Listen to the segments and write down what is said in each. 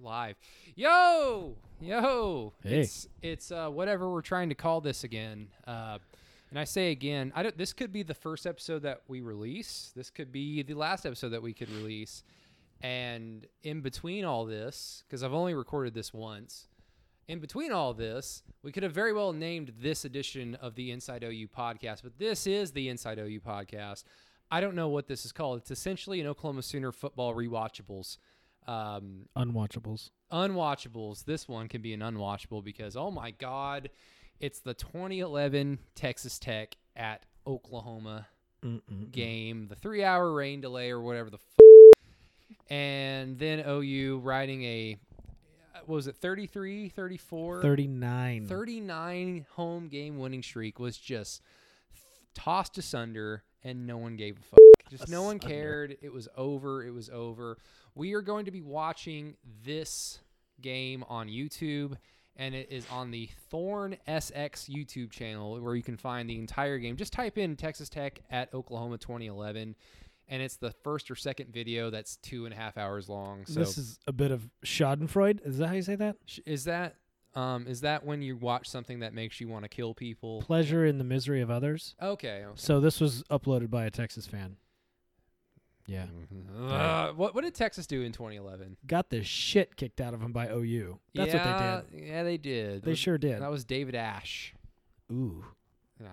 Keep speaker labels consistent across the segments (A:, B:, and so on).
A: Live. Yo, yo.
B: Hey.
A: It's it's uh, whatever we're trying to call this again. Uh, and I say again, I don't. This could be the first episode that we release. This could be the last episode that we could release. And in between all this, because I've only recorded this once, in between all this, we could have very well named this edition of the Inside OU podcast, but this is the Inside OU podcast. I don't know what this is called. It's essentially an Oklahoma Sooner football rewatchables. Um,
B: Unwatchables.
A: unwatchables. This one can be an unwatchable because oh my god, it's the 2011 Texas Tech at Oklahoma
B: Hmm.
A: game, the three-hour rain delay or whatever the, f- and then OU riding a what was it 33, 34,
B: 39.
A: 39 home game winning streak was just tossed asunder and no one gave a fuck. Just no one
B: Asunder.
A: cared. It was over. It was over. We are going to be watching this game on YouTube and it is on the Thorn SX YouTube channel where you can find the entire game. Just type in Texas Tech at Oklahoma 2011 and it's the first or second video that's two and a half hours long. So
B: This is a bit of Schadenfreude. Is that how you say that?
A: Sh- Is that um is that when you watch something that makes you want to kill people?
B: Pleasure in the misery of others.
A: Okay. okay.
B: So this was uploaded by a Texas fan. Yeah.
A: Uh, what what did Texas do in 2011?
B: Got the shit kicked out of him by OU. That's
A: yeah,
B: what they
A: they
B: did.
A: did. Yeah, they did.
B: They
A: Was-
B: sure did.
A: That was David Ash.
B: Ooh.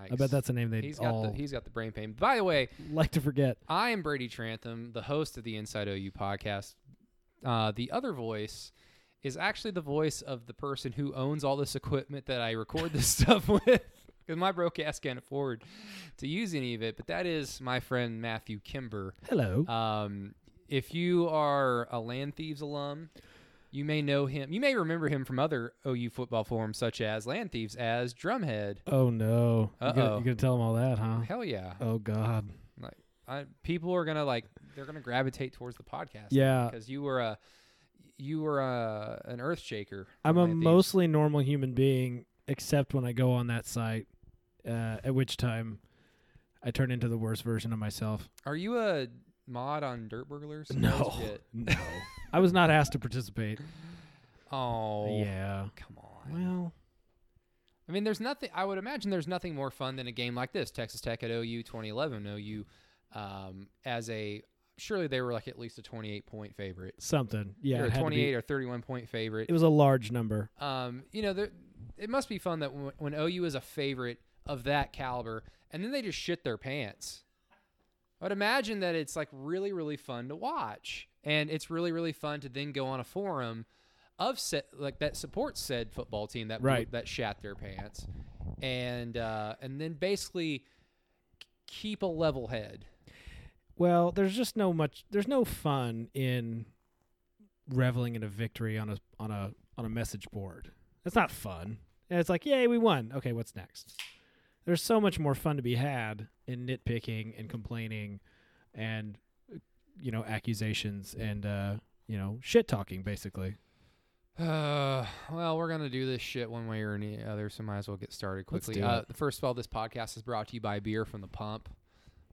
B: I
A: Yikes.
B: bet that's a name they'd
A: He's got
B: all
A: the he's got the brain pain. By the way,
B: like to forget.
A: I am Brady Trantham, the host of the Inside OU podcast. Uh, the other voice is actually the voice of the person who owns all this equipment that I record this stuff with. Because my broadcast can't afford to use any of it, but that is my friend Matthew Kimber.
B: Hello.
A: Um, if you are a Land Thieves alum, you may know him. You may remember him from other OU football forums, such as Land Thieves as Drumhead.
B: oh, no. You're
A: uh-oh.
B: going to tell him all that, huh?
A: Hell yeah!
B: Oh, God.
A: I, people are gonna like they're gonna gravitate towards the podcast.
B: Yeah.
A: because you were a you were a an earth shaker. on
B: I'm a
A: Land Thieves.
B: mostly normal human being, except when I go on that site, uh, at which time I turn into the worst version of myself.
A: Are you a mod on Dirt Burglars?
B: No. No. I was not asked to participate.
A: Oh.
B: Yeah.
A: Come on.
B: Well,
A: I mean, there's nothing. I would imagine there's nothing more fun than a game like this. Texas Tech at OU, 2011. OU, um, as a surely they were like at least a 28 point favorite.
B: something. Yeah.
A: or
B: it
A: a
B: had to be-
A: 28 or 31 point favorite.
B: It was a large number.
A: Um, you know, there, it must be fun that w- when OU is a favorite of that caliber, and then they just shit their pants. I would imagine that it's like really, really fun to watch, and it's really, really fun to then go on a forum of set like that supports said football team that blew-
B: Right.
A: that shat their pants, and uh, and then basically k- keep a level head.
B: Well, there's just no much. There's no fun in reveling in a victory on a on a on a message board. It's not fun. And it's like, yay, we won. Okay, what's next? There's so much more fun to be had in nitpicking and complaining, and you know accusations and uh, you know shit talking basically.
A: Uh, well, we're gonna do this shit one way or any other, so might as well get started
B: Let's
A: quickly.
B: do
A: Uh, first of all, this podcast is brought to you by Beer from the Pump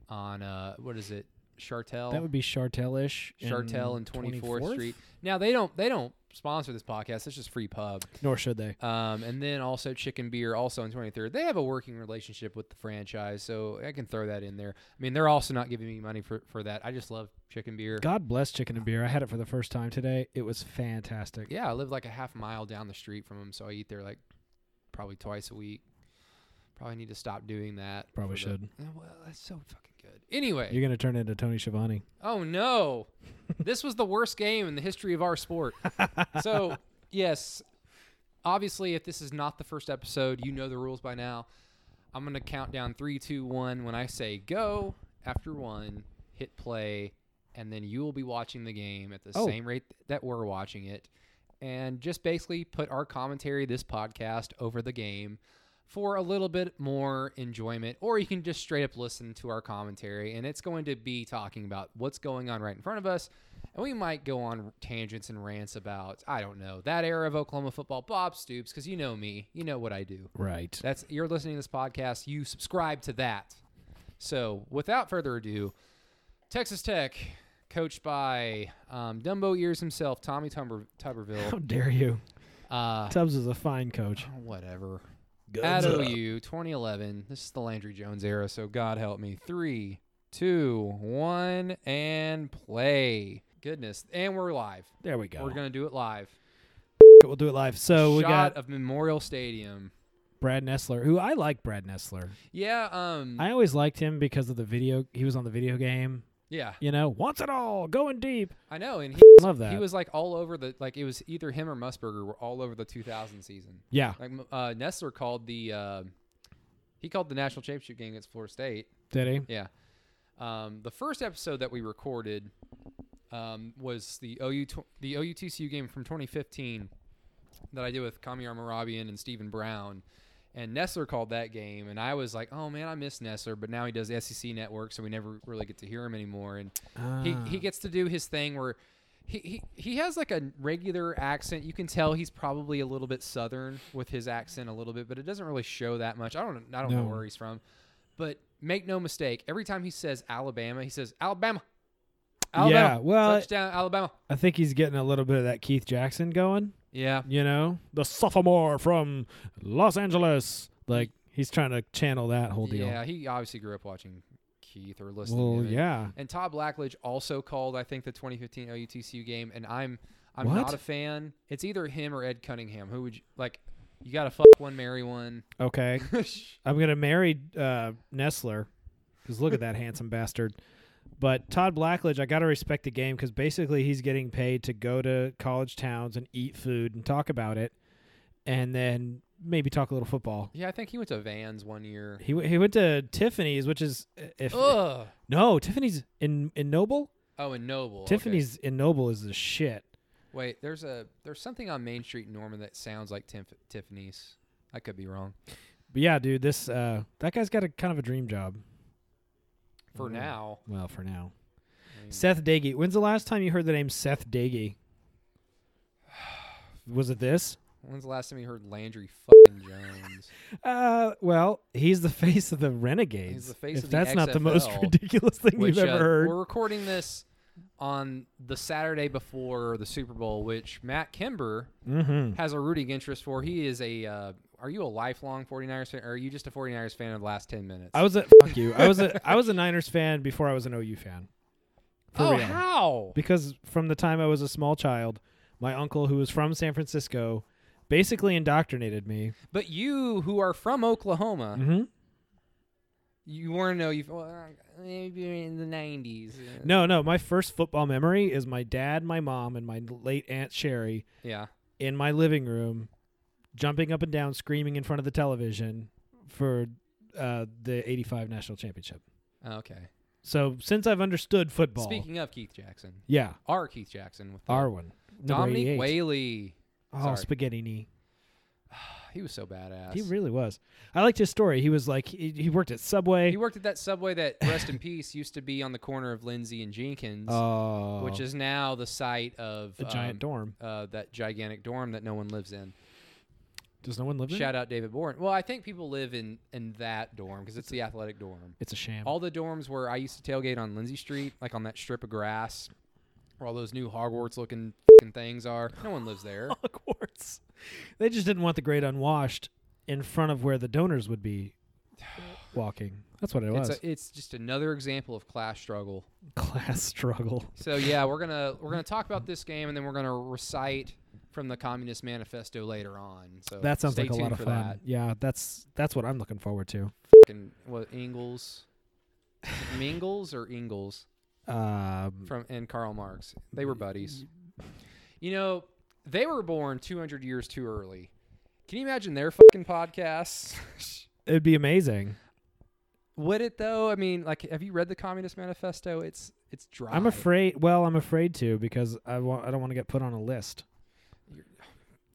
A: on uh, what is it, Chartel?
B: That would be Chartel-ish.
A: Oh. Chartel and Twenty Fourth Street. Now they don't they don't sponsor this podcast. It's just free pub.
B: Nor should they.
A: Um, and then also Chicken Beer, also on 23rd. They have a working relationship with the franchise, so I can throw that in there. I mean, they're also not giving me money for for that. I just love Chicken Beer.
B: God bless chicken and beer. I had it for the first time today. It was fantastic.
A: Yeah, I live like a half mile down the street from them, so I eat there like probably twice a week. Probably need to stop doing that.
B: Probably
A: for the-
B: should.
A: Uh, Well, that's so fucking good. Anyway,
B: You're gonna turn into Tony Schiavone.
A: oh no, this was the worst game in the history of our sport. so yes, obviously, if this is not the first episode, you know the rules by now. I'm gonna count down three, two, one. When I say go, after one, hit play, and then you will be watching the game at the
B: Oh.
A: same rate that we're watching it, and just basically put our commentary, this podcast, over the game for a little bit more enjoyment, or you can just straight up listen to our commentary, and it's going to be talking about what's going on right in front of us. And we might go on tangents and rants about, I don't know, that era of Oklahoma football, Bob Stoops, because you know me. You know what I do.
B: Right.
A: That's you're listening to this podcast. You subscribe to that. So, without further ado, Texas Tech coached by um, Dumbo Ears himself, Tommy Tumber-
B: How
A: Tuberville.
B: dare you?
A: Uh,
B: Tubbs is a fine coach.
A: oh, whatever. At
C: Guns up.
A: OU, 2011. This is the Landry Jones era, so God help me. Three, two, one, and play. Goodness, and we're live.
B: There we go.
A: We're gonna do it live.
B: we'll do it live. So we
A: Shot
B: got
A: of Memorial Stadium.
B: Brad Nessler, who I like. Brad Nessler.
A: Yeah. Um.
B: I always liked him because of the video. He was on the video game.
A: yeah.
B: You know, wants it all, going deep.
A: I know, and he,
B: Love that.
A: he was like all over the like it was either him or Musburger were all over the 2000 season.
B: yeah,
A: Like m- uh, Nestler called the uh, he called the national championship game against Florida State.
B: did he?
A: Yeah. Um, the first episode that we recorded um, was the OU tw- the OU TCU game from 2015 that I did with Kamiyar Morabian and Stephen Brown. And Nessler called that game, and I was like, "Oh man, I miss Nessler." But now he does SEC Network, so we never really get to hear him anymore. And he,
B: Uh. Ah.
A: he gets to do his thing where he, he, he has like a regular accent. You can tell he's probably a little bit southern with his accent a little bit, but it doesn't really show that much. I don't I don't know
B: No.
A: where he's from. But make no mistake, every time he says Alabama, he says Alabama. Alabama.
B: Yeah, well-
A: touchdown Alabama.
B: I think he's getting a little bit of that Keith Jackson going.
A: Yeah.
B: You know, the sophomore from Los Angeles. Like he's trying to channel that whole deal.
A: Yeah, he obviously grew up watching Keith or listening
B: well,
A: to him.
B: yeah.
A: And Todd Blackledge also called, I think, the 2015 OUTCU game, and I'm I'm
B: What?
A: not a fan. It's either him or Ed Cunningham. Who would you like? You got to fuck one, marry one.
B: Okay. I'm gonna marry uh, Nestler because look at that handsome bastard. But Todd Blackledge, I gotta respect the game because basically he's getting paid to go to college towns and eat food and talk about it, and then maybe talk a little football.
A: yeah, I think he went to Vans one year.
B: He w- he went to Tiffany's, which is uh, if
A: Ugh.
B: no Tiffany's in in Noble.
A: Oh, and Noble. okay.
B: Tiffany's in Noble is the shit.
A: Wait, there's a there's something on Main Street in Norman that sounds like Timf- Tiffany's. I could be wrong.
B: But yeah, dude, this uh, that guy's got a kind of a dream job.
A: For
B: Mm.
A: now,
B: Well, for now,
A: I mean,
B: Seth Daggy. When's the last time you heard the name Seth Daggy? Was it this?
A: when's the last time you heard Landry fucking Jones?
B: Uh, well, he's the face of the Renegades.
A: He's the face
B: if
A: of the
B: that's not the most
A: XFL,
B: ridiculous thing
A: which,
B: you've ever
A: uh,
B: heard.
A: We're recording this on the Saturday before the Super Bowl, which Matt Kimber
B: Mm-hmm.
A: has a rooting interest for. He is a. Uh, are you a lifelong 49ers fan, or are you just a 49ers fan of the last 10 minutes?
B: I was a fuck you. I was a I was a Niners fan before I was an OU fan. For
A: oh,
B: real.
A: how?
B: because from the time I was a small child, my uncle who was from San Francisco basically indoctrinated me.
A: But you, who are from Oklahoma,
B: Mm-hmm.
A: you weren't know you well, uh, maybe in the 90s. uh,
B: No, no, my first football memory is my dad, my mom, and my late aunt Sherry
A: Yeah.
B: in my living room, jumping up and down, screaming in front of the television for uh, the '85 national championship.
A: Oh, okay.
B: So since I've understood football,
A: Speaking of Keith Jackson,
B: yeah,
A: our Keith Jackson with the
B: Arwen, number
A: Dominique
B: 88.
A: Whaley.
B: oh,
A: sorry.
B: spaghetti knee.
A: He was so badass.
B: He really was. I liked his story. He was like he, he worked at Subway.
A: He worked at that subway that, rest in peace, used to be on the corner of Lindsay and Jenkins,
B: Oh,
A: which is now the site of
B: a giant
A: um,
B: dorm.
A: Uh, that gigantic dorm that no one lives in.
B: Does no one live there?
A: Shout out David Bourne. Well, I think people live in in that dorm because it's the athletic dorm.
B: It's a sham.
A: All the dorms where I used to tailgate on Lindsay Street, like on that strip of grass, where all those new Hogwarts looking fucking things are. No one lives there.
B: Hogwarts. They just didn't want the great unwashed in front of where the donors would be walking. That's what it
A: It's
B: was.
A: a, it's just another example of class struggle.
B: Class struggle.
A: So yeah, we're gonna we're gonna talk about this game and then we're gonna recite from the Communist Manifesto later on. So
B: That sounds
A: stay
B: like a lot
A: tuned
B: of
A: for
B: fun.
A: That.
B: Yeah, that's that's what I'm looking forward to.
A: Fucking- what Ingles, Mingles or Ingles
B: Um,
A: from and Karl Marx. They were buddies. You know, they were born 200 years too early. Can you imagine their fucking podcasts?
B: it'd be amazing.
A: Would it though? I mean, like, have you read the Communist Manifesto? It's it's dry.
B: I'm afraid. Well, I'm afraid to because I want. I don't want to get put on a list.
A: You're-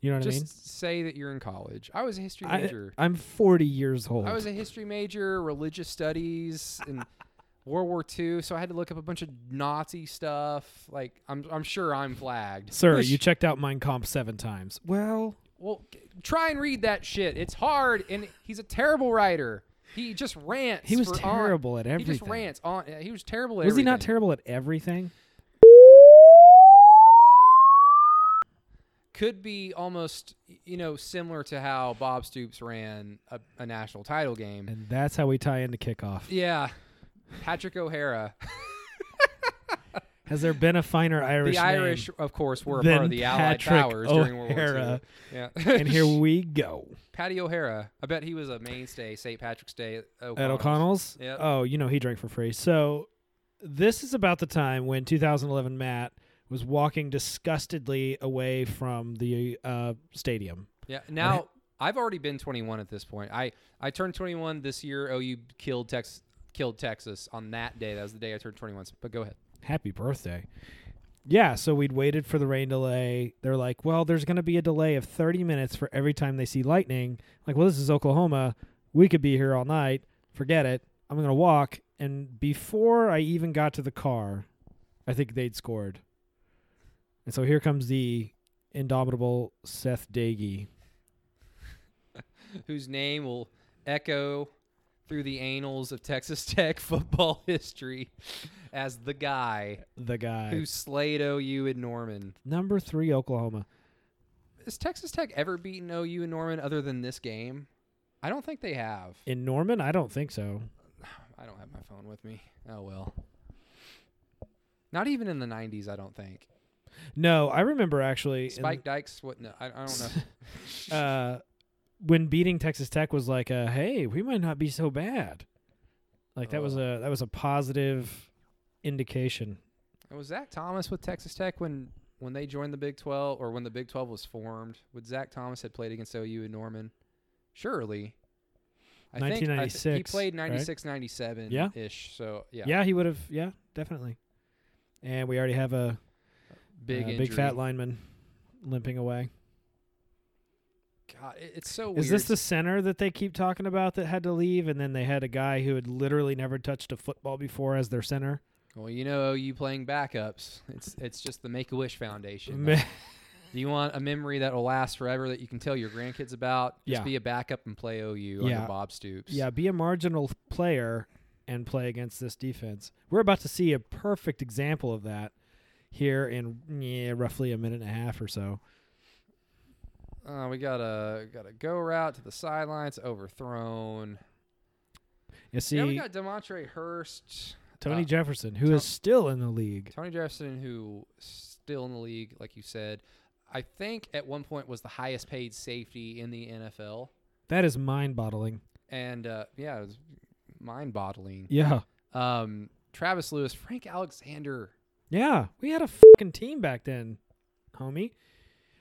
B: You know what
A: Just say that you're in college. I was a history
B: I mean?
A: major.
B: I, am 40 years old.
A: I was a history major, religious studies, and World War II. So I had to look up a bunch of Nazi stuff. Like I'm, I'm sure I'm flagged.
B: Sir, you checked out Mein Kampf seven times. Well,
A: well, g- try and read that shit. It's hard, and he's a terrible writer. He just rants.
B: he was
A: for uh, on-
B: terrible at everything.
A: He just rants on. He was terrible at
B: Was he not
A: everything.
B: terrible at everything?
A: could be almost you know similar to how Bob Stoops ran a, a national title game.
B: And that's how we tie into kickoff.
A: Yeah, Patrick O'Hara,
B: Has there been a finer Irish?
A: the
B: name?
A: Irish, of course, were a
B: Then
A: part of the Allied
B: Patrick
A: powers during World War
B: O'Hara.
A: II. Yeah,
B: and here we go
A: Patty O'Hara. I bet he was a mainstay St. Patrick's Day at O'Connell's.
B: at O'Connell's.
A: Yep.
B: Oh, you know he drank for free. So this is about the time when 2011 Matt was walking disgustedly away from the uh, stadium.
A: Yeah. Now I've already been 21 at this point. I I turned 21 this year. OU killed Texas killed Texas on that day. That was the day I turned 21. But go ahead.
B: Happy birthday. Yeah, so we'd waited for the rain delay. They're like, well, there's going to be a delay of 30 minutes for every time they see lightning. Like, well, this is Oklahoma. We could be here all night. Forget it. I'm going to walk. And before I even got to the car, I think they'd scored. And so here comes the indomitable Seth Dagey.
A: Whose name will echo through the annals of Texas Tech football history as the guy
B: the guy.
A: who slayed OU in Norman.
B: Number three, Oklahoma.
A: Has Texas Tech ever beaten OU in Norman other than this game? I don't think they have.
B: In Norman? I don't think so.
A: I don't have my phone with me. Oh well. Not even in the 90s, I don't think.
B: No, I remember actually. in-
A: Spike Dykes, what? No, I, I don't know.
B: uh, when beating Texas Tech was like, uh, "Hey, we might not be so bad." Like that was
A: Uh.
B: a that was a positive indication.
A: And was Zach Thomas with Texas Tech when when they joined the Big Twelve or when the Big Twelve was formed? Would Zach Thomas had played against OU and Norman? Surely. I think- I thi- he
B: 1996,
A: played
B: right?
A: 96, 97
B: Yeah.
A: ish. So yeah,
B: Yeah, he would have. Yeah, definitely. And we already have a
A: big
B: uh,
A: injury.
B: big fat lineman limping away.
A: God, it- it's so
B: Is
A: weird.
B: this the center that they keep talking about that had to leave, and then they had a guy who had literally never touched a football before as their center?
A: well, you know, OU playing backups. It's it's just the Make a Wish Foundation.
B: Man,
A: Do you want a memory that will last forever that you can tell your grandkids about? Just
B: Yeah.
A: be a backup and play OU
B: Yeah.
A: under Bob Stoops.
B: Yeah, be a marginal player and play against this defense. We're about to see a perfect example of that here in yeah, roughly a minute and a half or so.
A: Uh, we got a got a go route to the sidelines, overthrown.
B: You see,
A: yeah, we got Demontre Hurst,
B: Tony
A: uh,
B: Jefferson, who
A: Ton-
B: is still in the league.
A: Tony Jefferson, who still in the league, like you said. I think at one point was the highest paid safety in the NFL,
B: That is mind boggling.
A: and uh, yeah, it was mind boggling.
B: Yeah.
A: Um, Travis Lewis, Frank Alexander.
B: Yeah. We had a fucking team back then, homie.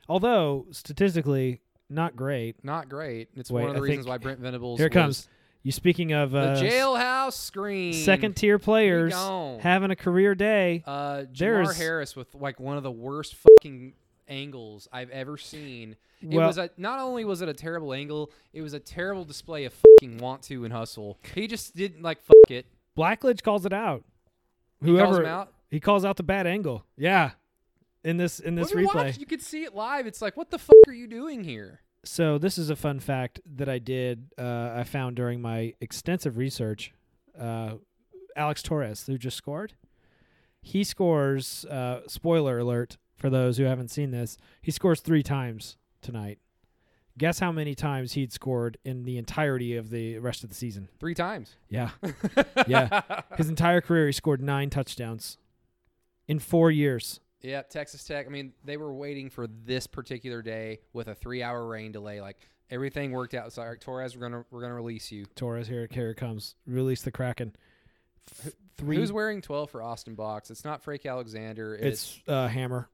B: Although, statistically, not great.
A: Not great. It's
B: Wait,
A: one of the
B: I
A: reasons
B: think-
A: why Brent Venables.
B: Here it
A: was
B: comes. You speaking of
A: the
B: uh,
A: jailhouse screen.
B: second tier players
A: gone.
B: having a career day.
A: Uh, Jamar
B: There's-
A: Harris with like one of the worst fucking angles I've ever seen. It
B: Well-
A: was a, not only was it a terrible angle, it was a terrible display of fucking want to and hustle. He just didn't like fuck it.
B: Blackledge calls it out.
A: He
B: Whoever
A: calls him out.
B: He calls out the bad angle. Yeah. In this in this
A: When we
B: replay.
A: watched, you could see it live. It's like, what the fuck are you doing here?
B: So this is a fun fact that I did uh, I found during my extensive research. Uh, Alex Torres, who just scored, he scores. Uh, spoiler alert for those who haven't seen this. He scores three times tonight. Guess how many times he'd scored in the entirety of the rest of the season?
A: Three times.
B: Yeah, yeah. His entire career, he scored nine touchdowns in four years.
A: Yep, Texas Tech. I mean, they were waiting for this particular day with a three-hour rain delay. Like everything worked out. It's like, all right, Torres, we're gonna we're gonna release you.
B: Torres here, here it comes. Release the Kraken. F- three.
A: Who's wearing twelve for Austin Box? It's not Frank Alexander. It's,
B: it's uh, Hammer.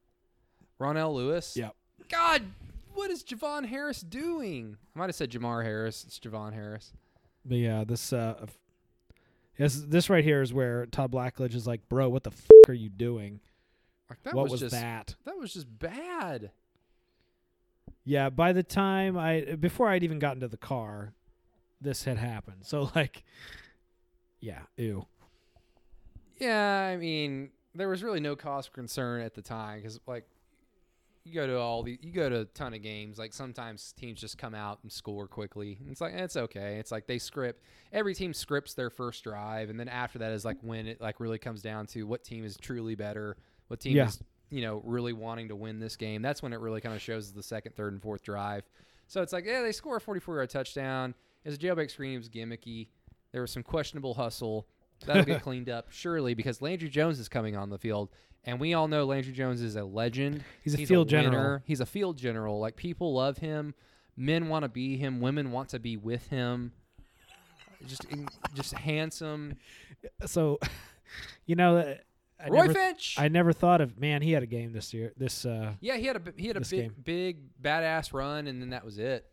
A: Ronell Lewis.
B: Yep.
A: God, what is Javon Harris doing? I might have said Jamar Harris. It's Javon Harris.
B: But yeah, this uh, f- yes, this right here is where Todd Blackledge is like, "Bro, what the f- are you doing?
A: Like, that
B: what
A: was,
B: was,
A: just
B: that?"
A: that was just bad.
B: Yeah. By the time I before I'd even gotten to the car, this had happened. So like, yeah, ew.
A: Yeah, I mean, there was really no cause for concern at the time because like you go to all the you go to a ton of games. Like sometimes teams just come out and score quickly. And It's like eh, it's okay. It's like they script every team scripts their first drive, and then after that is like when it like really comes down to what team is truly better, what team
B: Yeah.
A: is you know, really wanting to win this game. That's when it really kind of shows the second, third, and fourth drive. So it's like, yeah, they score a 44 yard touchdown. Is a jailbreak screen. It was gimmicky. There was some questionable hustle. That'll get cleaned up, surely, because Landry Jones is coming on the field. And we all know Landry Jones is a legend.
B: He's a field general.
A: winner. He's a field general. Like, people love him. Men want to be him. Women want to be with him. Just, just handsome.
B: So, you know, uh, I
A: Roy
B: never,
A: Finch.
B: I never thought of man. He had a game this year. This uh,
A: Yeah, he had a b- he had a
B: this
A: big
B: game.
A: big badass run, and then that was it.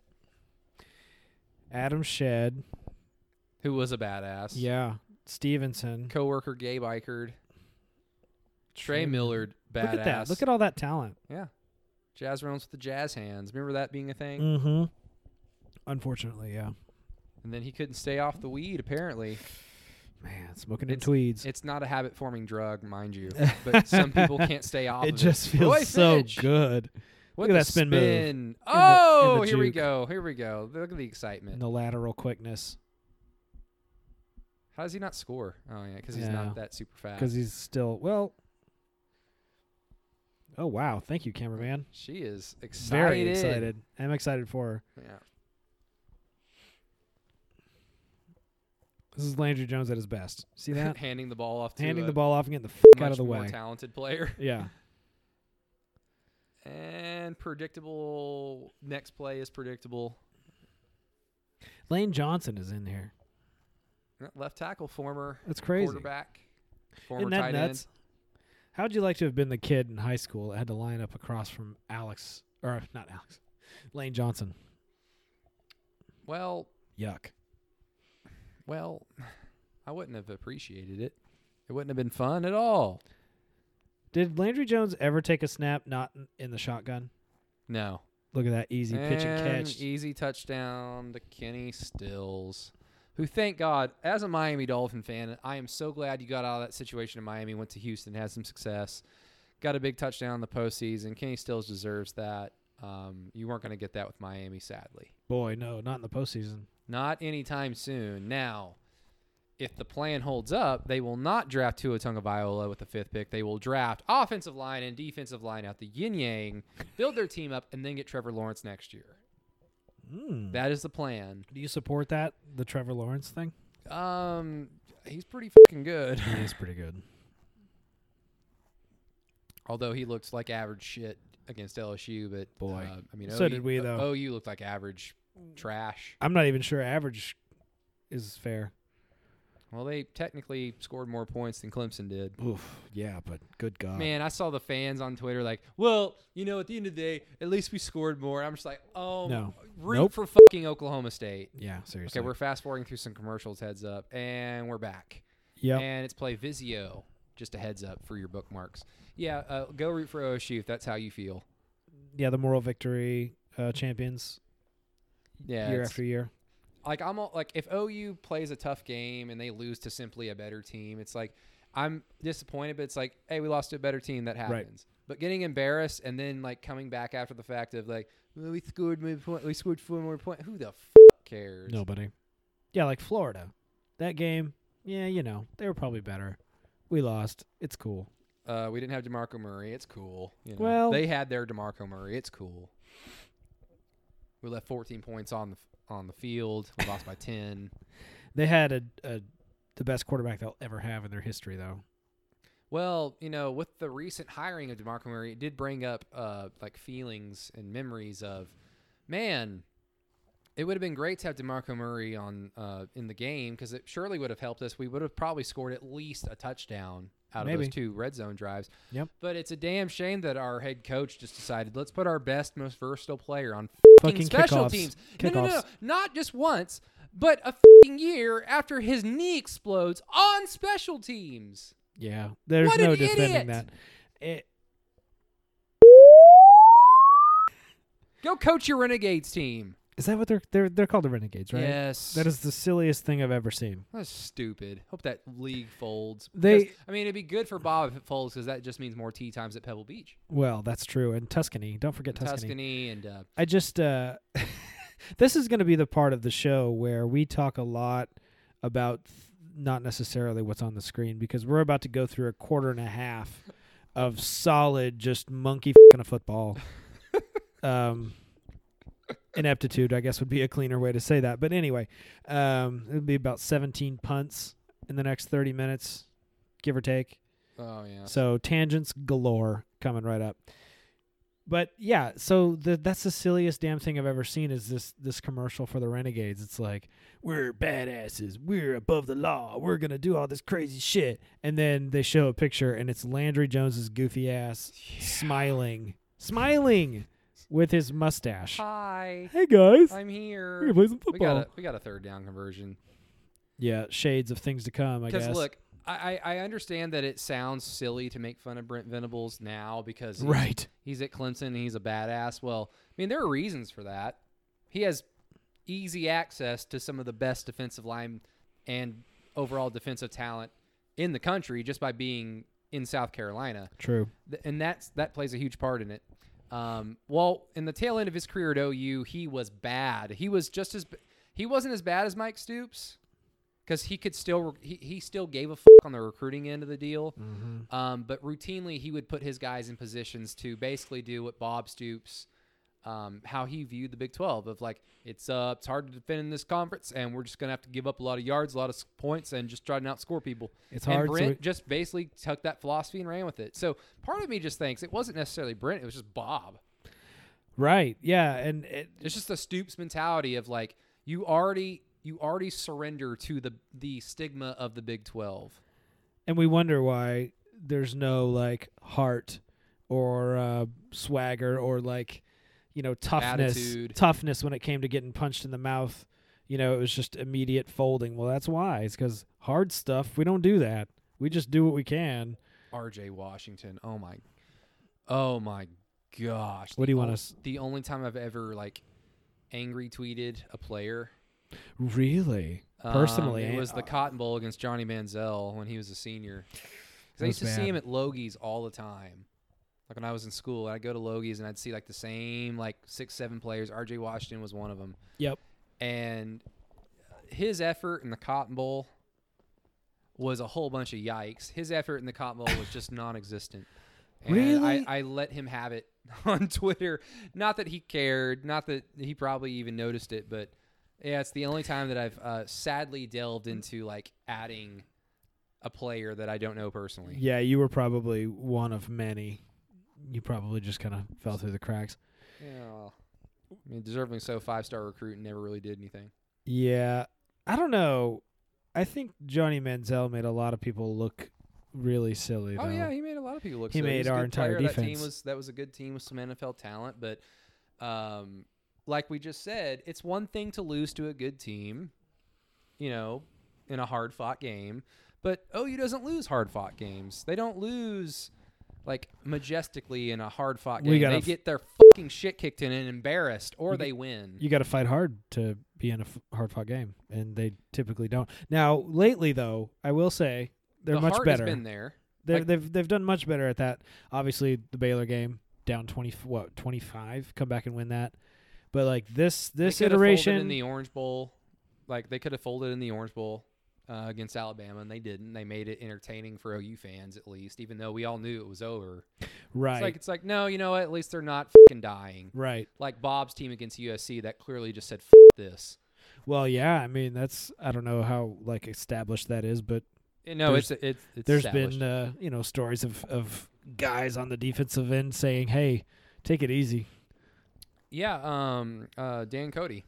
B: Adam Shedd.
A: Who was a badass?
B: Yeah, Stevenson.
A: coworker, gay bikered, Trey Millard, badass.
B: Look at that. Look at all that talent.
A: yeah, jazz rounds with the jazz hands. Remember that being a thing?
B: Mm-hmm. Unfortunately, yeah.
A: And then he couldn't stay off the weed. Apparently,
B: Man, smoking in tweeds.
A: it's not a habit forming drug, mind you, but some people can't stay off.
B: It
A: of
B: just
A: it.
B: feels
A: Roy
B: so
A: Finch!
B: good.
A: What
B: Look
A: the
B: at that spin move.
A: spin.
B: the- in
A: Oh,
B: the
A: here we
B: juke.
A: go. Here we go. Look at the excitement.
B: And the lateral quickness
A: How does he not score? Oh yeah, because he's
B: Yeah.
A: not that super fast.
B: because he's still well. Oh wow! Thank you, cameraman.
A: she is excited.
B: Very excited. I'm excited for her.
A: Yeah.
B: This is Landry Jones at his best. See that?
A: handing the ball off to
B: Handing
A: a
B: the ball off and getting the f-
A: much
B: out of the
A: more
B: way.
A: talented player.
B: Yeah.
A: And predictable next play is predictable.
B: Lane Johnson is in there.
A: Uh, Left tackle, former
B: That's crazy.
A: quarterback, former
B: Isn't that
A: tight
B: nuts? How would you like to have been the kid in high school that had to line up across from Alex or not Alex, Lane Johnson?
A: end. Well,
B: Yuck.
A: well, I wouldn't have appreciated it. It wouldn't have been fun at all.
B: Did Landry Jones ever take a snap not in- in the shotgun?
A: No.
B: Look at that easy pitch and
A: And
B: catch.
A: Easy touchdown to Kenny Stills, who, thank God, as a Miami Dolphin fan, I am so glad you got out of that situation in Miami, went to Houston, had some success, got a big touchdown in the postseason. Kenny Stills deserves that. Um, you weren't going to get that with Miami, sadly.
B: Boy, no, not in the postseason.
A: Not anytime soon. Now, if the plan holds up, they will not draft Tua Viola with the fifth pick. They will draft offensive line and defensive line out the yin yang, build their team up, and then get Trevor Lawrence next year.
B: Mm.
A: That is the plan.
B: Do you support that, the Trevor Lawrence thing?
A: Um, he's pretty fucking good.
B: He's pretty good.
A: Although he looked like average shit against LSU, but
B: Boy.
A: uh, I mean,
B: So
A: OU,
B: did we, though.
A: uh, OU looked like average trash.
B: I'm not even sure average is fair.
A: Well, they technically scored more points than Clemson did.
B: Oof. Yeah, but good God.
A: Man, I saw the fans on Twitter like, well, you know, at the end of the day, at least we scored more. I'm just like, oh,
B: No.
A: root
B: Nope.
A: for fucking Oklahoma State.
B: Yeah, seriously.
A: Okay, we're fast forwarding through some commercials. Heads up, and we're back.
B: yep.
A: and it's play Vizio. Just a heads up for your bookmarks. Yeah, uh, go root for OSU if that's how you feel.
B: Yeah, the moral victory uh, champions
A: Yeah,
B: year
A: it's-
B: after year.
A: like I'm all, like if OU plays a tough game and they lose to simply a better team, it's like I'm disappointed, but it's like, hey, we lost to a better team. That happens. But getting embarrassed and then like coming back after the fact of like well, we scored more point, we scored four more point. Who the f- cares?
B: Nobody. Yeah, like Florida. That game, yeah, you know, they were probably better. We lost. It's cool.
A: Uh, we didn't have Demarco Murray. It's cool. You know,
B: Well-
A: they had their Demarco Murray. It's cool. We left 14 points on the f- on the field. We lost by 10.
B: They had a, a the best quarterback they'll ever have in their history, though.
A: Well, you know, with the recent hiring of DeMarco Murray, it did bring up uh, like feelings and memories of, man, it would have been great to have DeMarco Murray on uh, in the game because it surely would have helped us. We would have probably scored at least a touchdown out of
B: Maybe.
A: those two red zone drives.
B: Yep.
A: But it's a damn shame that our head coach just decided let's put our best, most versatile player on fucking special
B: kickoffs.
A: teams.
B: Kickoffs.
A: No, no, no, not just once, but a fucking year after his knee explodes on special teams.
B: Yeah, there's
A: What
B: no
A: an
B: defending
A: idiot!
B: that. It,
A: Go coach your Renegades team.
B: is that what they're they're they're called the Renegades, right?
A: Yes.
B: That is the silliest thing I've ever seen.
A: That's stupid. Hope that league folds.
B: They-
A: 'Cause, I mean, it'd be good for Bob if it folds because that just means more tea times at Pebble Beach,
B: Well, that's true. And Tuscany, don't forget
A: Tuscany,
B: Tuscany.
A: and uh,
B: I just uh this is going to be the part of the show where we talk a lot about th- not necessarily what's on the screen because we're about to go through a quarter and a half of solid, just monkey fing a football. um, ineptitude, I guess, would be a cleaner way to say that. But anyway, um, it would be about 17 punts in the next 30 minutes, give or take.
A: Oh yeah.
B: So tangents galore coming right up. But yeah, so the, that's the silliest damn thing I've ever seen is this this commercial for the Renegades. It's like we're badasses, we're above the law, we're gonna do all this crazy shit, and then they show a picture and it's Landry Jones's goofy ass smiling, smiling with his mustache.
A: Hi,
B: Hey guys,
A: I'm
B: we're gonna
A: here.
B: play some
A: We
B: football.
A: got a we got a third down conversion.
B: yeah, shades of things to come. I
A: Because
B: guess.
A: look, I, I I understand that it sounds silly to make fun of Brent Venables now because he's,
B: right.
A: he's at Clemson and he's a badass. Well, I mean there are reasons for that. He has easy access to some of the best defensive line and overall defensive talent in the country just by being in South Carolina.
B: True.
A: Th- and that's that plays a huge part in it. Um, well, in the tail end of his career at OU, he was bad. He was just as b- he wasn't as bad as Mike Stoops because he could still re- he, he still gave a f- on the recruiting end of the deal. Um, but routinely, he would put his guys in positions to basically do what Bob Stoops. Um, how he viewed the Big 12 of like it's uh it's hard to defend in this conference and we're just gonna have to give up a lot of yards, a lot of s- points, and just try to outscore people
B: It's
A: and
B: hard. so
A: Brent
B: it-
A: just basically took that philosophy and ran with it. So part of me just thinks it wasn't necessarily Brent; it was just Bob.
B: right. Yeah, and it,
A: It's just the Stoops mentality of like you already you already surrender to the the stigma of the Big Twelve.
B: and we wonder why there's no like heart or uh, swagger or like you know toughness
A: Attitude.
B: toughness when it came to getting punched in the mouth you know it was just immediate folding well that's why it's because hard stuff we don't do that we just do what we can
A: R.J. Washington. Oh my, oh my gosh!
B: What
A: The
B: do you want
A: on-
B: us-
A: The only time I've ever like angry tweeted a player
B: really
A: um,
B: personally
A: it was
B: eh,
A: the Cotton Bowl against Johnny Manziel when he was a senior. Because
B: That
A: I used to
B: was
A: see
B: bad.
A: him at Logie's all the time. Like when I was in school, I'd go to Logie's and I'd see like the same like six, seven players. R.J. Washington was one of them,
B: yep
A: and his effort in the Cotton Bowl was a whole bunch of yikes. His effort in the Cotton Bowl was just non-existent. And I,
B: Really?
A: I let him have it on Twitter. Not that he cared. Not that he probably even noticed it. But yeah, it's the only time that I've uh, sadly delved into like adding a player that I don't know personally.
B: yeah you were probably one of many you probably just kind of fell through the cracks
A: Yeah, well, I mean, deserving so five star recruit and never really did anything.
B: Yeah, I don't know. I think Johnny Manziel made a lot of people look really silly.
A: Oh
B: though.
A: yeah, he made a lot of people look.
B: He
A: silly.
B: made
A: was a
B: our
A: good
B: entire
A: player. That
B: defense.
A: team was that was a good team with some NFL talent, but um, like we just said, it's one thing to lose to a good team, you know, in a hard fought game. But OU doesn't lose hard fought games. They don't lose like majestically in a hard fought
B: We
A: game.
B: gotta
A: They
B: f-
A: get their fucking shit kicked in and embarrassed, or
B: You
A: they win.
B: you got to fight hard to be in a f- hard-fought game, and they typically don't. Now, lately though, I will say they're
A: the
B: much
A: heart
B: better.
A: Has been there.
B: They're,
A: like-
B: they've they've done much better at that. Obviously, the Baylor game down twenty f- what twenty five, come back and win that. But like this
A: They
B: this
A: could have folded
B: iteration,
A: in the Orange Bowl, like they could have folded in the Orange Bowl uh, against Alabama, and they didn't. They made it entertaining for OU fans, at least, even though we all knew it was over.
B: right,
A: It's like it's like no, you know, what? at least they're not fing dying.
B: right.
A: Like Bob's team against USC, that clearly just said F- this.
B: Well, yeah. I mean, that's I don't know how like established that is, but
A: And No,
B: There's-
A: it's it's it's
B: There's
A: established.
B: been uh, you know stories of of guys on the defensive end saying, "Hey, take it easy."
A: yeah, um, uh, Dan Cody,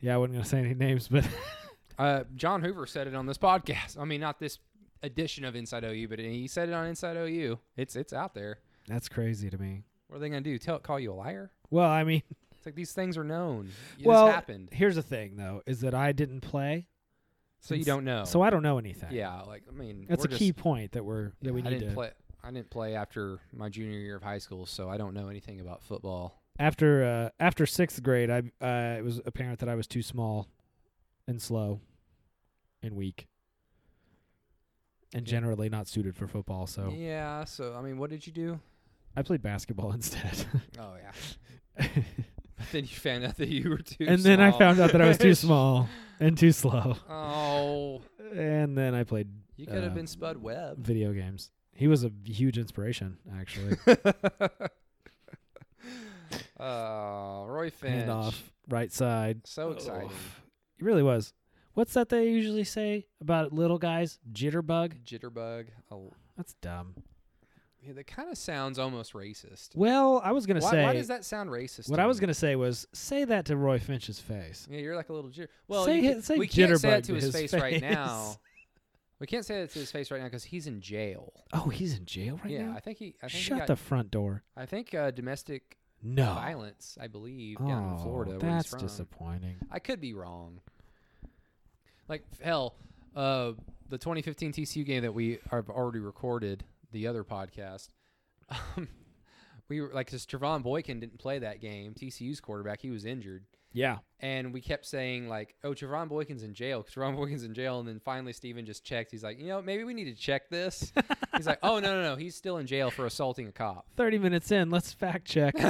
B: Yeah, I wasn't gonna say any names, but
A: uh, John Hoover said it on this podcast. I mean, not this edition of Inside OU, but he said it on Inside OU. It's it's out there.
B: that's crazy to me.
A: What are they gonna do? Tell call you a liar?
B: Well, I mean,
A: It's like these things are known. It
B: well,
A: has happened.
B: here's the thing though: is that I didn't play,
A: So you
B: Since-
A: don't know.
B: so I don't know anything.
A: yeah, like I mean,
B: that's
A: we're
B: a key
A: just-
B: point that we're that we
A: I
B: need
A: didn't
B: to
A: play. I didn't play after my junior year of high school, so I don't know anything about football.
B: after uh, after sixth grade. I uh, it was apparent that I was too small, and slow, and weak, and
A: Yeah.
B: generally not suited for football. So
A: Yeah. So I mean, what did you do?
B: I played basketball instead.
A: Oh yeah. then you found out that you were too.
B: and then I
A: small.
B: found out that I was too small and too slow.
A: Oh,
B: And then I played
A: you could have
B: Uh,
A: been Spud Webb.
B: video games. He was a huge inspiration, actually.
A: uh, Roy Finch.
B: Hand off Oh. right side.
A: So exciting.
B: Oof. It really was. What's that they usually say about little guys? Jitterbug.
A: Jitterbug. Oh,
B: That's dumb.
A: yeah, that kind of sounds almost racist.
B: Well, I was gonna
A: Why,
B: say
A: why does that sound racist?
B: what
A: to
B: I was
A: you?
B: gonna say was say that to Roy Finch's face.
A: Yeah, you're like a little jitter. Well,
B: Say
A: you
B: hi-
A: can't-
B: say
A: we can't say
B: jitterbug
A: that to
B: to
A: his,
B: his
A: face, right
B: face.
A: now. We can't say that to his face right now because he's in jail.
B: Oh, he's in jail right
A: yeah,
B: now.
A: I think he. I think he
B: Shut
A: got,
B: the front door.
A: I think uh, domestic
B: No.
A: violence. I believe
B: oh,
A: down in Florida. where he's
B: that's
A: from.
B: disappointing.
A: I could be wrong. Like hell, uh, the 2015 TCU game that we are already recorded, the other podcast. Um, we were like, because Travon Boykin didn't play that game. TCU's quarterback, he was injured,
B: Yeah.
A: and we kept saying like, "Oh, Travon Boykin's in jail." Because Travon Boykin's in jail, and then finally Steven just checked. He's like, "You know, maybe we need to check this." he's like, "Oh no, no, no, he's still in jail for assaulting a cop."
B: Thirty minutes in, let's fact check.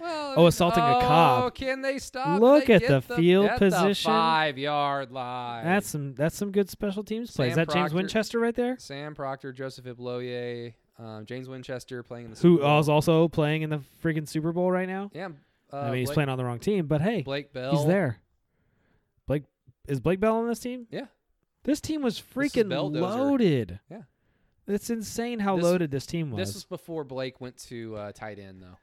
A: Well,
B: Oh, assaulting a cop.
A: Oh, can they stop?
B: Look
A: They
B: at
A: get
B: the field
A: at
B: position.
A: The five yard line.
B: that's some that's some good special teams plays. Is
A: Sam
B: that James
A: Proctor-
B: Winchester right there?
A: Sam Proctor, Joseph Ibloye, um, James Winchester playing in the Super
B: Who
A: Bowl.
B: is also playing in the freaking Super Bowl right now?
A: Yeah, uh,
B: I mean, he's
A: Blake,
B: playing on the wrong team, but hey,
A: Blake Bell.
B: he's there. Blake is Blake Bell on this team?
A: Yeah.
B: This team was
A: is
B: freaking
A: Belldozer.
B: loaded.
A: Yeah.
B: It's insane how
A: This-
B: loaded this team was.
A: This was before Blake went to uh, tight end though.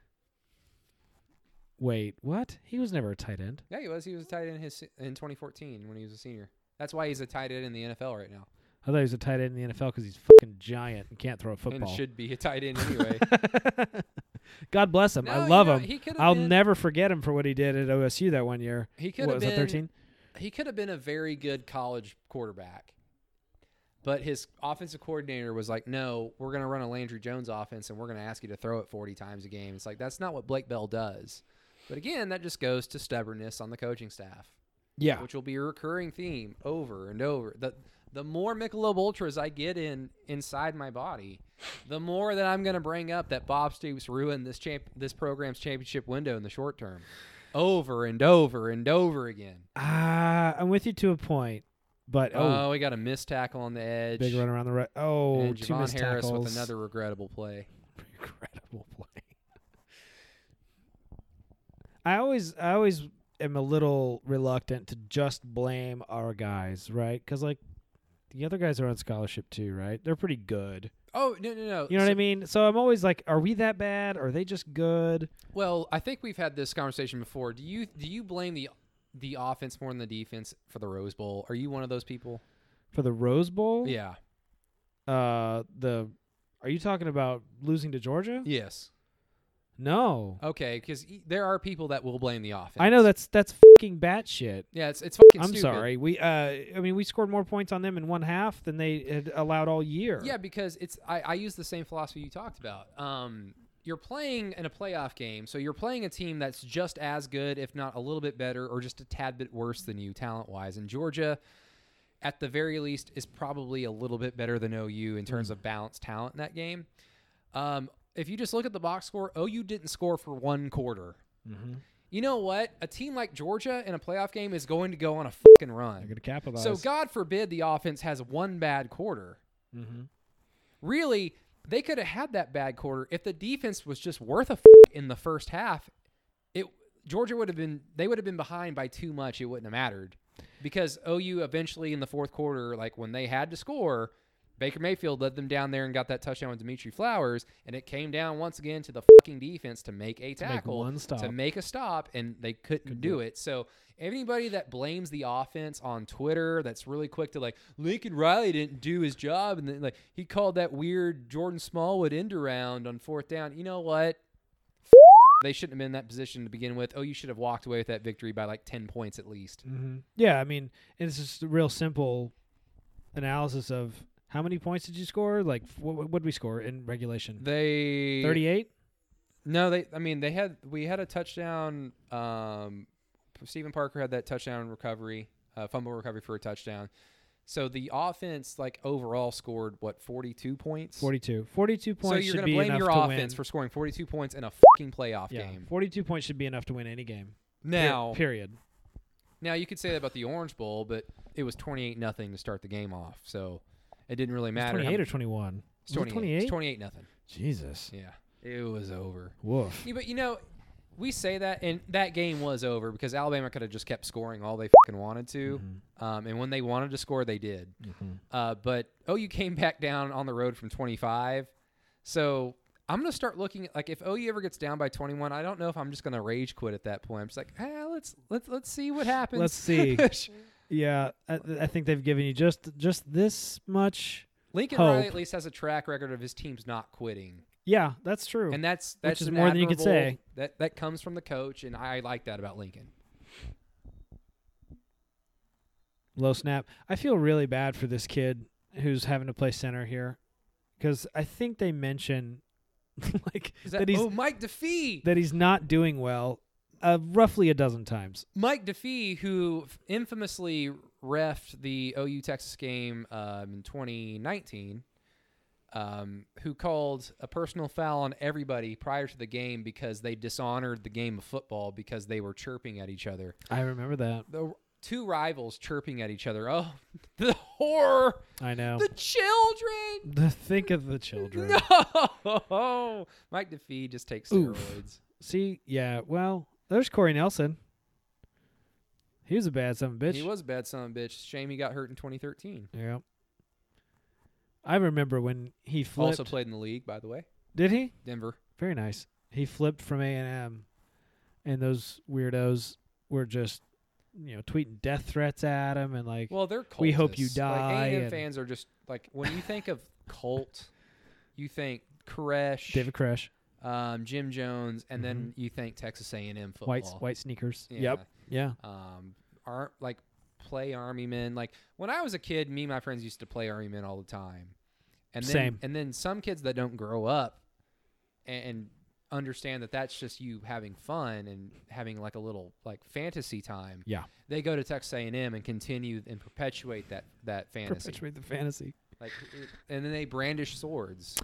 B: Wait, what? He was never a tight end.
A: Yeah, he was. He was a tight end his in 2014 when he was a senior. That's why he's a tight end in the NFL right now,
B: I thought he was a tight end in the NFL because he's fucking giant and can't throw a football.
A: and should be a tight end anyway.
B: God bless him.
A: No,
B: I
A: you
B: love
A: know,
B: him.
A: He could have
B: I'll
A: been,
B: never forget him for what he did at OSU that one year.
A: He could have
B: What was that,
A: been
B: 13?
A: he could have been a very good college quarterback, but his offensive coordinator was like, "No, we're going to run a Landry Jones offense, and we're going to ask you to throw it 40 times a game." It's like that's not what Blake Bell does. But again, that just goes to stubbornness on the coaching staff,
B: Yeah.
A: which will be a recurring theme over and over. the The more Michelob Ultras I get in inside my body, the more that I'm going to bring up that Bob Stoops ruined this champ, this program's championship window in the short term, over and over and over again.
B: Ah, I'm with you to a point, but oh,
A: Oh, we got a missed tackle on the edge.
B: big run around the right. Oh,
A: and
B: two
A: Javon
B: missed
A: Harris
B: tackles.
A: with another regrettable play.
B: incredible play. I always, I always am a little reluctant to just blame our guys, right? Because like the other guys are on scholarship too, right? They're pretty good.
A: Oh no no no!
B: You know what
A: So-
B: I mean? So I'm always like, are we that bad? Are they just good?
A: Well, I think we've had this conversation before. Do you do you blame the the offense more than the defense for the Rose Bowl? Are you one of those people?
B: For the Rose Bowl,
A: Yeah.
B: Uh, the are you talking about losing to Georgia?
A: Yes.
B: No,
A: Okay, because there are people that will blame the offense.
B: I know that's that's fucking batshit.
A: Yeah, it's it's fucking
B: I'm
A: stupid.
B: sorry. We uh, I mean, we scored more points on them in one half than they had allowed all year.
A: Yeah, because it's I, I use the same philosophy you talked about. Um, you're playing in a playoff game, so you're playing a team that's just as good, if not a little bit better, or just a tad bit worse than you talent wise. And Georgia, at the very least, is probably a little bit better than OU in
B: Mm.
A: terms of balanced talent in that game. Um, if you just look at the box score, OU didn't score for one quarter.
B: mm-hmm.
A: You know what? A team like Georgia in a playoff game is going to go on a fucking
B: they're
A: run.
B: gonna capitalize.
A: So God forbid the offense has one bad quarter
B: mm-hmm.
A: really they could have had that bad quarter if the defense was just worth a f- in the first half. It Georgia would have been they would have been behind by too much. It wouldn't have mattered because OU eventually in the fourth quarter, like when they had to score, Baker Mayfield led them down there and got that touchdown with Dimitri Flowers, and it came down once again to the fucking defense to make a
B: To make
A: tackle
B: one stop.
A: to make a stop and they couldn't
B: Couldn't do
A: do it. So anybody that blames the offense on Twitter that's really quick to like Lincoln Riley didn't do his job and then like he called that weird Jordan Smallwood end around on fourth down. You know what? F- They shouldn't have been in that position to begin with. Oh, you should have walked away with that victory by like 10 points at least.
B: hmm Yeah, I mean, it's just a real simple analysis of how many points did you score? Like, what would we score in regulation?
A: They
B: Thirty-eight.
A: No, they I mean they had we had a touchdown um Stephen Parker had that touchdown recovery, uh, fumble recovery for a touchdown. So the offense like overall scored what 42 points.
B: 42. 42 points
A: so you're
B: should
A: going
B: be
A: to blame
B: enough
A: your
B: to
A: offense
B: win.
A: for scoring 42 points in a fucking playoff
B: yeah,
A: game.
B: 42 points should be enough to win any game. Per-
A: Now,
B: period.
A: now you could say that about the Orange Bowl, but it was 28 nothing to start the game off. So It didn't really matter. how
B: 28 or
A: much-
B: 21.
A: it's 28. It's 28 nothing.
B: Jesus.
A: Yeah. It was over.
B: Woof.
A: Yeah, but you know, we say that, and that game was over because Alabama could have just kept scoring all they fucking wanted to.
B: Mm-hmm.
A: Um, and when they wanted to score, they did. Uh, but OU came back down on the road from 25. So I'm going to start looking at, like, if OU ever gets down by 21, I don't know if I'm just going to rage quit at that point. I'm just like, ah, let's, let's, let's see what happens.
B: Let's see. Yeah, I, I think they've given you just just this much.
A: Lincoln
B: Hope.
A: Riley at least has a track record of his teams not quitting.
B: Yeah, that's true.
A: And that's, that's
B: is
A: an
B: more than you could
A: admirable-
B: say.
A: That, that comes from the coach, and I like that about Lincoln.
B: Low snap. I feel really bad for this kid who's having to play center here, because I think they mention like
A: Is
B: that,
A: that,
B: he's
A: oh, Mike DeFee.
B: that he's not doing well, uh, roughly a dozen times.
A: Mike DeFee, who infamously refed the OU Texas game um, in 2019, um, who called a personal foul on everybody prior to the game because they dishonored the game of football because they were chirping at each other.
B: I remember that.
A: The two rivals chirping at each other. Oh, the horror!
B: I know.
A: The children!
B: The, think of the children.
A: No! Mike DeFee just takes
B: Oof.
A: steroids.
B: See, yeah. Well, there's Corey Nelson. He was a bad son of a bitch.
A: He was a bad son of a bitch. Shame he got hurt in 2013.
B: Yeah. I remember when he flipped.
A: Also played in the league, by the way.
B: Did he?
A: Denver.
B: Very nice. He flipped from A and M, and those weirdos were just, you know, tweeting death threats at him and like,
A: Well, they're cultists.
B: We hope you die
A: Like, A&M
B: and-
A: fans are just like when you think of cult, you think Koresh,
B: David Crash,
A: um, Jim Jones, and then you think Texas A&M football.
B: white white sneakers.
A: Yeah.
B: Yeah.
A: Um, are like play Army men. Like when I was a kid, me and my friends used to play Army men all the time. And then,
B: Same.
A: And then some kids that don't grow up and, and understand that that's just you having fun and having like a little like fantasy time.
B: Yeah.
A: They go to Texas A&M and continue and perpetuate that that fantasy.
B: Perpetuate the fantasy.
A: Like, it- and then they brandish swords.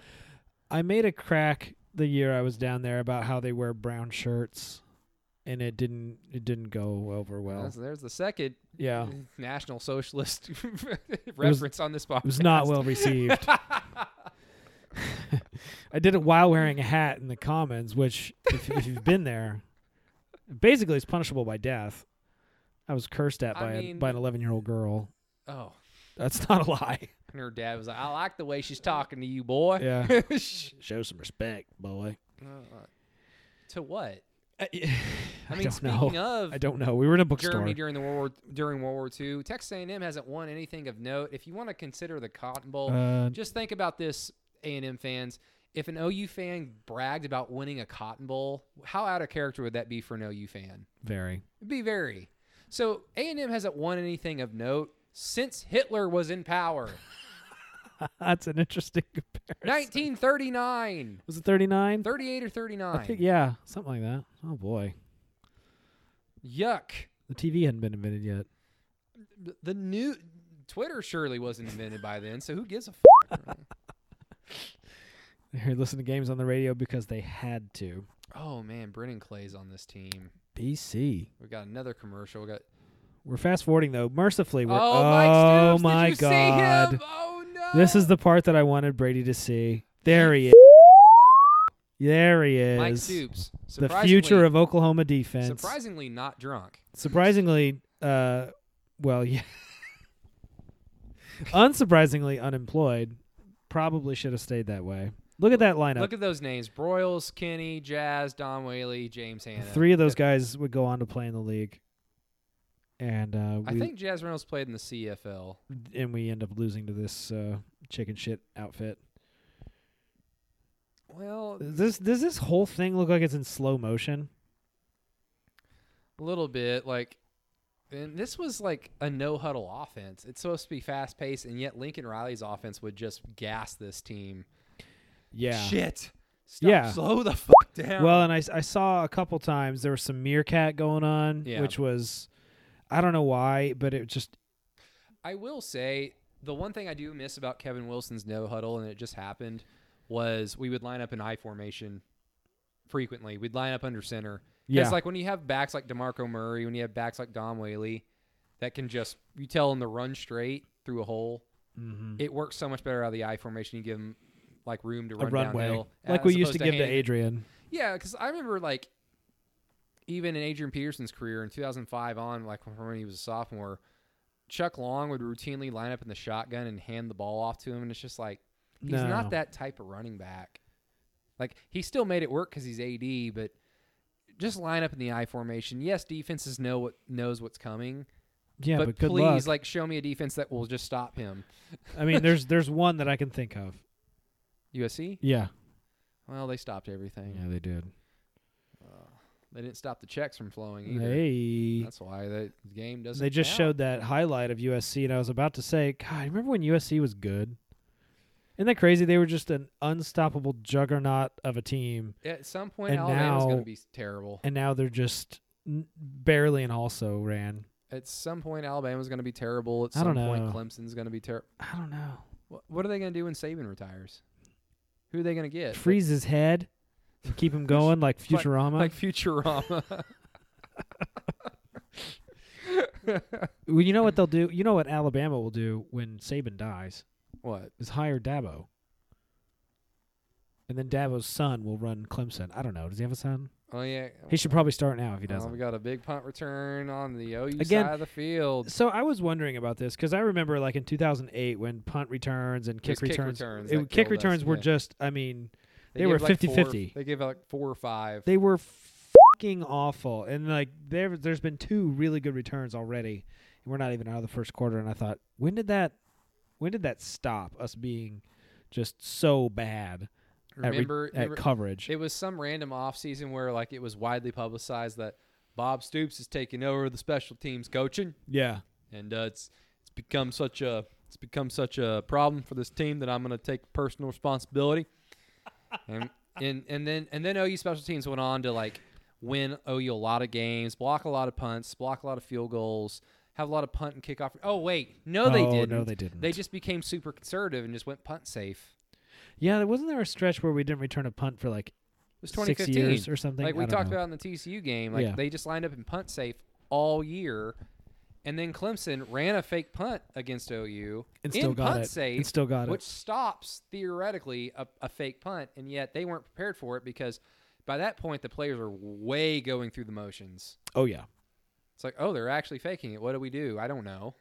B: I made a crack the year I was down there about how they wear brown shirts, and it didn't it didn't go over well.
A: That's- there's the second
B: yeah.
A: National Socialist reference on this podcast.
B: It was not well received. I did it while wearing a hat in the Commons, which, if, if you've been there, basically is punishable by death. I was cursed at
A: I
B: by, a,
A: mean-
B: by an 11 year old girl.
A: Oh,
B: That's not a lie.
A: and her dad was like, "I like the way she's talking to you, boy."
B: Yeah.
A: Sh-
B: Show some respect, boy.
A: uh, to what?
B: Uh, I,
A: I mean,
B: don't know.
A: speaking of
B: I don't know. We were in a bookstore.
A: Germany during the World War, during World War II, Texas A&M hasn't won anything of note. If you want to consider the Cotton Bowl,
B: Uh,
A: just think about this, A&M fans. If an OU fan bragged about winning a Cotton Bowl, how out of character would that be for an OU fan?
B: very.
A: It'd be very. So A&M hasn't won anything of note since Hitler was in power.
B: That's an interesting comparison.
A: 1939,
B: Was it 39?
A: 38 or
B: I
A: 39.
B: think, yeah, something like that. Oh, boy.
A: Yuck.
B: The TV hadn't been invented yet.
A: The- The new Twitter surely wasn't invented by then, so who gives a f-
B: They listened to games on the radio because they had to.
A: Oh man, Brennan Clay's on this team.
B: BC.
A: We got another commercial. We got
B: We're fast forwarding though. Mercifully, we're
A: Oh, Mike Stoops,
B: my
A: did you
B: god.
A: See him? Oh no.
B: This is the part that I wanted Brady to see. There he is. There he is.
A: Mike Stoops.
B: the future
A: surprisingly-
B: of Oklahoma defense.
A: surprisingly not drunk.
B: Surprisingly, uh, well, yeah. Unsurprisingly, unemployed. Probably should have stayed that way. Look at that lineup.
A: Look at those names: Broyles, Kenny, Jazz, Don Whaley, James Hanna.
B: Three of those guys would go on to play in the league, and uh,
A: I
B: we,
A: think Jazz Reynolds played in the CFL.
B: and we end up losing to this uh, chicken shit outfit.
A: Well,
B: This does this whole thing look like it's in slow motion?
A: a little bit like and this was like a no huddle offense it's supposed to be fast paced and yet lincoln riley's offense would just gas this team
B: Yeah.
A: shit Stop,
B: Yeah.
A: slow the fuck down
B: Well, and I, s- I saw a couple times there was some meerkat going on,
A: Yeah.
B: which was I don't know why, but it just
A: i will say the one thing i do miss about kevin wilson's no huddle and it just happened was we would line up in i formation frequently we'd line up under center
B: yeah
A: it's like when you have backs like demarco murray when you have backs like dom whaley that can just you tell them to run straight through a hole
B: Mm-hmm.
A: It works so much better out of the I formation. You give them like room to
B: A
A: run
B: runway,
A: downhill,
B: like
A: as
B: we used
A: opposed
B: to give to
A: hand-
B: Adrian.
A: Yeah, because I remember like even in Adrian Peterson's career in 2005 on, like from when he was a sophomore, Chuck Long would routinely line up in the shotgun and hand the ball off to him, and it's just like he's
B: no.
A: not that type of running back. Like he still made it work because he's AD, but just line up in the I formation. Yes, defenses know what knows what's coming,
B: Yeah,
A: but,
B: but, good
A: please,
B: luck.
A: like, show me a defense that will just stop him.
B: I mean, there's there's one that I can think of.
A: USC?
B: Yeah,
A: Well, they stopped everything.
B: yeah, they did.
A: Uh, they didn't stop the checks from flowing either.
B: Hey,
A: That's why the game doesn't.
B: they just
A: count.
B: showed that highlight of USC, and I was about to say, God, remember when USC was good? Isn't that crazy? They were just an unstoppable juggernaut of a team,
A: At some point,
B: And
A: Alabama's going
B: now-
A: to be terrible.
B: and now they're just n- barely and also ran.
A: At some point, Alabama's going to be terrible. At
B: I
A: some
B: don't
A: point,
B: know.
A: Clemson's going to be terrible.
B: I don't know.
A: What are they going to do when Saban retires? Who are they going to get?
B: Freeze his head, and keep him going like
A: Like-
B: Futurama.
A: like, like Futurama.
B: well, you know what they'll do? You know what Alabama will do when Saban dies
A: what?
B: is hire Dabo, and then Dabo's son will run Clemson. I don't know. Does he have a son?
A: Oh yeah,
B: He should probably start now if he
A: Well,
B: doesn't.
A: we got a big punt return on the OU
B: Again-
A: side of the field.
B: So I was wondering about this because I remember like in 2008 when punt returns and
A: was
B: kick
A: kick
B: returns,
A: returns
B: it-
A: that
B: kick
A: killed us,
B: returns were
A: yeah.
B: just I mean They
A: gave
B: were
A: like four-
B: 50-50.
A: They gave like four or five.
B: they were fucking awful and like there there's been two really good returns already and we're not even out of the first quarter and I thought when did that when did that stop us being just so bad at, re-
A: remember,
B: at
A: you re-
B: coverage?
A: it was some random offseason where like it was widely publicized that Bob Stoops is taking over the special teams coaching,
B: yeah,
A: and uh, it's it's become such a it's become such a problem for this team that I'm going to take personal responsibility. and and and then and then OU special teams went on to like win OU a lot of games, block a lot of punts, block a lot of field goals, have a lot of punt and kickoff. Oh wait, no they
B: Oh,
A: didn't.
B: No, they didn't.
A: They just became super conservative and just went punt safe.
B: yeah. Wasn't there a stretch where we didn't return a punt for like
A: It was
B: six
A: 2015.
B: years or something?
A: like we
B: I don't
A: talked
B: know.
A: about in the TCU game, like
B: Yeah.
A: they just lined up in punt safe all year, and then Clemson ran a fake punt against OU
B: and still
A: in
B: got
A: punt
B: it.
A: safe,
B: and still got
A: which
B: it.
A: stops theoretically a, a fake punt, and yet they weren't prepared for it because by that point the players are way going through the motions.
B: Oh yeah.
A: It's like, oh, they're actually faking it. What do we do? I don't know.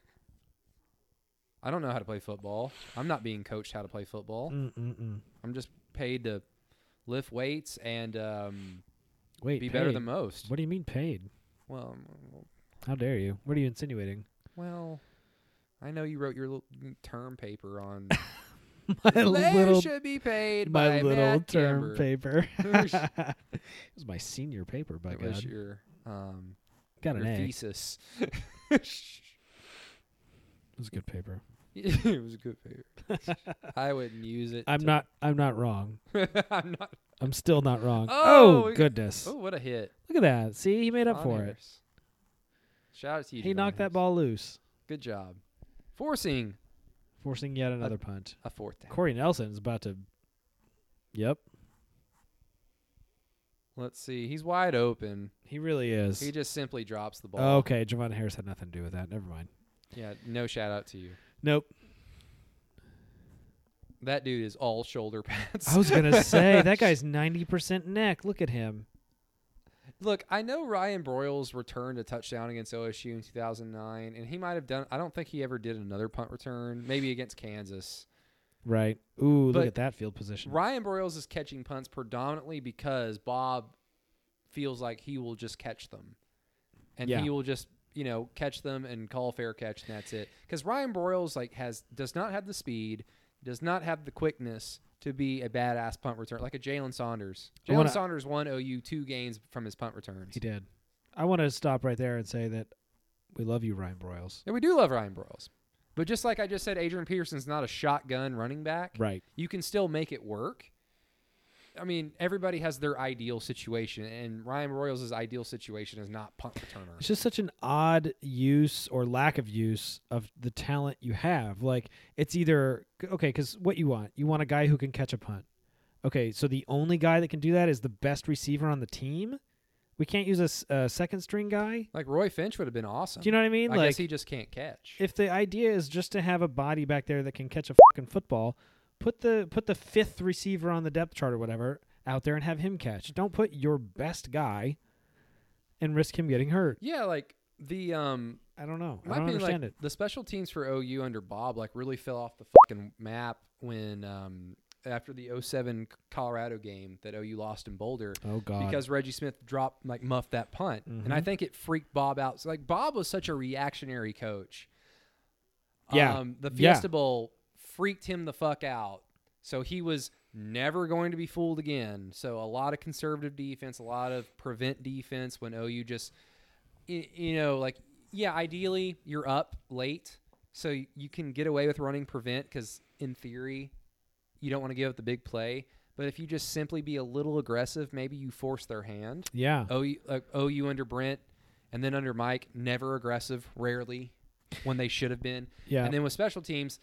A: I don't know how to play football. I'm not being coached how to play football.
B: Mm. Mm-mm-mm.
A: I'm just paid to lift weights and um,
B: Wait,
A: be better
B: paid?
A: than most.
B: What do you mean paid?
A: Well, um,
B: How dare you? What are you insinuating?
A: Well, I know you wrote your little term paper on
B: My
A: Players
B: little,
A: should be paid
B: my
A: by
B: little
A: Matt Gamber.
B: term paper.
A: Who's-
B: it was my senior paper. By
A: That was
B: God,
A: your um
B: got
A: your
B: an A.
A: thesis.
B: It was good paper.
A: it was a good paper. I wouldn't use it.
B: I'm
A: to-
B: not. I'm not wrong.
A: I'm not.
B: I'm still not wrong.
A: Oh, we got-
B: goodness!
A: Oh, what a hit!
B: Look at that. See, he made up
A: Devon
B: for it.
A: Harris. Shout out to you.
B: He
A: Devon
B: knocked that
A: Harris.
B: ball loose,
A: Good job, forcing
B: forcing yet another punt.
A: a fourth down.
B: Corey Nelson is about to. Yep,
A: Let's see. He's wide open.
B: he really is.
A: He just simply drops the ball.
B: okay, Javon Harris had nothing to do with that. Never mind.
A: Yeah. No shout out to you.
B: Nope.
A: That dude is all shoulder pads.
B: I was gonna say that guy's ninety percent neck. Look at him.
A: Look, I know Ryan Broyles returned a touchdown against OSU in 2009, and he might have done. I don't think he ever did another punt return, maybe against Kansas.
B: Right. Ooh,
A: But-
B: look at that field position.
A: Ryan Broyles is catching punts predominantly because Bob feels like he will just catch them, and
B: Yeah.
A: he will just you know catch them and call a fair catch, and that's it. Because Ryan Broyles like has does not have the speed, does not have the quickness to be a badass punt return like a Jalen Saunders.
B: I wanna-
A: Jalen Saunders won OU two games from his punt returns.
B: He did. I want to stop right there and say that we love you, Ryan Broyles.
A: Yeah, we do love Ryan Broyles. But just like I just said, Adrian Peterson's not a shotgun running back.
B: Right.
A: You can still make it work. I mean, everybody has their ideal situation, and Ryan Broyles' ideal situation is not punt returner.
B: It's just such an odd use or lack of use of the talent you have. Like it's either okay because what you want, you want a guy who can catch a punt. Okay, so the only guy that can do that is the best receiver on the team. We can't use a, s- a second string guy.
A: Like Roy Finch would have been awesome.
B: Do you know what I mean?
A: I
B: like
A: guess he just can't catch.
B: if the idea is just to have a body back there that can catch a fucking football, put the put the fifth receiver on the depth chart or whatever out there and have him catch. Don't put your best guy and risk him getting hurt.
A: yeah, like the um
B: I don't know.
A: my
B: I don't
A: opinion,
B: understand
A: like,
B: it.
A: The special teams for OU under Bob like really fell off the fucking map when um after the 07 Colorado game that OU lost in Boulder
B: Oh god. Mm-hmm.
A: because Reggie Smith dropped like muffed that punt, and I think it freaked Bob out. So, like Bob was such a reactionary coach.
B: Yeah.
A: um, the
B: Yeah.
A: Fiesta Bowl freaked him the fuck out, so he was never going to be fooled again. So a lot of conservative defense, a lot of prevent defense. When OU just, y- you know, like yeah, ideally you're up late, so y- you can get away with running prevent because in theory you don't want to give up the big play. But if you just simply be a little aggressive, maybe you force their hand.
B: yeah.
A: OU, like OU under Brent, and then under Mike, never aggressive, rarely when they should have been.
B: Yeah.
A: And then with special teams,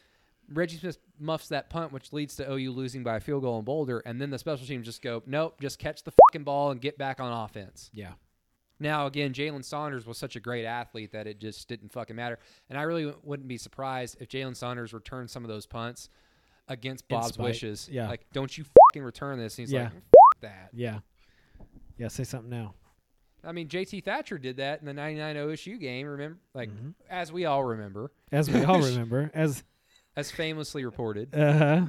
A: Reggie Smith muffs that punt, which leads to OU losing by a field goal in Boulder. And then the special teams just go, nope, just catch the fucking ball and get back on offense.
B: yeah.
A: Now, again, Jalen Saunders was such a great athlete that it just didn't fucking matter. And I really wouldn't be surprised if Jalen Saunders returned some of those punts against
B: In
A: Bob's
B: spite.
A: wishes.
B: Yeah.
A: Like, don't you fucking return this? And he's
B: Yeah.
A: like, F- that.
B: Yeah. Yeah, say something now.
A: I mean, JT Thatcher did that in the 99 OSU game, remember? Like,
B: Mm-hmm.
A: as we all remember,
B: As we all remember, as
A: as famously reported,
B: uh huh.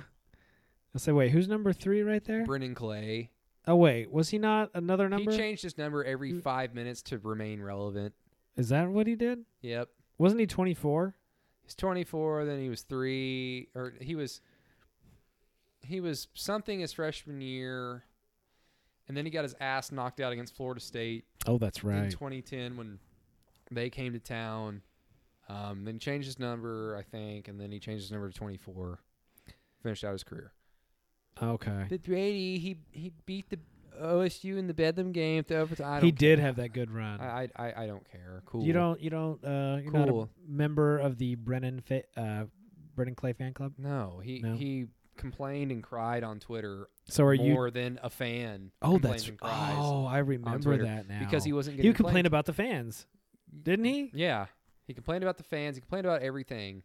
B: I say, wait, who's number three right there?
A: Brennan Clay.
B: Oh wait, was he not another number?
A: He changed his number
B: Mm.
A: every five minutes to remain relevant.
B: Is that what he did?
A: Yep.
B: Wasn't he twenty four?
A: He's 24, then he was three, or he was. He was something his freshman year, and then he got his ass knocked out against Florida State
B: Oh, that's
A: in 2010 when they came to town. Um, then he changed his number, I think, and then he changed his number to 24. Finished out his career.
B: Okay.
A: But Brady, he he beat the OSU in the Bedlam game to overtime.
B: He did have that good run.
A: I, I I don't care. Ah, Cool.
B: You don't. You don't. Uh, you're not
A: Cool.
B: a member of the Brennan fa- uh, Brennan Clay fan club.
A: No, he
B: No.
A: he complained and cried on Twitter
B: So are you?
A: more than a fan.
B: Oh,
A: complains
B: that's.
A: and cries
B: Oh, I remember
A: Twitter
B: that now.
A: because he wasn't getting
B: you complained
A: played.
B: about the fans, didn't he?
A: Yeah, he complained about the fans. He complained about everything,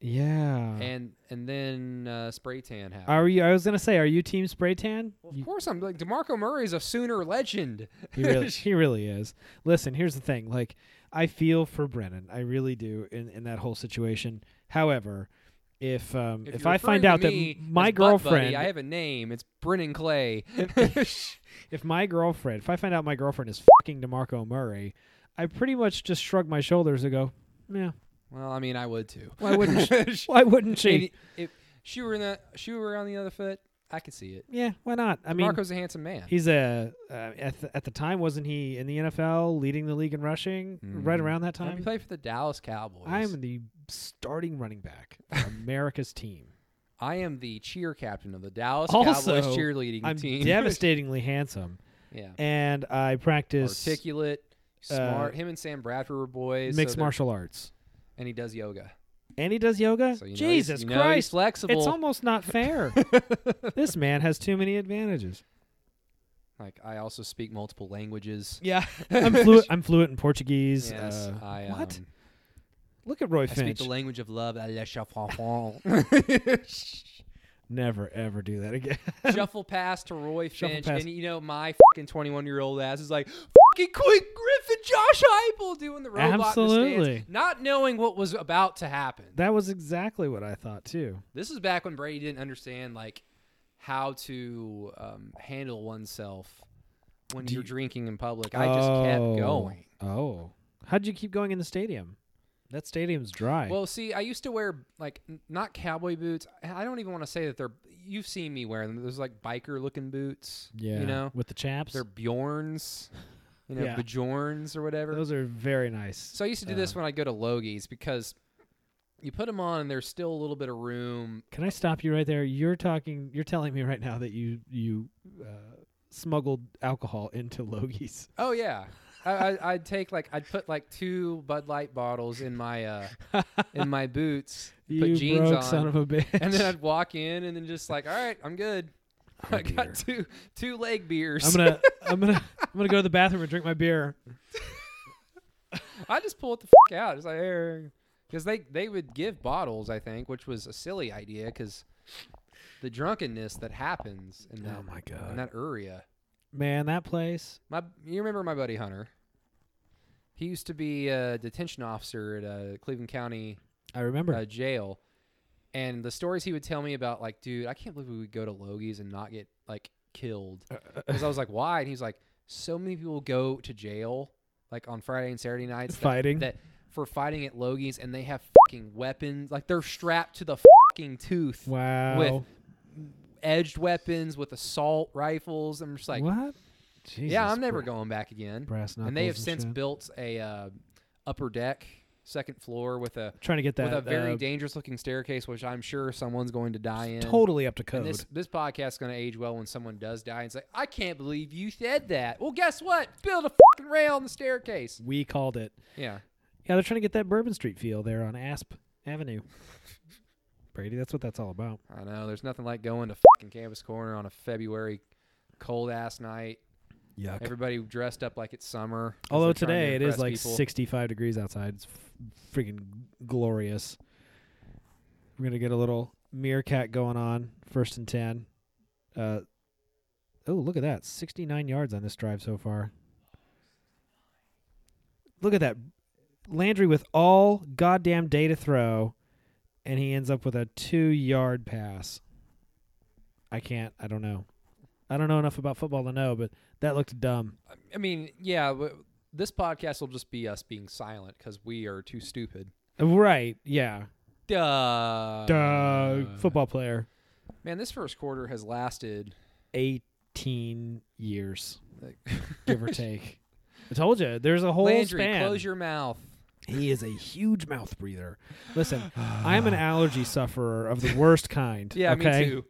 B: Yeah.
A: and and then uh, spray tan happened.
B: Uh-huh. are you? I was gonna say, are you team spray tan?
A: Well, of
B: You,
A: course, I'm like Demarco Murray's a Sooner legend.
B: he really, he really is. Listen, here's the thing. Like, I feel for Brennan. I really do in in that whole situation. However, if um if,
A: If, you're
B: I
A: referring
B: find
A: to
B: out that
A: me
B: m- my
A: as Butt Buddy,
B: girlfriend,
A: I have a name. It's Brennan Clay.
B: if my girlfriend, if I find out my girlfriend is fucking DeMarco Murray, I pretty much just shrug my shoulders and go, yeah,
A: well, I mean, I would too.
B: why wouldn't she? Why wouldn't
A: I mean,
B: she?
A: if she were in that, she were on the other foot. I could see it.
B: Yeah, why not? I mean,
A: Marco's a handsome man.
B: he's a uh, at, the, at the time wasn't he in the NFL leading the league in rushing right
A: Mhm.
B: around that
A: Now, He
B: time?
A: played for the Dallas Cowboys.
B: I am the starting running back, for America's team.
A: I am the cheer captain of the Dallas
B: Also,
A: Cowboys cheerleading
B: I'm
A: team.
B: devastatingly handsome,
A: yeah,
B: and I practice
A: articulate, smart. Him and Sam Bradford were boys. so
B: uh, mixed
A: they're-
B: martial arts,
A: and he does yoga.
B: and he does yoga.
A: So you know he's-
B: Jesus
A: you know he's
B: Christ,
A: flexible.
B: it's almost not fair. this man has too many advantages.
A: like I also speak multiple languages.
B: Yeah, I'm fluent. I'm fluent in Portuguese.
A: Yes,
B: uh,
A: I um,
B: what? Look at Roy
A: I speak
B: Finch.
A: the language of love. I la shuffle-
B: Never ever do that again.
A: Shuffle pass to Roy
B: Shuffle
A: Finch,
B: pass.
A: and you know my fucking twenty-one-year-old ass is like, "Fucking quick, Griffin, Josh Heupel doing the robot, in the stands,"
B: Absolutely.
A: not knowing what was about to happen."
B: that was exactly what I thought too.
A: This is back when Brady didn't understand like how to um, handle oneself when
B: Do
A: you're
B: you-
A: drinking in public. I just kept going.
B: Oh, how'd you keep going in the stadium? That stadium's dry.
A: Well, see, I used to wear like n- not cowboy boots. I don't even want to say that they're. You've seen me wear them. Those like biker looking boots.
B: yeah,
A: You know,
B: with the chaps,
A: they're Bjorns. You know,
B: Yeah.
A: Bjorns or whatever.
B: those are very nice.
A: So I used to do this when I go to Logie's because you put them on and there's still a little bit of room.
B: Can I stop you right there? You're talking. You're telling me right now that you you uh, smuggled alcohol into Logie's.
A: Oh yeah. I, I, I'd take like I'd put like two Bud Light bottles in my uh, in my boots,
B: you
A: put jeans
B: broke
A: on,
B: son of a bitch.
A: and then I'd walk in and then just like, all right, I'm good.
B: Oh,
A: I got two two leg beers.
B: I'm gonna I'm gonna I'm gonna go to the bathroom and drink my beer.
A: I just pull it the f- out. It's like, because they they would give bottles, I think, which was a silly idea because the drunkenness that happens in that
B: Oh my
A: in that area.
B: man, that place.
A: My, you remember my buddy Hunter? He used to be a detention officer at a Cleveland County
B: I remember.
A: uh, jail, and the stories he would tell me about, like, dude, I can't believe we would go to Logie's and not get like killed.
B: Uh,
A: Because I was like, why? And he's like, so many people go to jail like on Friday and Saturday nights that
B: Fighting.
A: that for fighting at Logie's and they have fucking weapons. Like they're strapped to the fucking tooth
B: wow.
A: with edged weapons with assault rifles. I'm just like,
B: what?
A: yeah, I'm never going back again.
B: Brass knuckles
A: and they have since
B: shit.
A: built a uh, upper deck, second floor with a
B: trying to get that
A: with a very
B: uh,
A: dangerous looking staircase, which I'm sure someone's going to die in.
B: totally up to
A: And
B: code.
A: this this podcast is going to age well when someone does die. And it's like, I can't believe you said that. Well, guess what? Build a fucking rail on the staircase.
B: we called it.
A: Yeah.
B: Yeah, they're trying to get that Bourbon Street feel there on Asp Avenue. Brady, that's what that's all about.
A: I know. There's nothing like going to fucking Campus Corner on a February cold ass night.
B: Yuck.
A: Everybody dressed up like it's summer. 'cause
B: Although
A: they're trying to
B: today it is
A: impress
B: like
A: people.
B: 65 degrees outside. It's f- freaking glorious. We're going to get a little meerkat going on, first and 10. Uh, oh, look at that. 69 yards on this drive so far. Look at that. Landry with all goddamn day to throw, and he ends up with a two yard pass. I can't. I don't know. I don't know enough about football to know, but that looked dumb.
A: I mean, yeah. w- This podcast will just be us being silent because we are too stupid.
B: Right. Yeah.
A: Duh.
B: Duh, football player.
A: Man, this first quarter has lasted.
B: 18 years,
A: Like,
B: give or take. I told you, there's a whole
A: Landry,
B: span.
A: close your mouth.
B: he is a huge mouth breather. Listen, I'm an allergy sufferer of the worst kind.
A: Yeah,
B: okay?
A: me too.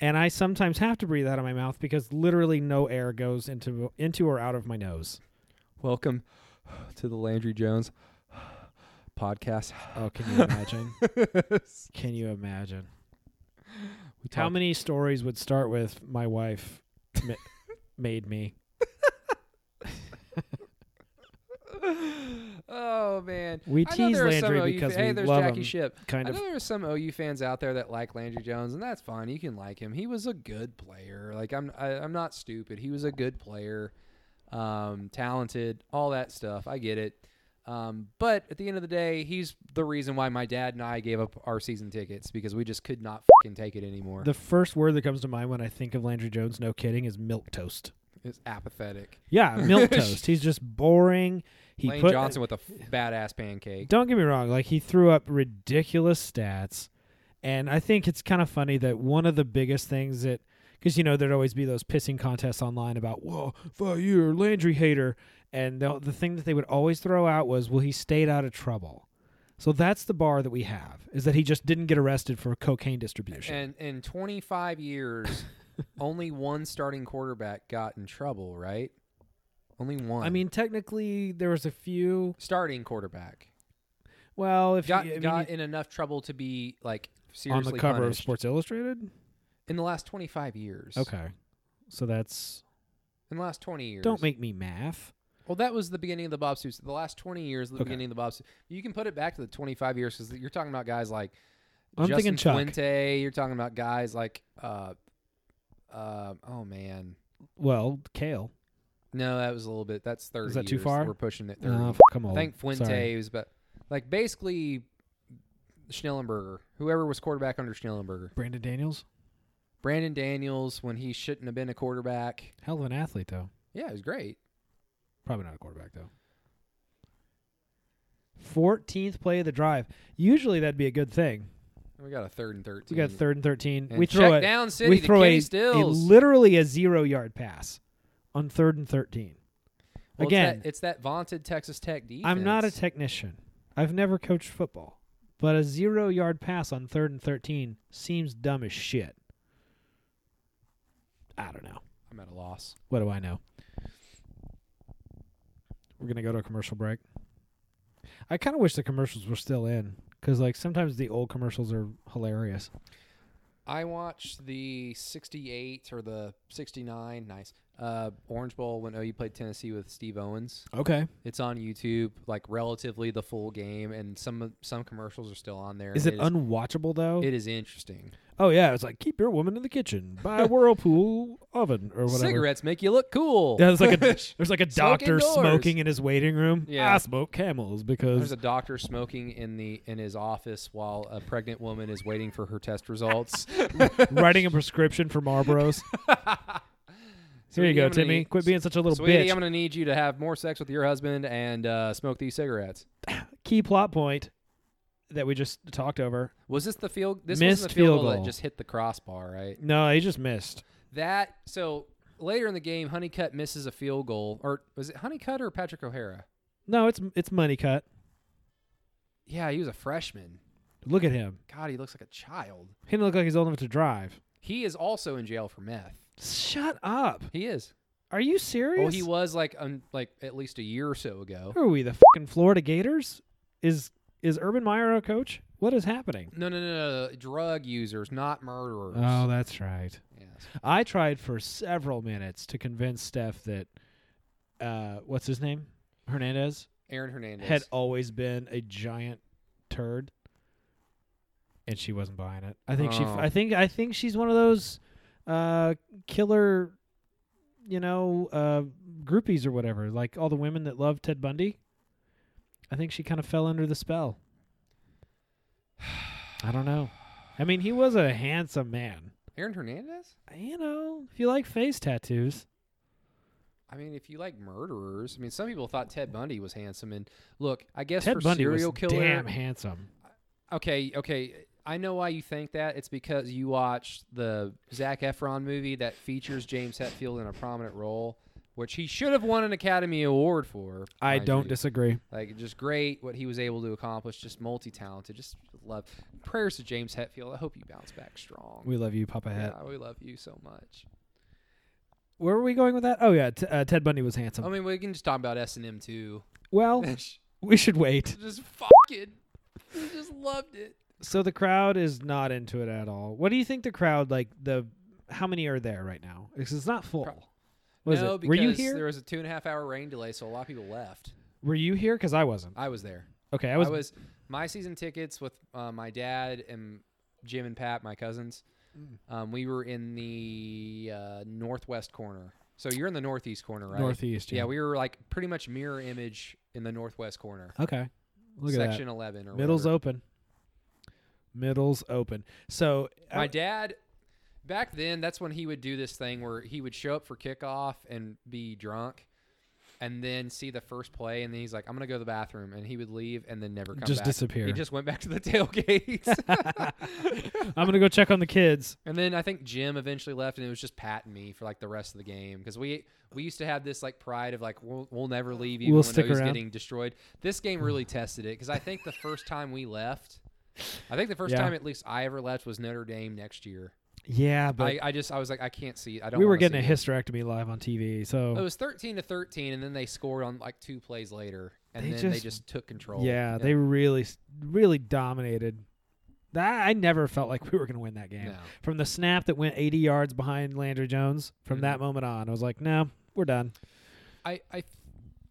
B: And I sometimes have to breathe out of my mouth because literally no air goes into into or out of my nose.
A: Welcome to the Landry Jones podcast.
B: Oh, can you imagine? can you imagine?
A: We
B: How
A: talk-
B: many stories would start with my wife ma- made me?
A: Oh man.
B: We
A: I know
B: tease
A: there are some
B: Landry
A: OU
B: because
A: fa- hey,
B: we
A: there's
B: love
A: Jackie
B: him.
A: Ship.
B: Kind
A: I
B: of
A: know there's some OU fans out there that like Landry Jones, and that's fine. You can like him. He was a good player. Like I'm, I, I'm not stupid. He was a good player, um, talented, all that stuff. I get it. Um, but at the end of the day, he's the reason why my dad and I gave up our season tickets because we just could not fucking take it anymore.
B: The first word that comes to mind when I think of Landry Jones, no kidding, is milk toast.
A: it's apathetic.
B: Yeah, milk toast. He's just boring. He
A: Lane
B: put
A: Johnson with a f- badass pancake.
B: Don't get me wrong, like he threw up ridiculous stats. And I think it's kind of funny that one of the biggest things that because you know there'd always be those pissing contests online about, "Whoa, fuck, you're a Landry hater." And the the thing that they would always throw out was, "Well, he stayed out of trouble." So that's the bar that we have is that he just didn't get arrested for cocaine distribution.
A: And in 25 years, only one starting quarterback got in trouble, right? Only one.
B: I mean, technically there was a few
A: starting quarterback
B: Well, if
A: got
B: you, I mean,
A: got
B: you-
A: in enough trouble to be like
B: on
A: seriously
B: the cover
A: punished
B: of Sports Illustrated,
A: in the last 25 years.
B: okay, so that's
A: In the last 20 years.
B: don't make me math.
A: Well, that was the beginning of the Bob Stoops. The last 20 years, the
B: Okay.
A: beginning of the Bob Stoops. You can put it back to the 25 years cuz you're talking about guys like
B: I'm
A: Justin
B: thinking Chuck.
A: Fuente, you're talking about guys like uh uh oh man.
B: Well, Kale.
A: No, that was a little bit. That's 30
B: that too
A: years.
B: far?
A: We're pushing it 30.
B: Oh, f- I'm
A: I
B: old.
A: think Fuente
B: Sorry.
A: was but like basically Schnellenberger, whoever was quarterback under Schnellenberger.
B: Brandon Daniels,
A: Brandon Daniels when he shouldn't have been a quarterback.
B: hell of an athlete though.
A: Yeah, it was great.
B: Probably not a quarterback though. Fourteenth play of the drive. Usually that'd be a good thing.
A: And we got a third and thirteen.
B: We got third and thirteen.
A: Mm. And
B: we
A: check
B: throw it.
A: down city
B: we
A: to
B: throw
A: Kenny
B: a, a
A: Stills.
B: literally a zero yard pass on third and thirteen.
A: Well, it's that-
B: Again,
A: it's that, vaunted Texas Tech defense.
B: I'm not a technician. I've never coached football, but a zero yard pass on third and thirteen seems dumb as shit. I don't know.
A: I'm at a loss.
B: What do I know? We're gonna go to a commercial break. I kind of wish the commercials were still in because, like, sometimes the old commercials are hilarious.
A: I watched the 68 or the 69, nice uh, Orange Bowl when OU played Tennessee with Steve Owens.
B: Okay.
A: It's on YouTube, like relatively the full game, and some of- some commercials are still on there.
B: Is it
A: It is,
B: unwatchable though?
A: it is interesting.
B: oh yeah, it's like keep your woman in the kitchen, buy a whirlpool oven or whatever.
A: Cigarettes make you look cool.
B: Yeah, there's like a there's like a doctor
A: indoors.
B: smoking in his waiting room.
A: Yeah.
B: I smoke camels because
A: There's a doctor smoking in the in his office while a pregnant woman is waiting for her test results.
B: writing a prescription for Marlboros. Here you
A: Sweetie,
B: go,
A: I'm gonna
B: Timmy.
A: need-
B: Quit being such a little
A: Sweetie,
B: bitch.
A: I'm gonna need you to have more sex with your husband and uh, smoke these cigarettes.
B: Key plot point that we just talked over.
A: Was this the field? This wasn't
B: Missed
A: the field,
B: field
A: goal
B: goal.
A: that just hit the crossbar, right?
B: No, he just missed.
A: That so later in the game, Honeycutt misses a field goal, or was it Honeycutt or Patrick O'Hara?
B: No, it's it's money cut.
A: Yeah, he was a freshman.
B: Look at him.
A: God, he looks like a child.
B: He doesn't look like he's old enough to drive.
A: He is also in jail for meth.
B: Shut up.
A: He is.
B: Are you serious?
A: Well, he was like um, like at least a year or so ago.
B: Who are we? The fucking Florida Gators? Is is Urban Meyer a coach? What is happening?
A: No, no, no, no. Drug users, not murderers.
B: Oh, that's right.
A: Yes.
B: I tried for several minutes to convince Steph that uh what's his name? Hernandez
A: Aaron Hernandez.
B: had always been a giant turd. And she wasn't buying it. I think she
A: Oh.
B: I think I think she's one of those uh killer you know, uh groupies or whatever, like all the women that love Ted Bundy. I think she kind of fell under the spell. I don't know. I mean, he was a handsome man.
A: Aaron Hernandez?
B: You know, if you like face tattoos,
A: I mean, if you like murderers, I mean, some people thought Ted Bundy was handsome. And look, I guess
B: Ted
A: for
B: Bundy was
A: serial killer,
B: damn handsome.
A: okay, okay. I know why you think that. It's because you watched the Zach Efron movie that features James Hetfield in a prominent role, which he should have won an Academy Award for.
B: I
A: mind
B: don't
A: you.
B: disagree.
A: Like, just great what he was able to accomplish. Just multi talented. Just love. Prayers to James Hetfield. I hope you bounce back strong.
B: We love you, Papa Hat.
A: yeah, we love you so much.
B: Where were we going with that? Oh yeah, t- uh, Ted Bundy was handsome.
A: I mean, we can just talk about S and M too.
B: well,
A: just
B: we should wait.
A: fucking, we just loved it.
B: So the crowd is not into it at all. What do you think the crowd like? The how many are there right now? 'Cause it's not full.
A: Pro-
B: Was
A: no,
B: it?
A: because
B: Were you here?
A: There was a two and a half hour rain delay, so a lot of people left.
B: were you here? Because I wasn't.
A: I was there.
B: Okay, I
A: I was,
B: was.
A: my season tickets with uh, my dad and Jim and Pat, my cousins.
B: Mm.
A: Um, we were in the uh, northwest corner. So you're in the northeast corner, right?
B: Northeast.
A: Yeah, we were like pretty much mirror image in the northwest corner,
B: okay. Look at that.
A: section eleven or
B: Middle's
A: whatever.
B: open. Middle's open. So
A: My dad, back then, that's when he would do this thing where he would show up for kickoff and be drunk, and then see the first play, and then he's like, "I'm gonna go to the bathroom," and he would leave and then never come
B: Just
A: back.
B: disappear.
A: He just went back to the tailgates.
B: I'm gonna go check on the kids.
A: and then I think Jim eventually left, and it was just Pat and me for like the rest of the game because we we used to have this like pride of like we'll, we'll never leave you
B: We'll
A: when
B: stick
A: he's
B: around.
A: getting destroyed. This game really tested it because I think the first time we left. I think the first
B: Yeah.
A: time, at least I ever left, was Notre Dame next year.
B: Yeah, but
A: I, I just I was like I can't see. it. I don't.
B: we were
A: wanna
B: getting a
A: see it.
B: hysterectomy live on TV,
A: It
B: so
A: was thirteen to thirteen, and then they scored on like two plays later, and
B: They
A: then they
B: just-
A: just took control.
B: yeah, they really, really dominated. That I never felt like we were going to win that game.
A: No.
B: From the snap that went 80 yards behind Landry Jones, from
A: Mhm.
B: that moment on, I was like, no, we're done.
A: I I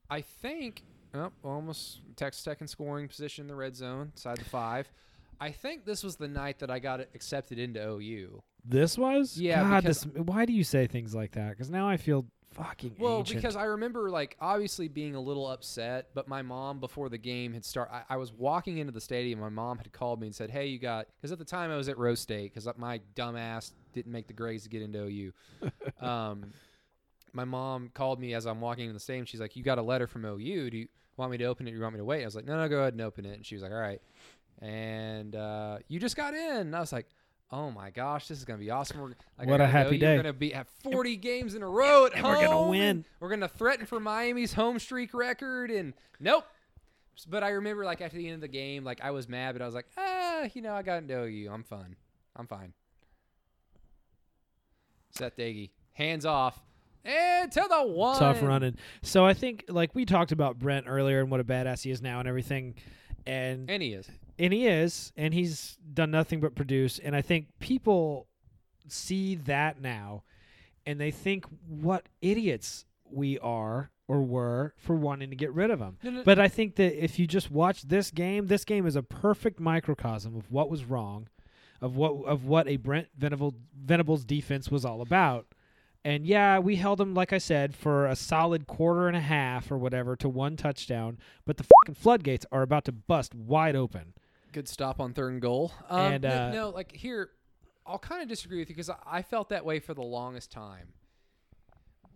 A: I think oh, almost Texas Tech in scoring position in the red zone, side the five. I think this was the night that I got accepted into OU.
B: This was,
A: Yeah,
B: God,
A: because-
B: this. Why do you say things like that? Because now I feel fucking
A: Well,
B: ancient.
A: because I remember like obviously being a little upset, but my mom before the game had start. I, I was walking into the stadium. My mom had called me and said, "Hey, you got?" Because at the time I was at Rose State because my dumbass didn't make the grades to get into OU. um, my mom called me as I'm walking into the stadium. She's like, "You got a letter from OU? Do you want me to open it? Do you want me to wait?" I was like, "No, no, go ahead and open it." And she was like, "All right." And uh, you just got in. And I was like. Oh my gosh, this is gonna be awesome! We're, like, I
B: What a
A: gotta
B: happy
A: know you're
B: day.
A: gonna be at 40 games in a row at
B: and we're gonna
A: home,
B: win.
A: and We're gonna threaten for Miami's home streak record, and nope. But I remember, like after the end of the game, like I was mad, but I was like, ah, you know, I got into you. I'm fine. I'm fine. Seth Daggy, hands off, and to the one.
B: tough running. So I think, like we talked about Brent earlier and what a badass he is now and everything, and
A: And he is.
B: and he is and he's done nothing but produce and i think people see that now and they think what idiots we are or were for wanting to get rid of them.
A: No, no,
B: But I think that if you just watch this game, this game is a perfect microcosm of what was wrong, of what of what a Brent Venable, Venables defense was all about. And yeah, we held them, like I said, for a solid quarter and a half or whatever to one touchdown. But the fucking floodgates are about to bust wide open.
A: good stop on third and goal. Um,
B: And,
A: no-
B: uh,
A: no, like here, I'll kind of disagree with you because I, I felt that way for the longest time.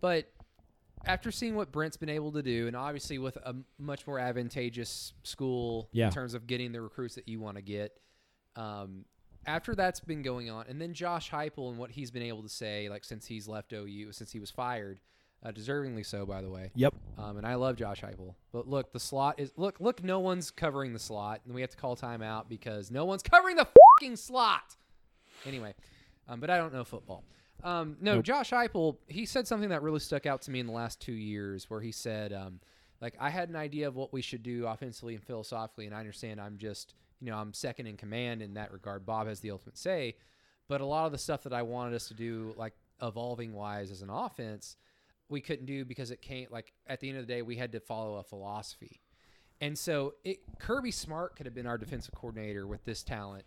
A: But after seeing what Brent's been able to do, and obviously with a m- much more advantageous school
B: Yeah.
A: in terms of getting the recruits that you want to get, um, after that's been going on, and then Josh Heupel and what he's been able to say, like since he's left OU, since he was fired, uh, deservingly so, by the way.
B: Yep.
A: Um, and I love Josh Heupel, but look, the slot is look, look. No one's covering the slot, and we have to call timeout because no one's covering the fucking slot. Anyway, um, but I don't know football. Um, no,
B: Nope.
A: Josh Heupel. He said something that really stuck out to me in the last two years, where he said, um, like, I had an idea of what we should do offensively and philosophically, and I understand I'm just, you know, I'm second in command in that regard. Bob has the ultimate say, but a lot of the stuff that I wanted us to do, like evolving wise as an offense, we couldn't do because it can't like at the end of the day we had to follow a philosophy and so it kirby smart could have been our defensive coordinator with this talent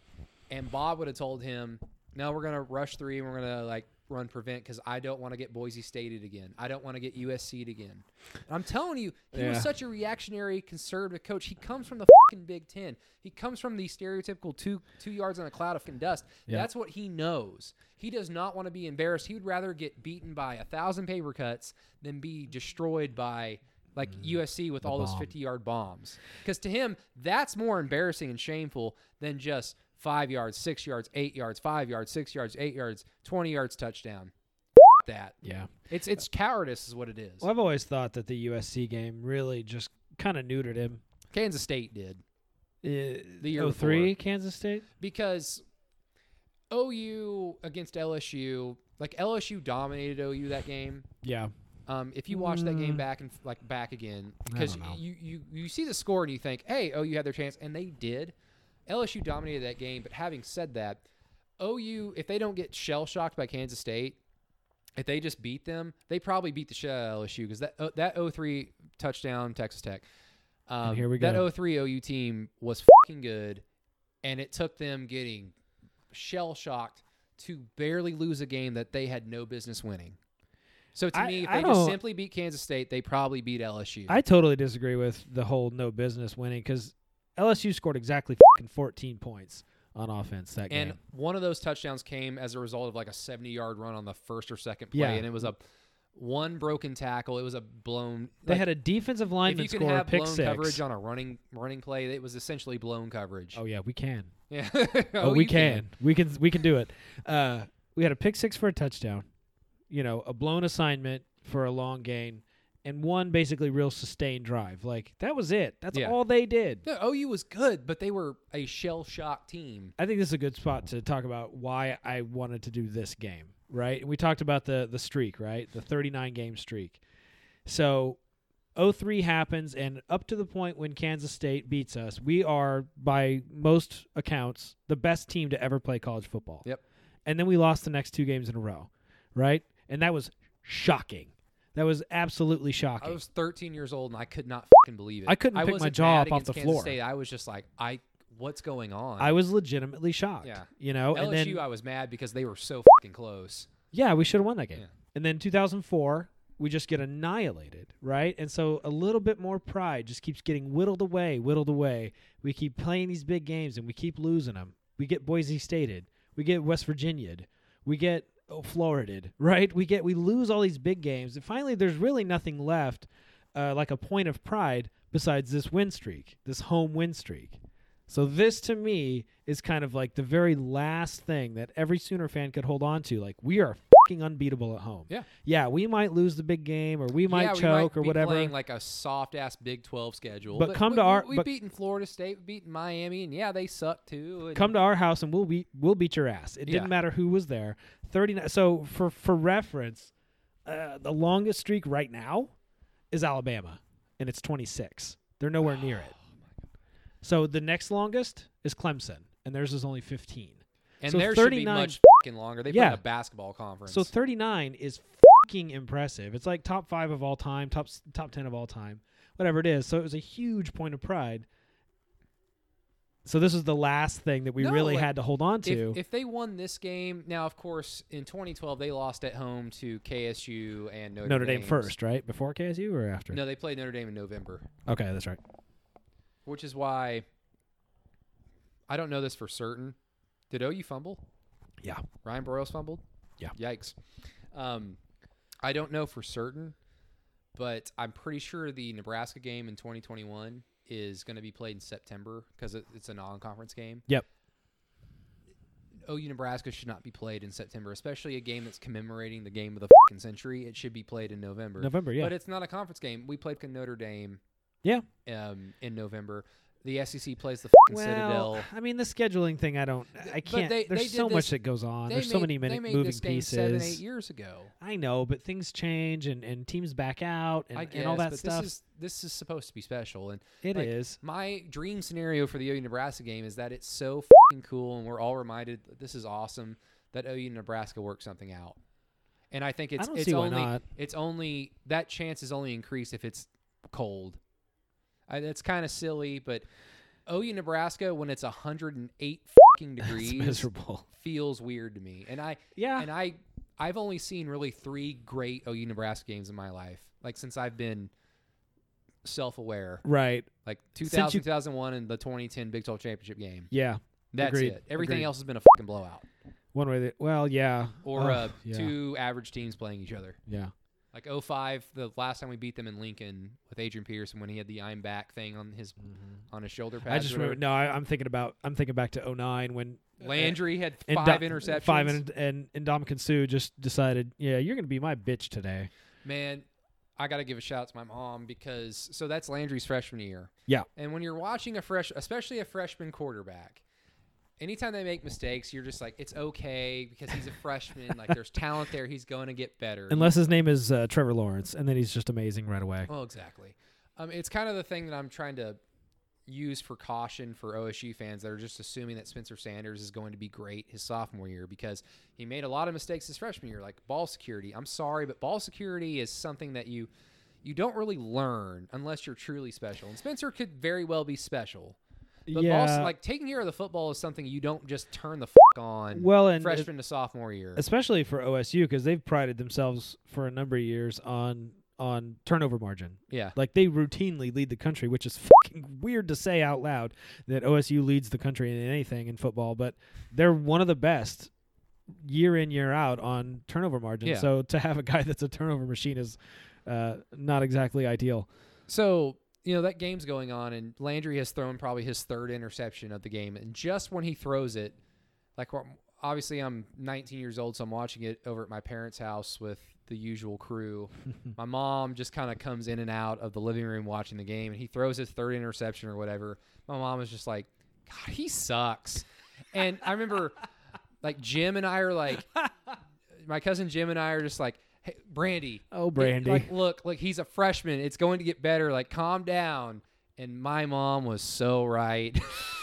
A: and bob would have told him no we're going to rush three and we're going to like run prevent because i don't want to get boise stated again i don't want to get usc'd again and i'm telling you he
B: Yeah.
A: was such a reactionary conservative coach he comes from the fucking big ten he comes from the stereotypical two two yards on a cloud of fucking dust
B: Yeah.
A: that's what he knows. He does not want to be embarrassed. He would rather get beaten by a thousand paper cuts than be destroyed by like
B: Mm.
A: USC with all those
B: bomb.
A: fifty yard bombs. Because to him, that's more embarrassing and shameful than just five yards, six yards, eight yards, five yards, six yards, eight yards, twenty yards touchdown. F- that
B: Yeah.
A: it's it's cowardice is what it is.
B: Well, I've always thought that the USC game really just kind of neutered him.
A: Kansas State did.
B: Uh,
A: Eh, The year
B: 03 Kansas State.
A: because OU against LSU, like LSU dominated OU that game.
B: Yeah.
A: Um, if you watch that game
B: Mm.
A: back and f- like back again,
B: I
A: because
B: don't know.
A: you, you you see the score and you think, hey, OU had their chance, and they did. LSU dominated that game, but having said that, OU if they don't get shell shocked by Kansas State, if they just beat them, they probably beat the shit out of LSU because that uh, that 03 touchdown Texas Tech. Um,
B: here we go.
A: That 03 OU team was fucking good, and it took them getting shell shocked to barely lose a game that they had no business winning. So to
B: I-
A: me, if
B: I
A: they just
B: don't-
A: simply beat Kansas State, they probably beat LSU.
B: I totally disagree with the whole no business winning because LSU scored exactly fing 14 points on offense that
A: and
B: game.
A: one of those touchdowns came as a result of like a 70 yard run on the first or second play,
B: Yeah.
A: and it was a one broken tackle. It was a blown.
B: They
A: like,
B: had a defensive
A: if
B: lineman
A: you can
B: score a
A: have
B: pick
A: blown
B: six.
A: coverage on a running running play, it was essentially blown coverage.
B: oh yeah, we can.
A: yeah.
B: Oh, we
A: you
B: can. We can. We can do it. Uh, we had a pick six for a touchdown. You know, a blown assignment for a long gain, and one basically real sustained drive. Like that was it. That's
A: Yeah.
B: all they did.
A: No, OU was good, but they were a shell shocked team.
B: I think this is a good spot to talk about why I wanted to do this game, right? We talked about the the streak, right? The 39 game streak. So 03 happens and up to the point when Kansas State beats us, we are by most accounts the best team to ever play college football.
A: Yep.
B: And then we lost the next two games in a row, right? And that was shocking. That was absolutely shocking.
A: I was 13 years old and I could not fucking believe it.
B: I couldn't pick my
A: wasn't
B: jaw
A: mad
B: up off
A: against
B: the
A: Kansas
B: floor.
A: State. I was just like, I what's going on?
B: I was legitimately shocked.
A: Yeah.
B: You know,
A: LSU,
B: and then
A: I was mad because they were so fucking close.
B: Yeah, we should have won that game.
A: Yeah.
B: And then 2004, we just get annihilated, right? And so a little bit more pride just keeps getting whittled away, whittled away. We keep playing these big games and we keep losing them. We get Boise Stated, we get West Virginia'd, we get oh, Florida'd, right? We get we lose all these big games, and finally, there's really nothing left, uh, like a point of pride besides this win streak, this home win streak. So this to me is kind of like the very last thing that every Sooner fan could hold on to. Like we are fucking unbeatable at home.
A: Yeah.
B: Yeah, we might lose the big game or we might
A: yeah, we
B: choke
A: might
B: or
A: be
B: whatever.
A: Playing like a soft ass Big 12 schedule.
B: But come
A: we,
B: to
A: we,
B: our-
A: we
B: but-
A: beaten Florida State, we beaten Miami, and yeah, they suck too. and-
B: Come to our house and we'll beat we'll beat your ass. It
A: Yeah.
B: didn't matter who was there. 39 So for for reference, uh, the longest streak right now is Alabama and it's 26. They're nowhere near it.
A: Oh
B: So the next longest is Clemson and theirs is only 15.
A: and
B: so
A: there should be
B: 39
A: much fucking longer. They play in
B: Yeah.
A: a basketball conference.
B: So 39 is fucking impressive. It's like top five of all time, top s- top 10 of all time, whatever it is. So it was a huge point of pride. So this was the last thing that we
A: No,
B: really
A: like,
B: had to hold on to.
A: If, if they won this game, now of course in 2012 they lost at home to KSU and Notre,
B: Notre Dame
A: Dame's-
B: first, right? Before KSU or after?
A: No, they played Notre Dame in November,
B: Okay, that's right.
A: which is why I don't know this for certain. Did OU fumble?
B: Yeah.
A: Ryan Broyles fumbled.
B: Yeah.
A: Yikes. Um, I don't know for certain, but I'm pretty sure the Nebraska game in 2021 is going to be played in September because it, it's a non-conference game.
B: Yep.
A: OU Nebraska should not be played in September, especially a game that's commemorating the game of the fing century. It should be played in November.
B: November, yeah.
A: But it's not a conference game. We played Notre Dame.
B: Yeah.
A: Um, in November, the SEC plays the fing
B: well,
A: Citadel.
B: I mean, the scheduling thing, I don't, I can't.
A: they-
B: there's
A: they did
B: so
A: this-
B: much that goes on.
A: They
B: There's so
A: made-
B: many
A: they
B: minute,
A: made
B: moving
A: this game
B: pieces.
A: seven, eight years ago.
B: I know, but things change and, and teams back out and,
A: I guess,
B: and all that
A: but
B: stuff.
A: This is, this is supposed to be special, and
B: It is.
A: like, my dream scenario for the OU Nebraska game is that it's so fing cool, and we're all reminded that this is awesome that OU Nebraska worked something out. And I think it's
B: don't
A: it's
B: see why
A: only
B: not.
A: it's only that chance is only increased if it's cold. I, that's kind of silly, but OU Nebraska when it's 108 fucking
B: It's
A: degrees
B: miserable.
A: feels weird to me. And I
B: Yeah.
A: and I I've only seen really three great OU Nebraska games in my life, like since I've been self-aware,
B: right.
A: like
B: Since
A: 2000,
B: you-
A: 2001 and the 2010 Big 12 championship game.
B: Yeah.
A: That's
B: Agreed.
A: it. Everything
B: Agreed.
A: else has been a fucking blowout
B: One way. That, well, yeah.
A: or
B: Ugh,
A: uh,
B: Oh, yeah.
A: two average teams playing each other.
B: Yeah.
A: Like 05, the last time we beat them in Lincoln with Adrian Peterson when he had the I'm back thing on his on his shoulder pad.
B: I just remember. No, I, I'm thinking about. I'm thinking back to 09 when
A: Uh, Landry had
B: and
A: five
B: Do-
A: interceptions.
B: Five and and and Dominican Sue just decided. Yeah, you're gonna be my bitch today.
A: man, I got to give a shout out to my mom because so that's Landry's freshman year.
B: Yeah.
A: And when you're watching a fresh, especially a freshman quarterback, anytime they make mistakes, you're just like, it's okay because he's a freshman. like there's talent there. He's going to get better.
B: Unless his name is uh, Trevor Lawrence, and then he's just amazing right away.
A: Well, exactly. Um, it's kind of the thing that I'm trying to use for caution for OSU fans that are just assuming that Spencer Sanders is going to be great his sophomore year because he made a lot of mistakes his freshman year, like ball security. I'm sorry, but ball security is something that you you don't really learn unless you're truly special. And Spencer could very well be special. But
B: yeah.
A: also, like taking care of the football is something you don't just turn the f- on
B: well, and uh, it-
A: freshman to sophomore year.
B: especially for OSU because they've prided themselves for a number of years on on turnover margin.
A: Yeah.
B: Like they routinely lead the country, which is fucking weird to say out loud that OSU leads the country in anything in football, but they're one of the best year in year out on turnover margin.
A: Yeah.
B: So to have a guy that's a turnover machine is uh, not exactly ideal.
A: So, you know, that game's going on, and Landry has thrown probably his third interception of the game. And just when he throws it, like, well, obviously, I'm 19 years old, so I'm watching it over at my parents' house with the usual crew. my mom just kind of comes in and out of the living room watching the game, and he throws his third interception or whatever. My mom is just like, God, he sucks. And I remember, like, Jim and I are like, my cousin Jim and I are just like, hey, Brandy,
B: Oh,
A: it-
B: Brandy.
A: like, look, like he's a freshman. It's going to get better. Like, calm down. And my mom was so right.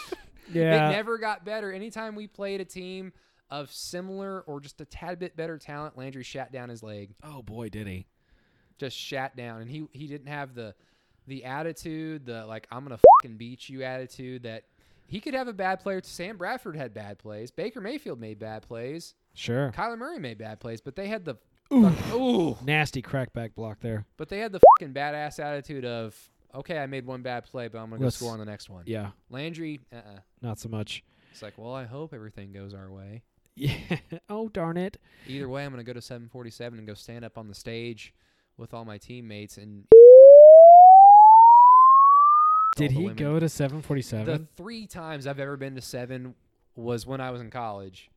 B: yeah.
A: it never got better. Anytime we played a team of similar or just a tad bit better talent, Landry shat down his leg.
B: oh boy, did he.
A: Just shat down. And he he didn't have the the attitude, the like I'm gonna fucking beat you attitude that he could have a bad player. Sam Bradford had bad plays. Baker Mayfield made bad plays.
B: Sure.
A: Kyler Murray made bad plays, but they had the
B: Ooh.
A: ooh.
B: Nasty crackback block there.
A: But they had the fucking badass attitude of, okay, I made one bad play, but I'm gonna
B: Let's-
A: go score on the next one.
B: Yeah.
A: Landry, uh-uh.
B: Not so much.
A: it's like, well, I hope everything goes our way.
B: Yeah. oh darn it.
A: Either way, I'm gonna go to 747 and go stand up on the stage with all my teammates. And
B: Did
A: all the
B: he
A: women.
B: go to
A: the
B: 747?
A: three times I've ever been to seven was when I was in college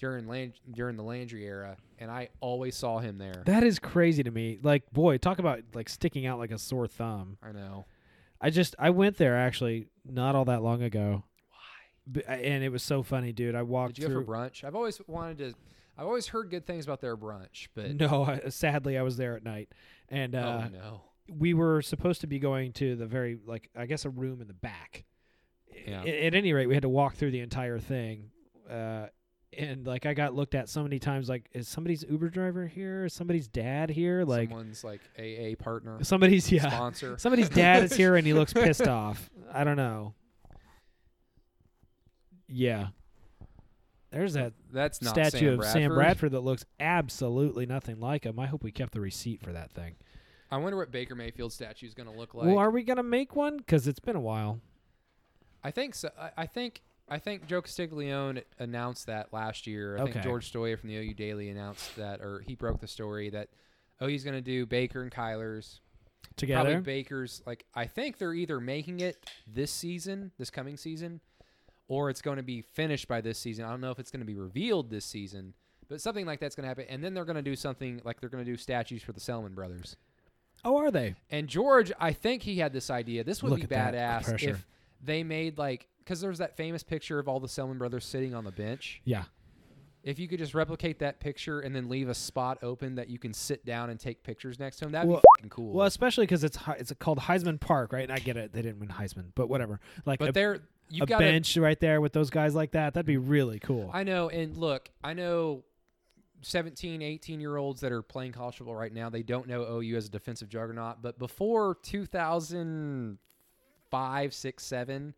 A: during Land- during the Landry era, and I always saw him there.
B: that is crazy to me. Like, boy, talk about like sticking out like a sore thumb.
A: I know.
B: I just I went there actually not all that long ago,
A: Why?
B: B- and it was so funny, dude. I walked
A: Did you go for
B: through.
A: brunch? I've always wanted to. I've always heard good things about their brunch, but
B: no, I, sadly, I was there at night, and uh,
A: oh no.
B: we were supposed to be going to the very like I guess a room in the back.
A: Yeah.
B: A- at any rate, we had to walk through the entire thing, uh, and like I got looked at so many times. Like, is somebody's Uber driver here? Is somebody's dad here? Like,
A: someone's like AA partner,
B: somebody's yeah,
A: sponsor.
B: somebody's dad is here and he looks pissed off. I don't know. Yeah, there's that
A: That's not
B: statue
A: Sam
B: of
A: Bradford.
B: Sam Bradford that looks absolutely nothing like him. I hope we kept the receipt for that thing.
A: I wonder what Baker Mayfield statue is going to look like.
B: well, are we gonna make one? Because it's been a while.
A: I think so. I, I think I think Joe Castiglione announced that last year. I
B: Okay.
A: think George Stoyer from the OU Daily announced that, or he broke the story that, oh, he's going to do Baker and Kyler's. Probably
B: Together,
A: Baker's. Like I think they're either making it this season, this coming season, or it's going to be finished by this season. I don't know if it's going to be revealed this season, but something like that's going to happen. And then they're going to do something like they're going to do statues for the Selman brothers.
B: oh, are they?
A: And George, I think he had this idea. This would
B: Look
A: be
B: at that
A: badass
B: pressure.
A: if they made like because there's that famous picture of all the Selman brothers sitting on the bench.
B: Yeah,
A: If you could just replicate that picture and then leave a spot open that you can sit down and take pictures next to him, that'd
B: Well-
A: be fucking cool.
B: Well, especially because it's Hei- it's called Heisman Park, right? And I get it; they didn't win Heisman, but whatever. Like
A: but
B: a,
A: there,
B: a
A: you've got to.
B: bench right there with those guys like that, that'd be really cool.
A: I know, and look, I know. 17, 18 year olds that are playing college football right now, they don't know OU as a defensive juggernaut. But before 2005, 6, 7,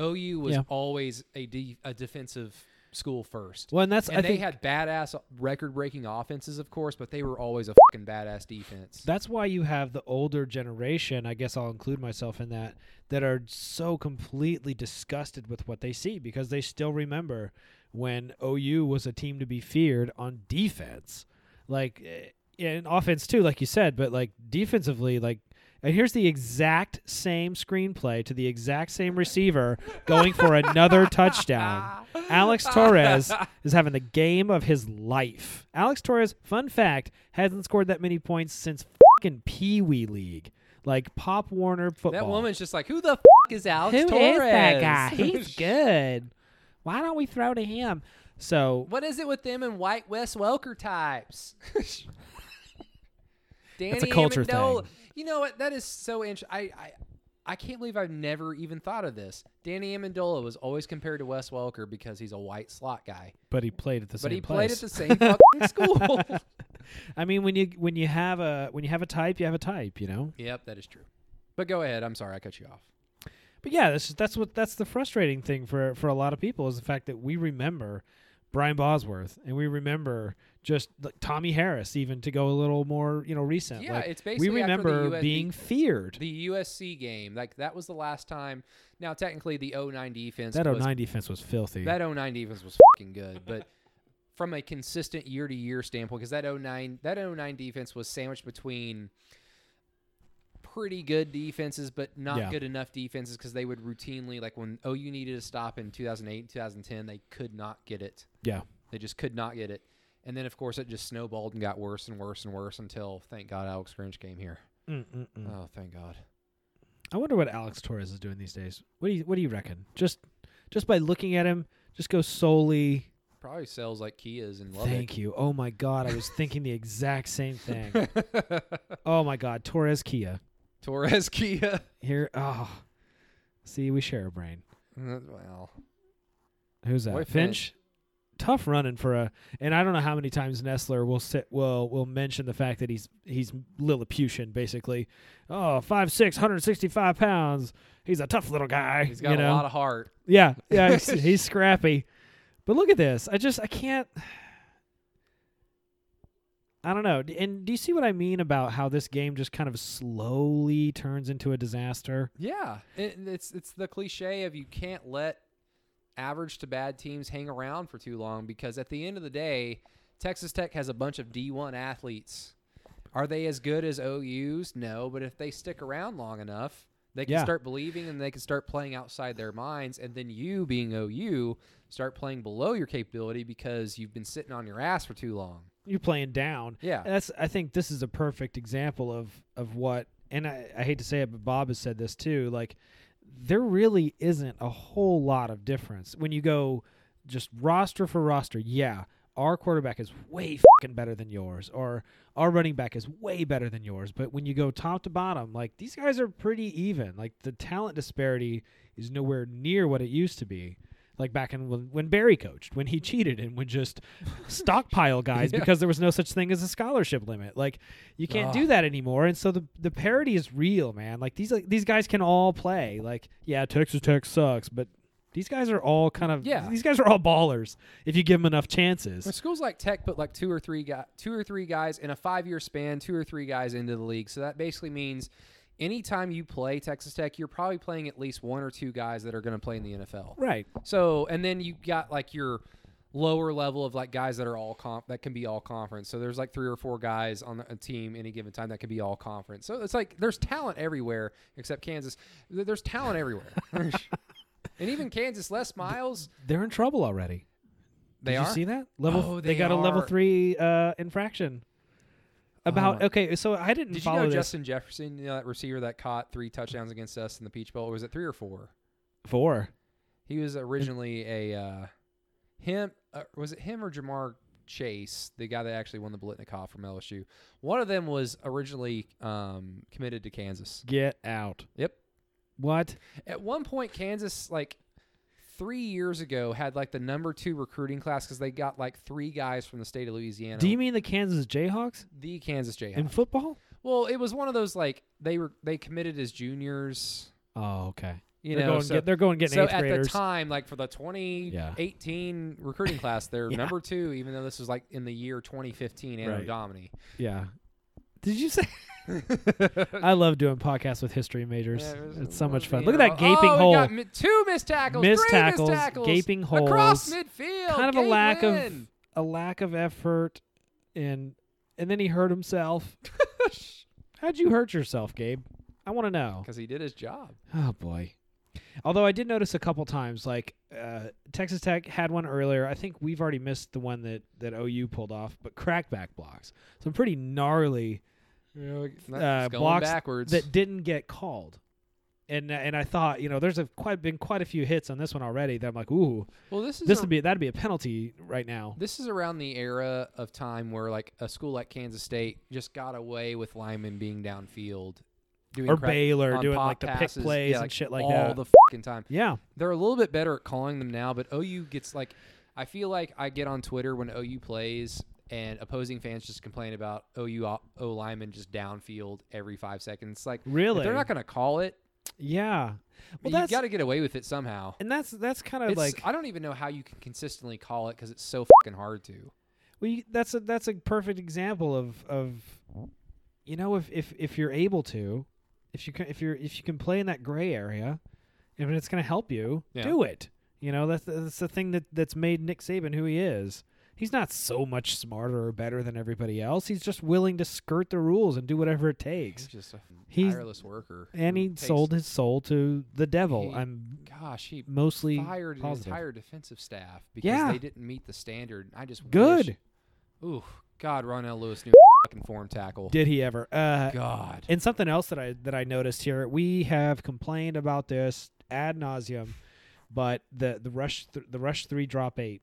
A: OU was
B: Yeah.
A: always a, de- a defensive school first.
B: well, and that's
A: and
B: I
A: they
B: think
A: had badass record-breaking offenses, of course, but they were always a fucking badass defense.
B: that's why you have the older generation. I guess I'll include myself in that that are so completely disgusted with what they see because they still remember when OU was a team to be feared on defense, like eh, in offense too, like you said, but like defensively, like. And here's the exact same screenplay to the exact same receiver going for another touchdown. Alex Torres is having the game of his life. Alex Torres, fun fact, hasn't scored that many points since fucking Pee Wee League. Like Pop Warner football.
A: that woman's just like, who the f- is Alex
B: Who is
A: Torres?
B: that guy? He's good. Why don't we throw to him? So
A: what is it with them and white Wes Welker types? Danny
B: a culture
A: Amendola.
B: thing.
A: You know what? That is so interesting. I, I I can't believe I've never even thought of this. Danny Amendola was always compared to Wes Welker because he's a white slot guy,
B: But he played at the same
A: but he played at
B: place.
A: the same fucking school.
B: I mean when you when you have a when you have a type, you have a type, you know?
A: yep, that is true. But go ahead. I'm sorry, I cut you off.
B: But yeah, that's that's what that's the frustrating thing for for a lot of people is the fact that we remember Brian Bosworth and we remember just like Tommy Harris even to go a little more you know recent.
A: Yeah,
B: like,
A: it's
B: we
A: basically after the
B: remember
A: US
B: being feared.
A: the USC game. Like that was the last time. Now technically the 09 defense
B: That
A: was
B: 09 defense was filthy.
A: that 09 defense was fucking good, but from a consistent year to year standpoint cuz that 09 that 09 defense was sandwiched between pretty good defenses but not
B: Yeah.
A: good enough defenses cuz they would routinely like when OU needed a stop in 2008, 2010, they could not get it.
B: yeah.
A: They just could not get it. And then of course it just snowballed and got worse and worse and worse until thank God Alex Grinch came here.
B: Mm-mm-mm.
A: Oh, thank God.
B: Mm, I wonder what Alex Torres is doing these days. What do you what do you reckon? Just just by looking at him, just go solely
A: Probably sells like Kias and love
B: thank you. Oh my god, I was thinking the exact same thing.
A: it.
B: Oh my god, Torres Kia.
A: Torres Kia.
B: Here oh. See, we share a brain.
A: well,
B: Who's that?
A: Boy,
B: Finch? Tough running for a, and I don't know how many times Nestler will sit will will mention the fact that he's he's Lilliputian basically. Oh, five six, 165 pounds. He's a tough little guy.
A: he's got
B: you
A: a
B: know?
A: lot of heart.
B: yeah, yeah. He's, he's scrappy, but look at this. I just I can't. I don't know. D- And do you see what I mean about how this game just kind of slowly turns into a disaster?
A: Yeah, it, it's it's the cliche of you can't let average to bad teams hang around for too long because at the end of the day, Texas Tech has a bunch of D1 athletes. Are they as good as OU's? No, but if they stick around long enough, they can
B: Yeah.
A: start believing and they can start playing outside their minds. And then you, being OU, start playing below your capability because you've been sitting on your ass for too long.
B: You're playing down.
A: Yeah.
B: that's i think this is a perfect example of of what and I, I hate to say it but bob has said this too like there really isn't a whole lot of difference when you go just roster for roster yeah our quarterback is way fucking better than yours or our running back is way better than yours but when you go top to bottom like these guys are pretty even like the talent disparity is nowhere near what it used to be like back in when, when Barry coached, when he cheated and would just stockpile guys
A: Yeah.
B: because there was no such thing as a scholarship limit. Like you can't do
A: Ugh.
B: that anymore. And so the the parity is real, man. Like these like, these guys can all play. Like yeah, Texas Tech sucks, but these guys are all kind of
A: Yeah.
B: These guys are all ballers if you give them enough chances.
A: When schools like Tech put like two or three guy, two or three guys in a five-year span, two or three guys into the league. So that basically means anytime you play Texas Tech, you're probably playing at least one or two guys that are going to play in the NFL.
B: Right.
A: So, and then you got like your lower level of like guys that are all comp that can be all conference. So there's like three or four guys on a team any given time that can be all conference. So it's like there's talent everywhere except Kansas. Th- There's talent everywhere. and even Kansas, Les Miles,
B: They're in trouble already.
A: they
B: Did
A: are.
B: you see that? Level
A: Oh,
B: they,
A: they
B: got a level
A: are.
B: 3 uh infraction. About
A: my-
B: okay, so I didn't
A: Did you
B: follow
A: know
B: this.
A: Justin Jefferson, you know, that receiver that caught three touchdowns against us in the Peach Bowl? Or was it three or four?
B: Four.
A: He was originally a uh, him. Uh, was it him or Jamar Chase, the guy that actually won the Blitnikoff from LSU? One of them was originally um, committed to Kansas.
B: Get out.
A: Yep.
B: What?
A: At one point, Kansas like three years ago had like the number two recruiting class because they got like three guys from the state of Louisiana.
B: Do you mean the Kansas Jayhawks
A: the Kansas Jayhawks?
B: in football?
A: well, it was one of those like they were they committed as juniors.
B: Oh, okay.
A: You
B: they're
A: know,
B: going,
A: so-
B: get, they're going getting
A: so
B: eighth
A: at
B: graders.
A: the time, like for the 2018 recruiting class, they're
B: Yeah.
A: number two, even though this was like in the year 2015 Anno
B: Right.
A: Domini.
B: yeah. Did you say? I love doing podcasts with history majors.
A: Yeah, it was-
B: it's so much
A: it
B: fun.
A: was
B: Look at
A: the
B: that
A: Anno-
B: gaping
A: oh, we
B: hole.
A: got mi- two missed tackles,
B: Missed
A: three
B: tackles,
A: missed tackles,
B: gaping
A: across
B: holes.
A: midfield.
B: kind of a lack
A: Galen.
B: of a lack of effort, and and then he hurt himself. How'd you hurt yourself, Gabe? I want to know.
A: because he did his job.
B: Oh boy. Although I did notice a couple times, like uh, Texas Tech had one earlier. I think we've already missed the one that, that OU pulled off, but crackback blocks. Some pretty gnarly
A: Not-
B: Uh,
A: it's going
B: blocks
A: backwards.
B: that didn't get called. And and I thought, you know, there's a quite been quite a few hits on this one already that I'm like, ooh,
A: well, this is
B: this
A: a-
B: would be that'd be a penalty right now.
A: This is around the era of time where like a school like Kansas State just got away with linemen being downfield, doing
B: Or
A: crack-
B: Baylor
A: on
B: doing
A: pop
B: like the pick
A: passes,
B: plays
A: yeah,
B: and
A: like,
B: shit like
A: all
B: that.
A: the fucking time.
B: yeah.
A: They're a little bit better at calling them now, but OU gets like I feel like I get on Twitter when OU plays and opposing fans just complain about OU o, o linemen just downfield every five seconds. Like if
B: Really?
A: they're not going to call it.
B: yeah.
A: you
B: Well, that's
A: got to get away with it somehow.
B: and that's that's kind of
A: It's,
B: like
A: I don't even know how you can consistently call it because it's so fucking hard to.
B: Well, you, that's a that's a perfect example of of you know if if if you're able to, if you can if you're if you can play in that gray area, if it's going to help you,
A: Yeah.
B: do it. You know that's that's the thing that that's made Nick Saban who he is. He's not so much smarter or better than everybody else. He's just willing to skirt the rules and do whatever it
A: He's
B: takes.
A: just a fucking
B: He's-
A: tireless worker.
B: And
A: who
B: he
A: takes-
B: sold his soul to the devil.
A: He-
B: I'm
A: Gosh, he
B: mostly
A: fired his
B: positive.
A: entire defensive staff because
B: Yeah.
A: they didn't meet the standard. I just wish-
B: Good.
A: Ooh, God, Ronell Lewis knew fucking form tackle.
B: Did he ever? Uh,
A: God.
B: And something else that I that I noticed here, we have complained about this ad nauseum, but the the rush th- the rush three drop eight.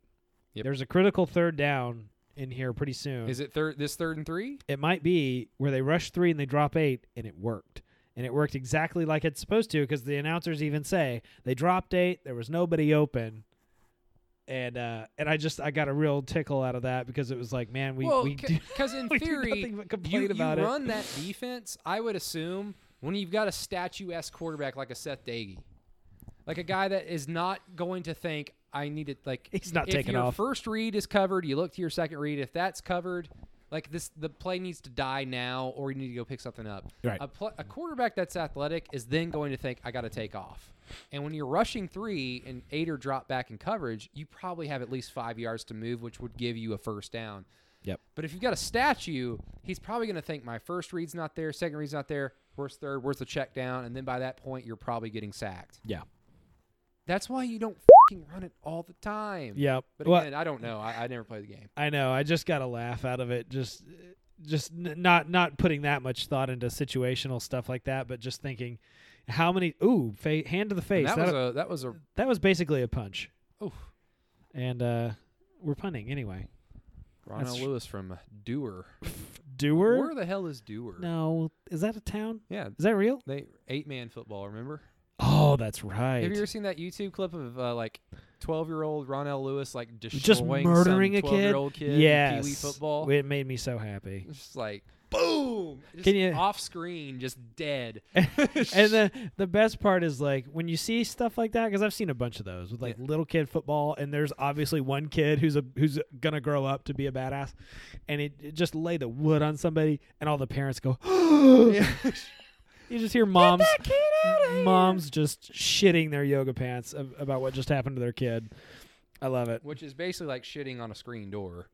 A: Yep.
B: There's a critical third down in here pretty soon.
A: Is it third? This third and three?
B: it might be where they rush three and they drop eight, and it worked. And it worked exactly like it's supposed to because the announcers even say they dropped eight, there was nobody open. And uh, and I just I got a real tickle out of that because it was like, man, we
A: well,
B: we, do,
A: because in
B: we do nothing
A: theory,
B: but complain
A: you, you
B: about it.
A: run that defense. I would assume when you've got a statuesque quarterback like a Seth Daggy, like a guy that is not going to think I need it. Like
B: He's not
A: if
B: taking
A: your
B: off.
A: First read is covered. You look to your second read. If that's covered, like this, the play needs to die now, or you need to go pick something up.
B: Right.
A: A, pl- a quarterback that's athletic is then going to think I got to take off. And when you're rushing three and eight or drop back in coverage, you probably have at least five yards to move, which would give you a first down.
B: Yep.
A: But if you've got a statue, he's probably going to think my first read's not there, second read's not there, where's third, where's the check down? And then by that point, you're probably getting sacked.
B: Yeah.
A: That's why you don't fing run it all the time.
B: Yeah.
A: But
B: Well,
A: again, I don't know. I, I never played the game.
B: I know. I just got a laugh out of it. Just, just n- not not putting that much thought into situational stuff like that, but just thinking how many. Ooh, fa- hand to the
A: And
B: face.
A: that,
B: That, that, was
A: was a that was a
B: basically a punch.
A: Oof.
B: And uh, we're punting anyway.
A: Ronald
B: That's-
A: Lewis from Dewar.
B: Doer?
A: Where the hell is Dewar?
B: No, is that a town?
A: Yeah,
B: Is that real?
A: they eight man football. Remember?
B: Oh, that's right.
A: Have you ever seen that YouTube clip of uh, like twelve year old Ron L. Lewis like destroying
B: murdering a
A: some
B: kid?
A: 12-year-old kid. in
B: yes.
A: Pee Wee football.
B: It made me so happy.
A: just like boom, just
B: Can you-
A: off screen, just dead.
B: and the the best part is like when you see stuff like that because I've seen a bunch of those with like little kid football and there's obviously one kid who's a who's gonna grow up to be a badass and it, it just lay the wood on somebody and all the parents go you just hear moms moms just shitting their yoga pants ab- about what just happened to their kid I love it
A: which is basically like shitting on a screen door.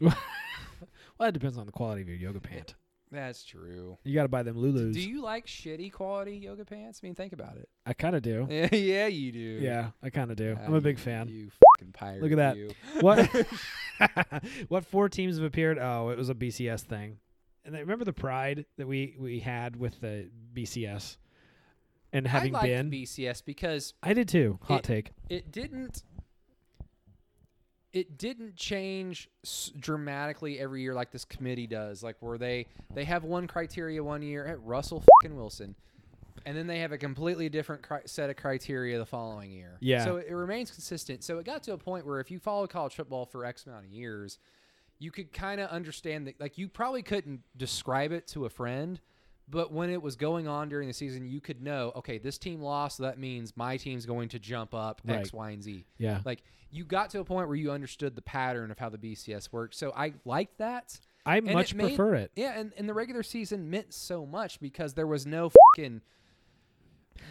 B: well it depends on the quality of your yoga pant
A: That's true.
B: you gotta buy them Lulus
A: Do you like shitty quality yoga pants? I mean, think about it.
B: I kind of do
A: Yeah, yeah you do.
B: yeah I kind of do
A: Ah,
B: I'm a big
A: you-
B: fan
A: You fucking pirate.
B: Look at that.
A: you.
B: What? what four teams have appeared? Oh, it was a BCS thing. And I remember the pride that we we had with the BCS and having
A: I liked
B: been.
A: BCS because
B: I did too. Hot
A: It-
B: take.
A: it didn't it didn't change s- dramatically every year like this committee does like where they they have one criteria one year at russell fucking wilson and then they have a completely different cri- set of criteria the following year
B: Yeah.
A: so it, it remains consistent so it got to a point where if you followed college football for x amount of years you could kind of understand that like you probably couldn't describe it to a friend but when it was going on during the season you could know okay this team lost so that means my team's going to jump up
B: Right.
A: x y and z
B: Yeah.
A: like you got to a point where you understood the pattern of how the bcs worked so i liked that
B: I
A: it
B: much
A: made-
B: prefer it.
A: yeah and, and the regular season meant so much because there was no fucking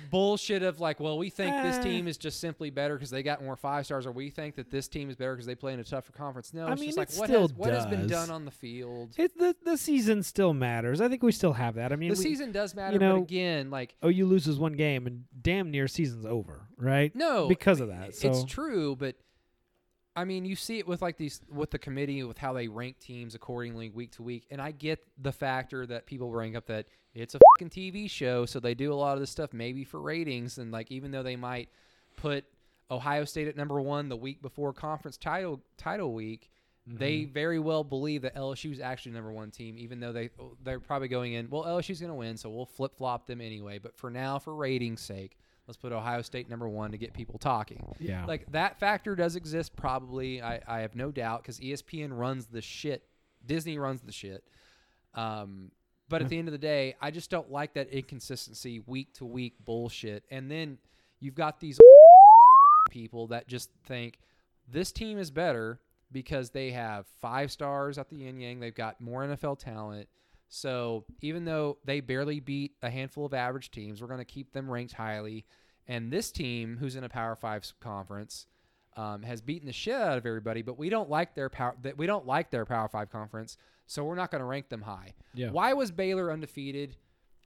A: bullshit of like well we think this
B: Uh.
A: team is just simply better because they got more five stars or we think that this team is better because they play in a tougher conference no
B: I
A: it's
B: mean,
A: just like
B: it
A: what,
B: still
A: has, what has been
B: does.
A: done on the field
B: It the the season still matters. I think we still have that. I mean,
A: the
B: we-
A: season does matter
B: know,
A: but again like
B: oh, you loses one game and damn near season's over, right?
A: no
B: because of that. So
A: it's true, but I mean, you see it with like these with the committee with how they rank teams accordingly week to week, and I get the factor that people bring up that it's a fucking TV show, so they do a lot of this stuff maybe for ratings, and like even though they might put Ohio State at number one the week before conference title title week. They
B: Mm-hmm.
A: very well believe that LSU is actually the number one team, even though they they're probably going in. Well, LSU's going to win, so we'll flip flop them anyway. But for now, for ratings' sake, let's put Ohio State number one to get people talking
B: yeah.
A: like that factor does exist probably i, I have no doubt E because espn runs the shit disney runs the shit um, but at the end of the day i just don't like that inconsistency week to week bullshit and then you've got these people that just think this team is better because they have five stars at the yin yang they've got more nfl talent so even though they barely beat a handful of average teams we're going to keep them ranked highly and this team, who's in a Power Five s- conference, um, has beaten the shit out of everybody. But we don't like their power. That we don't like their Power Five conference, so we're not going to rank them high.
B: Yeah.
A: Why was Baylor undefeated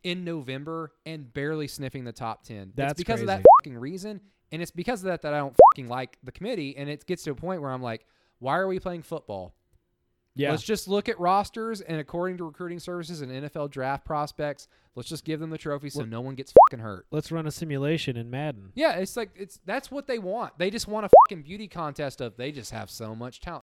A: in November and barely sniffing the top ten?
B: That's
A: it's because of that
B: crazy.
A: fucking reason, and it's because of that that I don't fucking like the committee. And it gets to a point where I'm like, why are we playing football?
B: yeah.
A: Let's just look at rosters and according to recruiting services and NFL draft prospects, let's just give them the trophy so no one gets fucking hurt.
B: Let's run a simulation in Madden.
A: Yeah, it's like it's that's what they want. They just want a fucking beauty contest of they just have so much talent.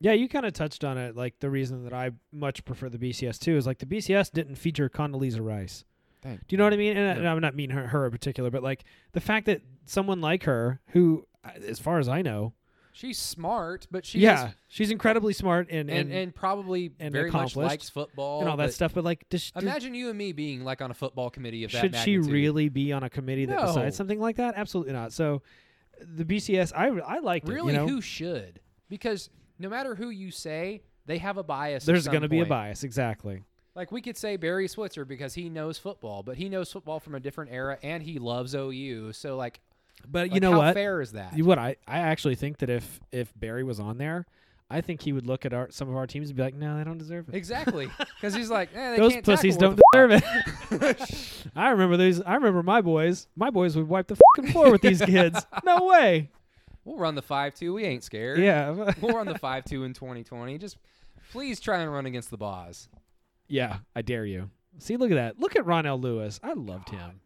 B: Yeah, you kind of touched on it. Like the reason that I much prefer the BCS too is like the BCS didn't feature Condoleezza Rice.
A: Thank
B: Do you know what I mean? And, I-
A: Yeah.
B: and I'm not mean her, her in particular, but like the fact that someone like her, who, uh, as far as I know,
A: She's smart, but she
B: yeah,
A: is-
B: she's incredibly smart and
A: and, and probably
B: and
A: very much
B: accomplished
A: likes football
B: and all that
A: but
B: stuff, but like, does, she- does-
A: Imagine you and me being like on a football committee of that
B: should she
A: magnitude.
B: really be on a committee that
A: No.
B: decides something like that? Absolutely not. So the BCS, I I liked
A: really
B: it. You know?
A: who should? Because no matter who you say, they have a bias. at
B: There's
A: some
B: going to be a
A: point.
B: bias, exactly.
A: Like we could say Barry Switzer because he knows football, but he knows football from a different era and he loves OU. So like,
B: But you
A: like,
B: know
A: how
B: what?
A: fair is that?
B: You would I, I actually think that if if Barry was on there, I think he would look at our some of our teams and be like, no, they don't deserve it.
A: Exactly, because he's like, eh, they
B: Those
A: can't
B: pussies
A: tackle, what
B: don't
A: the fuck?"
B: deserve it. I remember these. I remember my boys. My boys would wipe the fucking floor with these kids. No way.
A: We'll run the five two. We ain't scared.
B: Yeah,
A: we'll run the five two in 2020. Just please try and run against the Boz.
B: yeah. I dare you. See, look at that. Look at Ron L. Lewis. I loved him.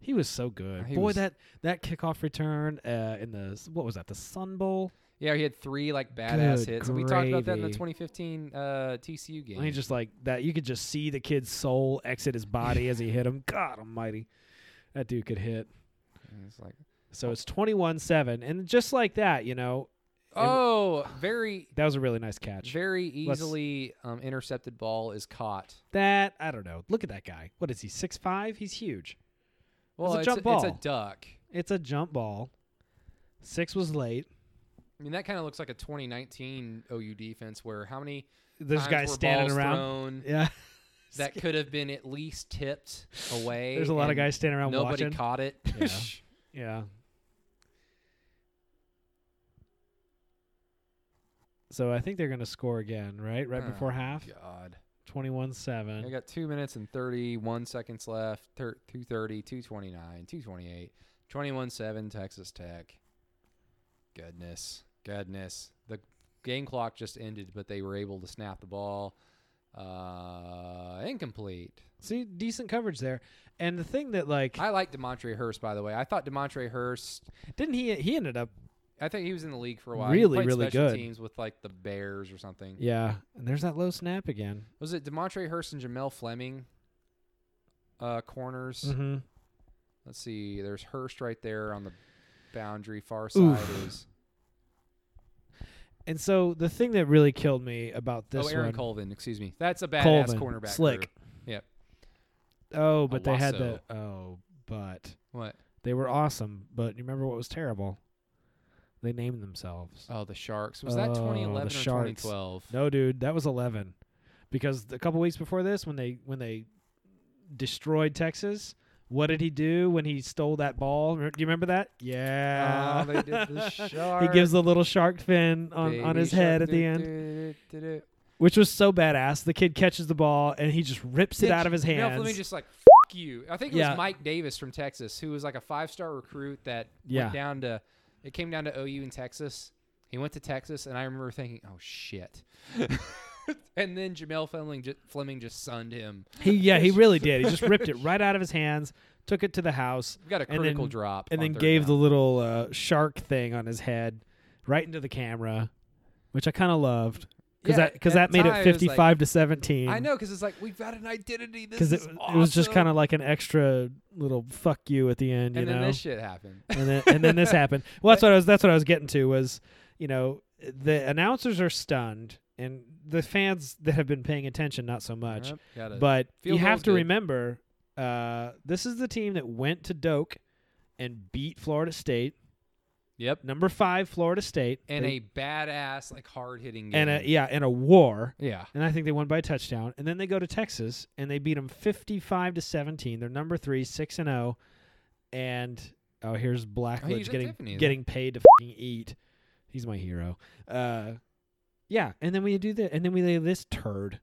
B: He was so good.
A: He
B: Boy,
A: was-
B: that that kickoff return uh, in the what was that? The Sun Bowl.
A: Yeah, he had three like badass
B: Good
A: hits. And we talked about that in the
B: gravy.
A: 2015 uh, TCU game.
B: And he just like that. You could just see the kid's soul exit his body as he hit him. God Almighty, that dude could hit.
A: And it's like,
B: So it's 21 7. And just like that, you know,
A: Oh, very,
B: that was a really nice catch.
A: very
B: Let's-
A: easily um, intercepted ball is caught.
B: That, I don't know. Look at that guy. What is he, Six five? He's huge.
A: Well,
B: a
A: it's,
B: jump
A: a, it's a
B: ball.
A: duck.
B: It's a jump ball. Six was late.
A: I mean, that kind of looks like a 2019 OU defense where how many
B: There's
A: times
B: guys
A: were
B: standing
A: balls
B: around.
A: thrown
B: Yeah.
A: that could have been at least tipped away.
B: There's a lot of
A: and
B: guys standing around
A: Nobody
B: watching.
A: caught it.
B: Yeah. yeah. So I think they're going to score again, right? Right
A: Oh,
B: before half,
A: God. I
B: 21-7.
A: got two minutes and 31 seconds left. Thir- 230, 229, 228, 21 7, Texas Tech. Goodness. Goodness. The game clock just ended, but they were able to snap the ball. Uh, incomplete.
B: See, decent coverage there. And the thing that like
A: I like Demontre Hurst, by the way. I thought Demontre Hurst,
B: didn't he he ended up
A: I think he was in the league for a while.
B: Really,
A: he played
B: really
A: special
B: good.
A: teams with like the Bears or something.
B: Yeah. And there's that low snap again.
A: Was it Demontre Hurst and Jamel Fleming? Uh, corners.
B: Mm-hmm.
A: Let's see. There's Hurst right there on the boundary. Far side
B: Oof.
A: is
B: And so the thing that really killed me about this
A: oh Aaron
B: one
A: Colvin. Excuse me. That's a badass
B: Colvin,
A: cornerback.
B: slick.
A: group. Yep.
B: Oh, but they had
A: Owasso.
B: the oh, but
A: What?
B: they were awesome, but you remember what was terrible? They named themselves.
A: Oh, the Sharks. Was that
B: Oh, the
A: 2011 or
B: Sharks.
A: 2012?
B: No, dude, that was 11. Because a couple weeks before this when they when they destroyed Texas, what did he do when he stole that ball? Re- Do you remember that? Yeah.
A: Oh, they did the
B: he
A: shark.
B: gives the little shark fin on, on
A: Baby
B: his
A: shark.
B: head at the
A: Do,
B: end,
A: do, do, do, do.
B: which was so badass. The kid catches the ball and he just rips it
A: Did
B: out of his
A: Jamel
B: hands.
A: Fleming just like F- you. I think it
B: Yeah.
A: was Mike Davis from Texas who was like a five-star recruit that
B: Yeah.
A: went down to. It came down to OU in Texas. He went to Texas, and I remember thinking, "Oh shit." and then Jamel Fleming just, Fleming just sunned him.
B: he yeah, he really did. He just ripped it right out of his hands, took it to the house,
A: We got a
B: And
A: critical
B: then-
A: drop,
B: and
A: on
B: then
A: third
B: gave
A: down.
B: the little uh, shark thing on his head right into the camera, which I kind of loved because
A: Yeah,
B: that because
A: at
B: that
A: the
B: made
A: time,
B: it
A: was like-
B: 55 to 17.
A: I know because it's like we've got an identity. This
B: because it,
A: is
B: it was just
A: awesome."
B: kind of like an extra little fuck you at the end, you
A: And then
B: know.
A: this shit happened.
B: and then and then this happened. Well, that's what I was. That's what I was getting to was, you know, the announcers are stunned, and the fans that have been paying attention not so much.
A: Yep, got it.
B: But
A: Field
B: you have
A: goal's
B: to
A: good.
B: remember, uh, this is the team that went to Doak and beat Florida State,
A: yep,
B: number five Florida State,
A: and
B: They-
A: a badass like hard-hitting game.
B: and a e yeah, and a war.
A: yeah,
B: And I think they won by a touchdown. And then they go to Texas and they beat them 55 to 17. They're number three, six and zero. And oh, here's
A: Oh, he's
B: Blackledge
A: at
B: getting
A: Tiffany's.
B: getting paid to fing eat. He's my hero. Uh, yeah. And then we do that. And then we lay this turd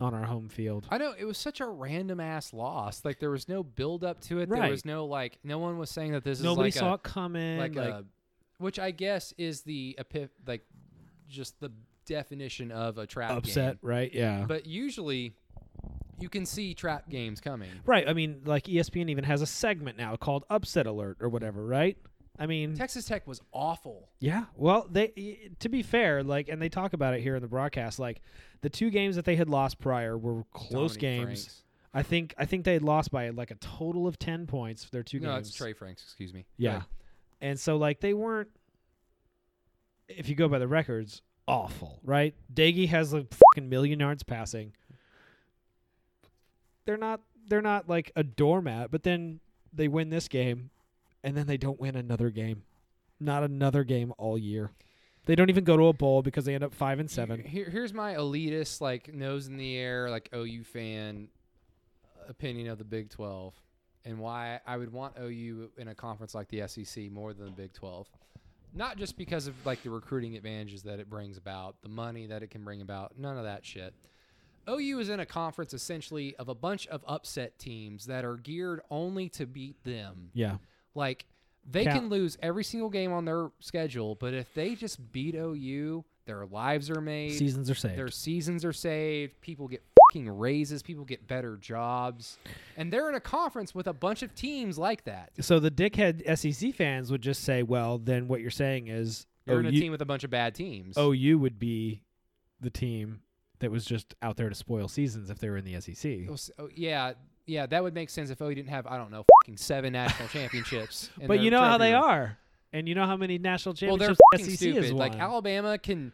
B: on our home field.
A: I know it was such a random ass loss. Like there was no build up to it.
B: Right.
A: There was no like no one was saying that this
B: Nobody
A: is like
B: saw
A: a
B: it coming.
A: like, a which I guess is the epip like just the definition of a trap
B: upset,
A: game.
B: right? Yeah.
A: But usually you can see trap games coming.
B: right. I mean, like E ESPN even has a segment now called Upset Alert or whatever, right? I mean,
A: Texas Tech was awful.
B: Yeah. Well, they y- to be fair, like and they talk about it here in the broadcast, like the two games that they had lost prior were close
A: Dominique
B: games.
A: Franks.
B: I think I think they had lost by like a total of 10 points for their two
A: No,
B: games.
A: it's Trey Franks, excuse me.
B: Yeah.
A: Right.
B: And so like they weren't if you go by the records, awful, right? Daggy has a fucking million yards passing. They're not they're not like a doormat, but then they win this game and then they don't win another game. Not another game all year. They don't even go to a bowl because they end up 5 and 7.
A: Here, here's my elitist, like nose in the air, like OU fan opinion of the Big 12 and why I would want OU in a conference like the SEC more than the Big 12. Not just because of like the recruiting advantages that it brings about, the money that it can bring about, none of that shit. OU is in a conference essentially of a bunch of upset teams that are geared only to beat them.
B: Yeah.
A: Like they
B: Cal-
A: can lose every single game on their schedule, but if they just beat OU, their lives are made.
B: Seasons are saved.
A: Their seasons are saved. People get fing raises. People get better jobs, and they're in a conference with a bunch of teams like that.
B: So the dickhead SEC fans would just say, "Well, then what you're saying is oh,
A: You're in a
B: OU
A: team with a bunch of bad teams.
B: OU would be the E team that was just out there to spoil seasons if they were in the SEC.
A: It was- oh, yeah, yeah, that would make sense if OU didn't have I don't know fucking seven national championships. in
B: But
A: their
B: you know how they
A: trophy room.
B: are, and you know how many national
A: Well, they're
B: championships
A: fucking
B: SEC
A: stupid.
B: has won.
A: Like Alabama can.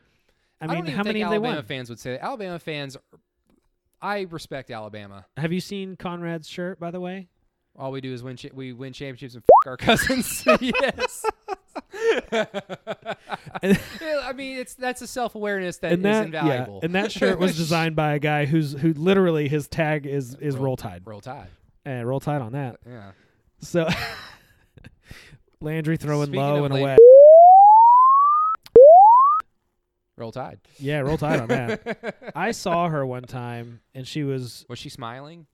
B: I
A: I,
B: mean,
A: don't even
B: how
A: think
B: many have they
A: Alabama
B: won?
A: fans would say that. Alabama fans. are- I respect Alabama.
B: Have you seen Conrad's shirt, by the way?
A: All we do is win. Cha- we win championships and fuck our cousins. yes. Yeah, I mean, it's that's a self awareness that is
B: and that
A: invaluable.
B: yeah, and that shirt was designed by a guy who's who literally his tag is is
A: Roll-
B: Roll Tide,
A: Roll Tide.
B: and Roll Tide on that.
A: Yeah.
B: So Landry throwing
A: Speaking
B: low
A: of
B: and
A: Landry-
B: away.
A: Roll Tide.
B: Yeah, Roll Tide on that. I saw her one time, and she was
A: Was she smiling?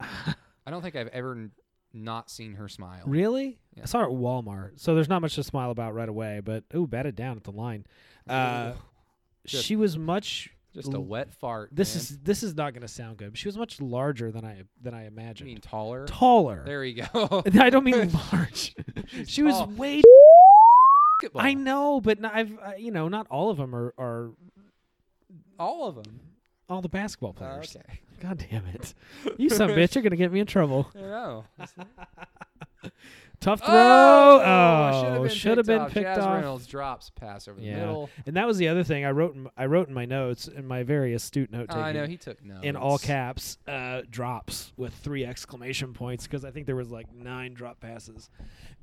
A: I don't think I've ever n- not seen her smile.
B: really.
A: Yeah.
B: I saw her at Walmart, so there's not much to smile about right away. But ooh, batted down at the line. Uh,
A: Ooh, Just-
B: she was much.
A: just a
B: l-
A: wet fart.
B: This
A: man.
B: is this is not going to sound good. But she was much larger than I than I
A: You
B: imagined.
A: mean taller.
B: Taller.
A: There you go.
B: I don't mean large. she was
A: tall.
B: way. I know, but not, I've uh, you know not all of them are are
A: all of them.
B: all the basketball players.
A: Oh, okay.
B: God damn it, you son of a bitch! You're gonna get me in trouble.
A: I know. Oh,
B: Tough throw.
A: should've
B: Oh, should have been picked
A: Jazz
B: off.
A: Reynolds drops pass over the
B: Yeah.
A: middle.
B: And that was the other thing I wrote. In, I wrote in my notes in my very astute note taking.
A: I know he took no.
B: in all caps, uh, drops with three exclamation points because I think there was like nine drop passes.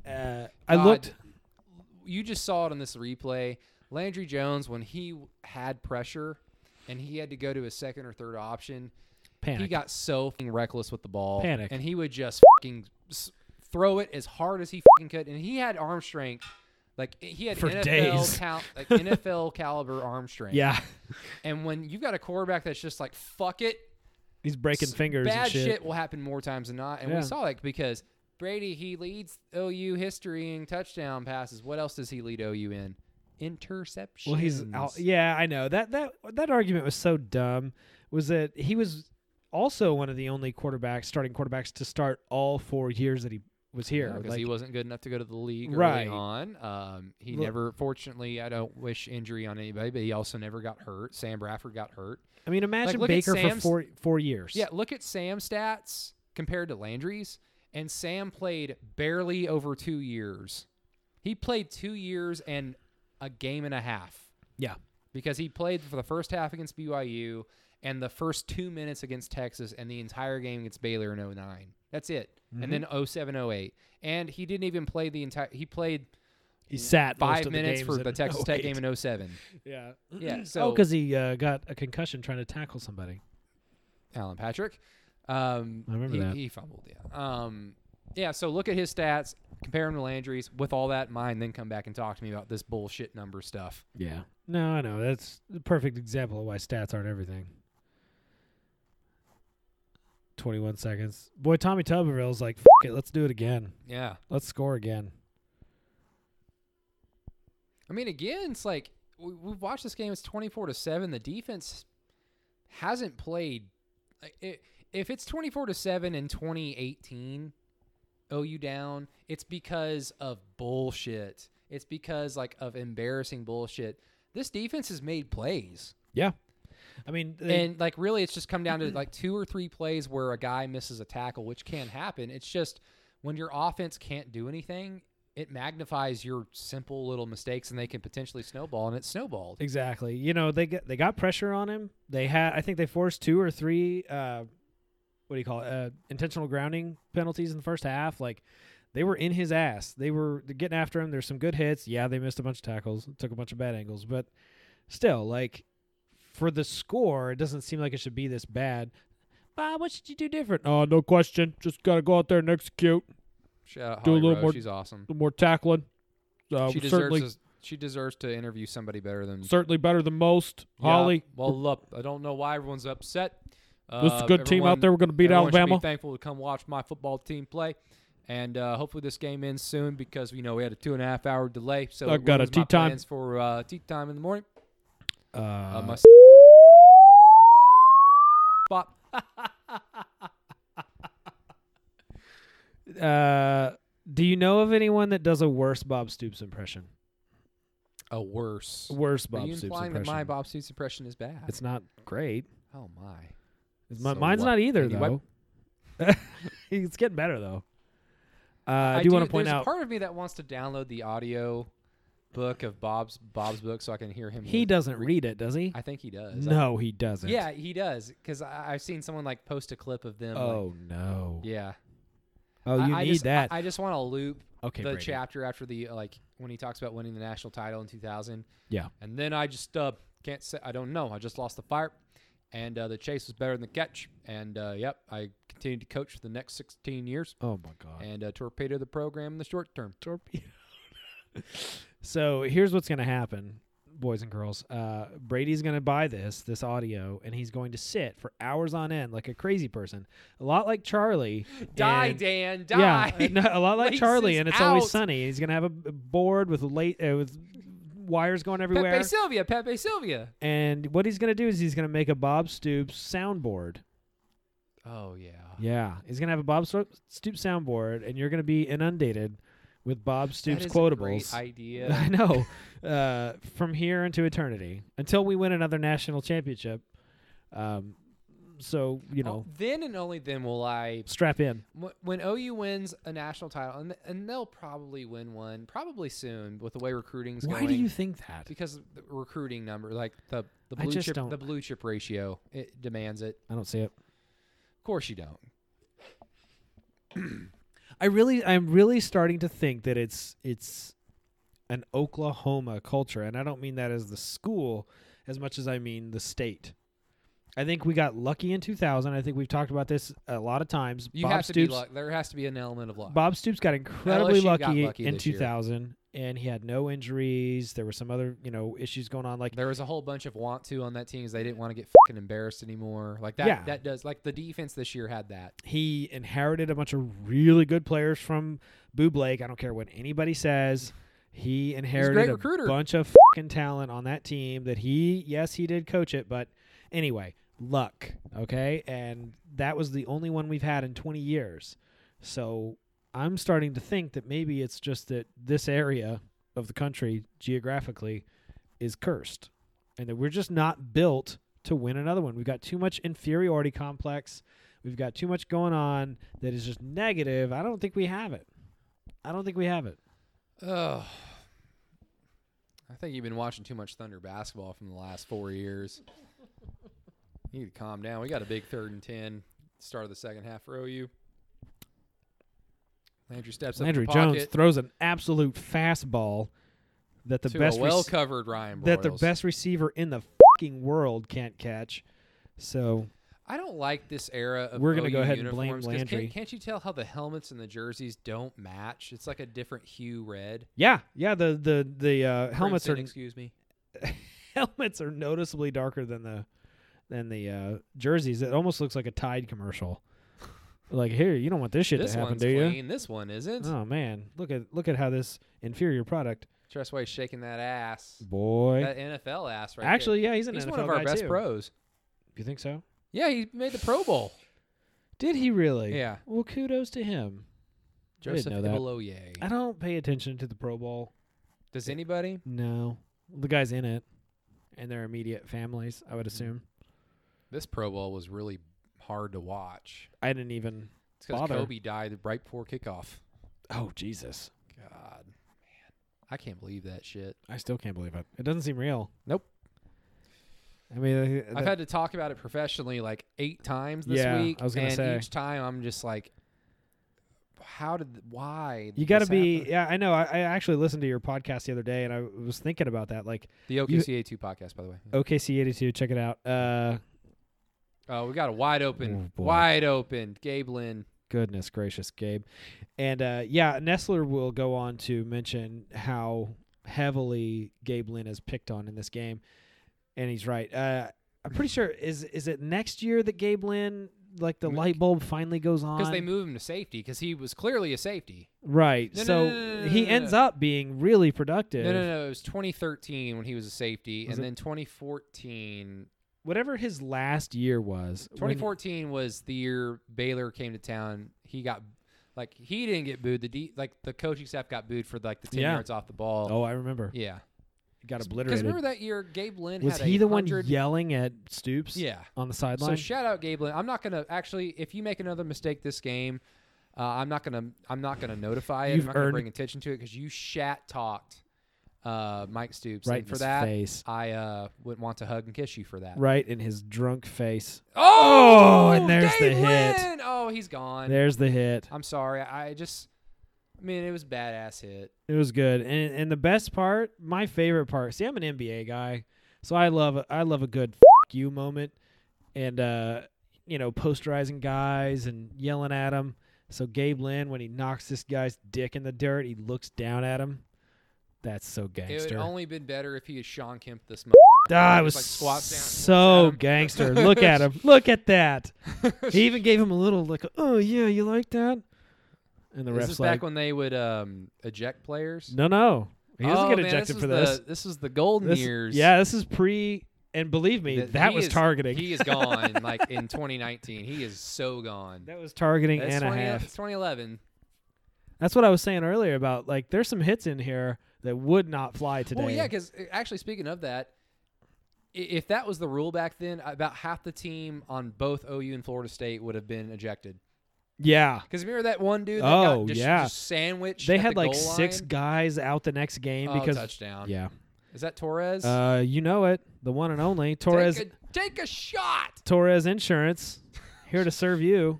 B: Uh, I
A: God.
B: looked.
A: You just saw it on this replay. Landry Jones, when he w- had pressure and he had to go to his second or third option,
B: Panic.
A: he got so fucking reckless with the ball.
B: Panic.
A: And he would just fucking s- throw it as hard as he fucking could. And he had arm strength. Like he had
B: For
A: NFL
B: days.
A: cal- like NFL caliber arm strength.
B: yeah,
A: And when you've got a quarterback that's just like fuck it,
B: he's breaking
A: s-
B: fingers.
A: Bad
B: and shit.
A: will happen more times than not, and
B: Yeah.
A: we saw that because Brady he leads OU history in touchdown passes. What else does he lead OU in? Interceptions.
B: Well, he's out. Yeah, I know that that that argument was so dumb. Was that he was also one of the only quarterbacks, starting quarterbacks, to start all four years that he was here.
A: because
B: Like,
A: he wasn't good enough to go to the league early
B: Right.
A: on. Um, he
B: Look-
A: never, fortunately, I don't wish injury on anybody, but he also never got hurt. Sam Bradford got hurt.
B: I mean, imagine
A: look at
B: Baker for
A: Sam's-
B: four four years.
A: Yeah, look at Sam's stats compared to Landry's, and Sam played barely over two years. He played two years and a game and a half.
B: yeah.
A: because he played for the first half against BYU and the first two minutes against Texas and the entire game against Baylor in 09. That's it.
B: Mm-hmm.
A: And then 07, 08. And he didn't even play the entire, he played
B: He sat most
A: five
B: of
A: minutes
B: the games
A: for
B: in
A: the
B: oh,
A: Texas Tech
B: 08.
A: game in 07.
B: Yeah.
A: Yeah.
B: oh,
A: So,
B: because he uh, got a concussion trying to tackle somebody.
A: Alan Patrick. Um,
B: I remember
A: he,
B: that.
A: He fumbled, yeah. Um, yeah, so look at his stats, compare him to Landry's. With all that in mind, then come back and talk to me about this bullshit number stuff.
B: Yeah. No, I know that's the perfect example of why stats aren't everything. Twenty-one seconds. Boy, Tommy Tuberville's like, F- it, let's do it again.
A: Yeah.
B: Let's score again.
A: I mean, again, it's like we, we've watched this game. It's twenty-four to seven. The defense hasn't played. like, i- If it's twenty-four to seven in twenty eighteen, OU down, it's because of bullshit. It's because like of embarrassing bullshit. This defense has made plays,
B: Yeah. I mean, they- Mm-hmm.
A: and like really, it's just come down to like two or three plays where a guy misses a tackle, which can happen. It's just when your offense can't do anything. It magnifies your simple little mistakes, and they can potentially snowball, and it snowballed.
B: exactly. You know, they got, they got pressure on him. They had, I think, they forced two or three. Uh, what do you call it? Uh, intentional grounding penalties in the first half. Like they were in his ass. They were they're getting after him. There's some good hits. Yeah, they missed a bunch of tackles, took a bunch of bad angles, but still, like for the score, it doesn't seem like it should be this bad. Bob, what should you do different? Oh, no question. Just gotta go out there and execute.
A: Shout out
B: Do a
A: Holly
B: little
A: Rowe.
B: more-
A: She's awesome.
B: No more tackling. Uh,
A: she deserves.
B: certainly,
A: to- she deserves to interview somebody better than
B: certainly better than most.
A: Yeah,
B: Holly,
A: Well, look, I don't know why everyone's upset. Uh,
B: This is a good team out there. We're going to beat
A: everyone should
B: Alabama.
A: Be thankful to come watch my football team play, and uh, hopefully this game ends soon because you know we had a two and a half hour delay. So
B: I
A: it
B: got a
A: ruins my
B: tea time.
A: plans for uh, tea time in the morning.
B: Uh,
A: Uh, my spot. Um,
B: uh, do you know of anyone that does a worse Bob Stoops impression?
A: A uh, worse.
B: Worse Bob
A: Are you
B: Stoops
A: implying
B: impression.
A: that my Bob Stoops impression is bad?
B: it's not great.
A: oh my.
B: It's my,
A: So
B: mine's
A: what?
B: not either
A: Anyway.
B: though. it's getting better though. Uh,
A: I
B: I do want to point
A: there's a
B: out
A: part of me that wants to download the audio book of Bob's Bob's book so I can hear him.
B: he
A: read-
B: doesn't read it, does he?
A: I think he does. I-
B: No, he doesn't.
A: yeah, he does. Because I've seen someone like post a clip of them. like-
B: Oh no.
A: yeah.
B: Oh, you
A: I, I
B: need
A: just, I-
B: that.
A: I, just want to loop
B: okay,
A: the
B: Brady.
A: chapter after the uh, like when he talks about winning the national title in 2000.
B: Yeah.
A: And then I just uh, can't say I don't know. I just lost the fight, and uh, the chase was better than the catch. And uh, yep, I continued to coach for the next 16 years
B: Oh my god.
A: and uh, torpedo the program in the short term.
B: torpedo. so here's what's going to happen, boys and girls. Uh, Brady's going to buy this this audio, and he's going to sit for hours on end like a crazy person, a lot like Charlie.
A: Die,
B: and-
A: Dan,
B: Yeah,
A: die.
B: uh, no, a lot like
A: Laces
B: Charlie, and it's always
A: out.
B: sunny. He's going to have a b- board with late uh, with wires going everywhere.
A: Pepe Sylvia, Pepe Sylvia.
B: and what he's going to do is he's going to make a Bob Stoops soundboard.
A: Oh yeah.
B: Yeah, he's going to have a Bob Sto- Stoops soundboard, and you're going to be inundated with Bob
A: That
B: Stoops
A: is a
B: quotables.
A: great
B: I
A: idea.
B: know. Uh, from here into eternity, until we win another national championship. Um, so you
A: Oh,
B: know,
A: then and only then will I
B: strap in.
A: Wh- when OU wins a national title, and and they'll probably win one probably soon with the way recruiting's
B: Why
A: going.
B: do you think that?
A: Because of the recruiting number, like the the
B: I
A: blue
B: just
A: chip,
B: don't-
A: the blue chip ratio, it demands it.
B: I don't see it.
A: Of course you don't.
B: I really, I'm really starting to think that it's it's an Oklahoma culture, and I don't mean that as the school as much as I mean the state. I think we got lucky in 2000. I think we've talked about this a lot of times.
A: You
B: Bob
A: have to
B: Stoops,
A: be luck. There has to be an element of luck.
B: Bob Stoops got incredibly
A: LSU got
B: lucky,
A: lucky
B: in
A: this year.
B: 2000, and he had no injuries. There were some other, you know, issues going on. Like,
A: there was a whole bunch of want to on that team because they didn't want to get fing embarrassed anymore. Like that.
B: Yeah.
A: That does like the defense this year had that.
B: he inherited a bunch of really good players from Boo Blake. I don't care what anybody says. He inherited
A: recruiter.
B: a bunch of fucking talent on that team that he, yes, he did coach it, but anyway, luck. Okay. And that was the only one we've had in 20 years. So I'm starting to think that maybe it's just that this area of the country geographically is cursed and that we're just not built to win another one. We've got too much inferiority complex. We've got too much going on that is just negative. I don't think we have it. I don't think we have it.
A: Oh. I think you've been watching too much Thunder basketball from the last four years. You need to calm down. We got a big third and ten. Start of the second half for OU. Landry steps
B: Landry
A: up the pocket
B: Jones throws an absolute fastball that the
A: to
B: best
A: a
B: rec-
A: well-covered Ryan Broyles.
B: that the best receiver in the fucking world can't catch. So
A: I don't like this era of
B: We're
A: going
B: gonna
A: to
B: go ahead and blame Landry.
A: Can't, can't you tell how the helmets and the jerseys don't match? It's like a different hue red.
B: yeah, yeah, the the the uh, helmets
A: Crimson,
B: are
A: excuse me.
B: helmets are noticeably darker than the than the uh, jerseys. It almost looks like a Tide commercial. Like here, you don't want this shit
A: This
B: to happen,
A: one's
B: do you?
A: clean. This one isn't.
B: Oh man, look at look at how this inferior product,
A: Trust why he's shaking that ass.
B: boy.
A: That NFL ass right there.
B: Actually, yeah, he's an
A: he's
B: NFL
A: one of our
B: guy,
A: best
B: too.
A: pros.
B: You think so?
A: Yeah, he made the Pro Bowl.
B: Did he really?
A: Yeah.
B: Well, kudos to him.
A: Joseph
B: know that.
A: Iboloye.
B: I don't pay attention to the Pro Bowl.
A: Does anybody?
B: No, the guys in it and their immediate families. I would assume.
A: This Pro Bowl was really hard to watch.
B: I didn't even.
A: It's because
B: Bother.
A: Kobe died right before kickoff.
B: Oh Jesus!
A: God, man, I can't believe that shit.
B: I still can't believe it. It doesn't seem real.
A: Nope.
B: I mean, uh, that-
A: I've had to talk about it professionally like eight times this
B: Yeah,
A: week.
B: I was gonna
A: and
B: say.
A: each time I'm just like, how did? Why?
B: you got to be. Yeah, I know. I, I actually listened to your podcast the other day, and I was thinking about that. Like
A: the OKCA two podcast, by the way.
B: OKC eighty two, check it out. Uh,
A: Oh, we got a wide open,
B: Oh, boy.
A: wide open. Gabe Lynn.
B: goodness gracious, Gabe. And uh, yeah, Nestler will go on to mention how heavily Gabe Lynn is picked on in this game, and he's right. Uh, I'm pretty sure is is it next year that Gabe Lynn like the
A: Mm.
B: light bulb finally goes on?
A: Because they moved him to safety because he was clearly a safety.
B: right.
A: No, no, no,
B: so
A: no, no,
B: he
A: no, no,
B: ends
A: no.
B: up being really productive.
A: No, no, no. It was 2013 when he was a safety,
B: Was
A: and
B: it-
A: then 2014.
B: Whatever his last year was, when-
A: 2014 was the year Baylor came to town. He got like he didn't get booed. The D, like the coaching staff got booed for like the 10
B: Yeah.
A: yards off the ball.
B: Oh, I remember.
A: Yeah,
B: Got
A: because
B: obliterated.
A: remember that year Gabe Lynn
B: was
A: had a
B: he the one
A: 100
B: yelling at Stoops
A: Yeah.
B: on the
A: So
B: sideline?
A: shout out Gabe Lynn. I'm not gonna actually. If you make another mistake this game, Uh, I'm not gonna I'm not gonna notify it.
B: You've
A: I'm not gonna
B: earned-
A: bring attention to it because you shat talked uh, Mike Stoops
B: Right in
A: and for
B: his
A: that
B: face.
A: I uh, would want to hug and kiss you for that.
B: Right in his drunk face.
A: Oh,
B: Oh, and there's the
A: Dave
B: hit.
A: Lynn! Oh, he's gone.
B: There's the hit.
A: I'm sorry. I just I mean it was a badass hit.
B: It was good. And and the best part, my favorite part. See, I'm an NBA guy, so I love I love a good F- you moment, and uh, you know, posterizing guys and yelling at them. So Gabe Lynn, when he knocks this guy's dick in the dirt, he looks down at him. That's so
A: It would
B: gangster.
A: only been better if he had Sean Kemp this
B: ah,
A: he
B: it was
A: just, like, squats down and
B: so
A: looks at him.
B: gangster. Look at him. Look at that.
A: month.
B: He even gave him a little like, oh yeah, you like that. And the
A: Is
B: refs
A: this
B: like,
A: back when they would um, eject players?
B: no, no, he doesn't
A: Oh,
B: get
A: man,
B: ejected
A: was
B: for
A: the-
B: this.
A: this was the golden
B: This-
A: years.
B: Yeah, this is pre, and believe me,
A: Th-
B: that,
A: he
B: was
A: is-
B: targeting.
A: He is gone. like in 2019, he is so gone.
B: that was targeting
A: That's
B: and a
A: 20
B: half.
A: It's 2011.
B: That's what I was saying earlier about like there's some hits in here that would not fly today.
A: Well, yeah, because actually, speaking of that, i- if that was the rule back then, about half the team on both OU and Florida State would have been ejected.
B: yeah.
A: Because remember that one dude? That
B: Oh,
A: got just,
B: yeah.
A: just sandwiched.
B: They
A: at
B: had
A: the
B: like
A: goal
B: six
A: line?
B: guys out the next game
A: Oh,
B: because
A: touchdown.
B: yeah,
A: Is that Torres?
B: uh, you know it, the one and only
A: Take
B: Torres.
A: a- take a shot.
B: Torres Insurance here to serve you,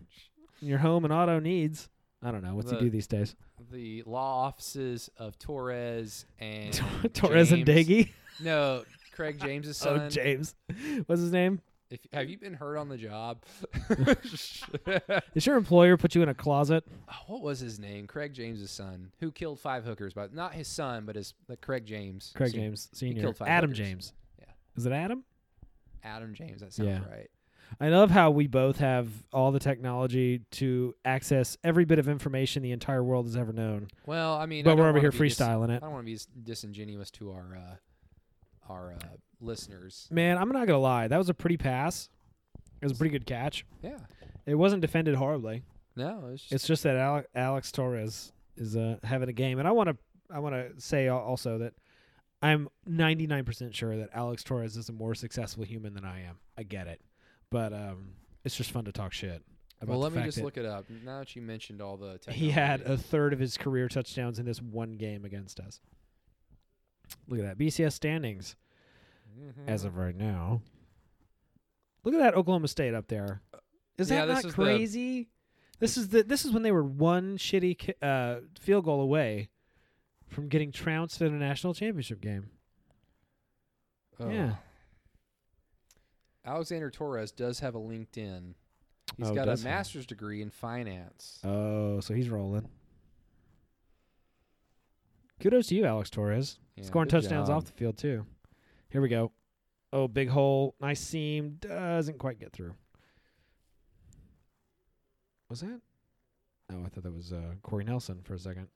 B: and your home and auto needs. I don't know what's
A: The-
B: he do these days.
A: the law offices of Torres and
B: Torres and
A: James.
B: Diggy.
A: No, Craig James's son.
B: Oh, James, what's his name?
A: if, have you been hurt on the job?
B: Does your employer put you in a closet?
A: what was his name? Craig James's son, who killed five hookers, but not his son, but his like Craig James.
B: Craig
A: Senior.
B: James Senior.
A: killed five
B: Adam
A: hookers.
B: James.
A: Yeah.
B: Is it Adam?
A: Adam James. That sounds
B: Yeah.
A: right.
B: I love how we both have all the technology to access every bit of information the entire world has ever known.
A: Well, I mean, I
B: but
A: don't
B: we're over
A: wanna
B: here
A: be dis-
B: freestyling
A: I
B: it.
A: don't want to be dis- disingenuous to our uh, our uh, listeners.
B: Man, I'm not gonna lie, that was a pretty pass. It was a pretty good catch.
A: Yeah.
B: It wasn't defended horribly.
A: No, it's just,
B: It's just that Ale- Alex Torres is uh, having a game, and I want to I want to say al- also that I'm 99% sure that Alex Torres is a more successful human than I am. I get it, but um, it's just fun to talk shit. About
A: well.
B: the
A: Let me
B: fact
A: just
B: that
A: look it up. Now that you mentioned all the technology,
B: He had a third of his career touchdowns in this one game against us. Look at that BCS standings
A: Mhm.
B: as of right now. Look at that Oklahoma State up there. Is
A: Yeah, this
B: that not
A: is the-
B: crazy? This is the this is when they were one shitty ki- uh, field goal away from getting trounced in a national championship game.
A: Oh.
B: Yeah.
A: Alexander Torres does have a LinkedIn. He's
B: Oh,
A: got a
B: does he?
A: master's degree in finance.
B: Oh, so he's rolling. Kudos to you, Alex Torres.
A: Yeah,
B: Scoring
A: good
B: touchdowns
A: job.
B: off the field too. Here we go. Oh, big hole. Nice seam. Doesn't quite get through. Was that? Oh, I thought that was uh, Corey Nelson for a second.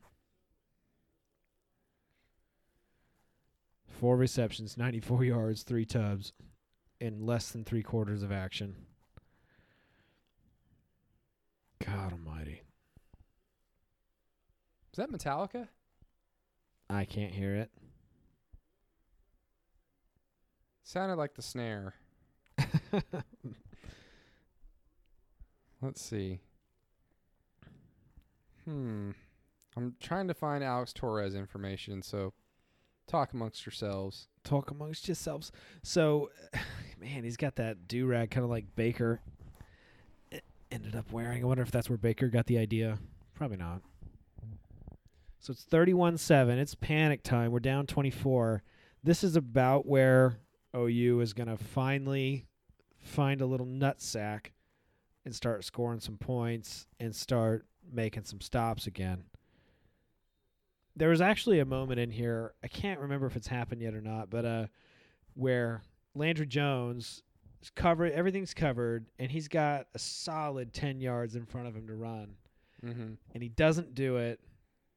B: Four receptions, 94 yards, three tubs, in less than three quarters of action. God almighty.
A: Is that Metallica?
B: I can't hear it.
A: Sounded like the snare. Let's see. Hmm. I'm trying to find Alex Torres information, so talk amongst yourselves.
B: talk amongst yourselves. So, man, he's got that do rag kind of like Baker e- ended up wearing. I wonder if that's where Baker got the idea. Probably not. So it's 31 7. It's panic time. We're down 24. This is about where OU is going to finally find a little nutsack and start scoring some points and start making some stops again there was actually a moment in here i can't remember if it's happened yet or not but uh where landry jones is covered everything's covered and he's got a solid 10 yards in front of him to run
A: Mm-hmm.
B: and he doesn't do it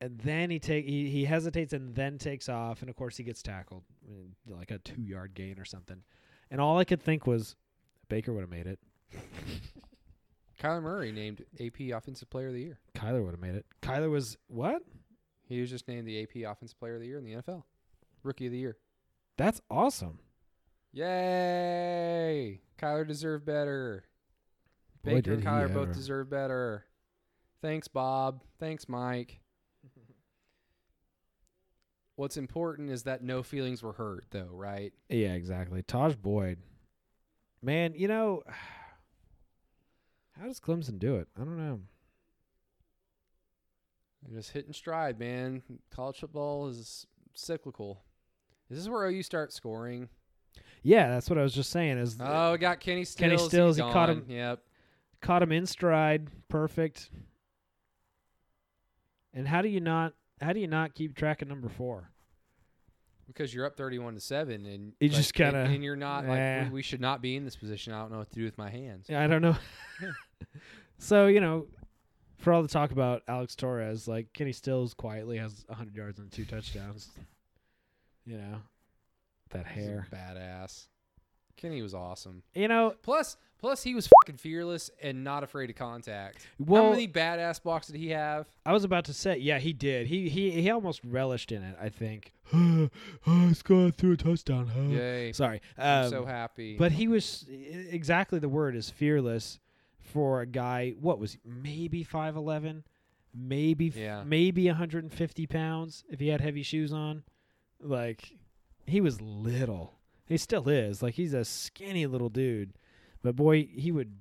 B: and then he take he, he hesitates and then takes off and of course he gets tackled I mean, like a two yard gain or something and all i could think was baker would have made it
A: Kyler Murray named AP Offensive Player of the Year.
B: kyler would have made it kyler was what
A: He was just named the AP Offensive Player of the Year in the NFL. Rookie of the Year.
B: that's awesome
A: Yay! Kyler deserved better.
B: Boy,
A: Baker
B: did
A: and
B: he
A: Kyler both
B: ever.
A: deserve better. Thanks, Bob. Thanks, Mike. What's important is that no feelings were hurt, though, right?
B: Yeah, exactly. Taj Boyd. Man, you know, how does Clemson do it? I don't know.
A: They're just hitting stride, man. College football is cyclical. Is this where OU starts scoring?
B: Yeah, that's what I was just saying. Is
A: Oh, we got Kenny Stills.
B: Kenny Stills,
A: He's
B: he caught
A: gone.
B: him.
A: Yep.
B: caught him in stride, perfect. And how do you not? How do you not keep track of number four?
A: Because you're up thirty-one to seven, and
B: You just
A: and-
B: kinda-
A: and, you're not like
B: Yeah.
A: we, we should not be in this position. I don't know what to do with my hands.
B: Yeah, I don't know. so you know, for all the talk about Alex Torres, like Kenny Stills quietly has 100 yards and two touchdowns. You know, that
A: He's a
B: hair.
A: badass. Kenny was awesome.
B: You know,
A: Plus, plus he was fucking fearless and not afraid of contact. How
B: well,
A: many badass blocks did he have?
B: I was about to say, yeah, he did. He he he almost relished in it. I think. oh, Scott threw a touchdown. huh?
A: Yay!
B: Sorry.
A: I'm
B: Mm. Um,
A: so happy.
B: But he was e, exactly the word is fearless for a guy. What was he, maybe five eleven, maybe f-
A: Yeah.
B: maybe one hundred and fifty pounds if he had heavy shoes on. Like he was little. He still is. Like he's a skinny little dude, but boy, he would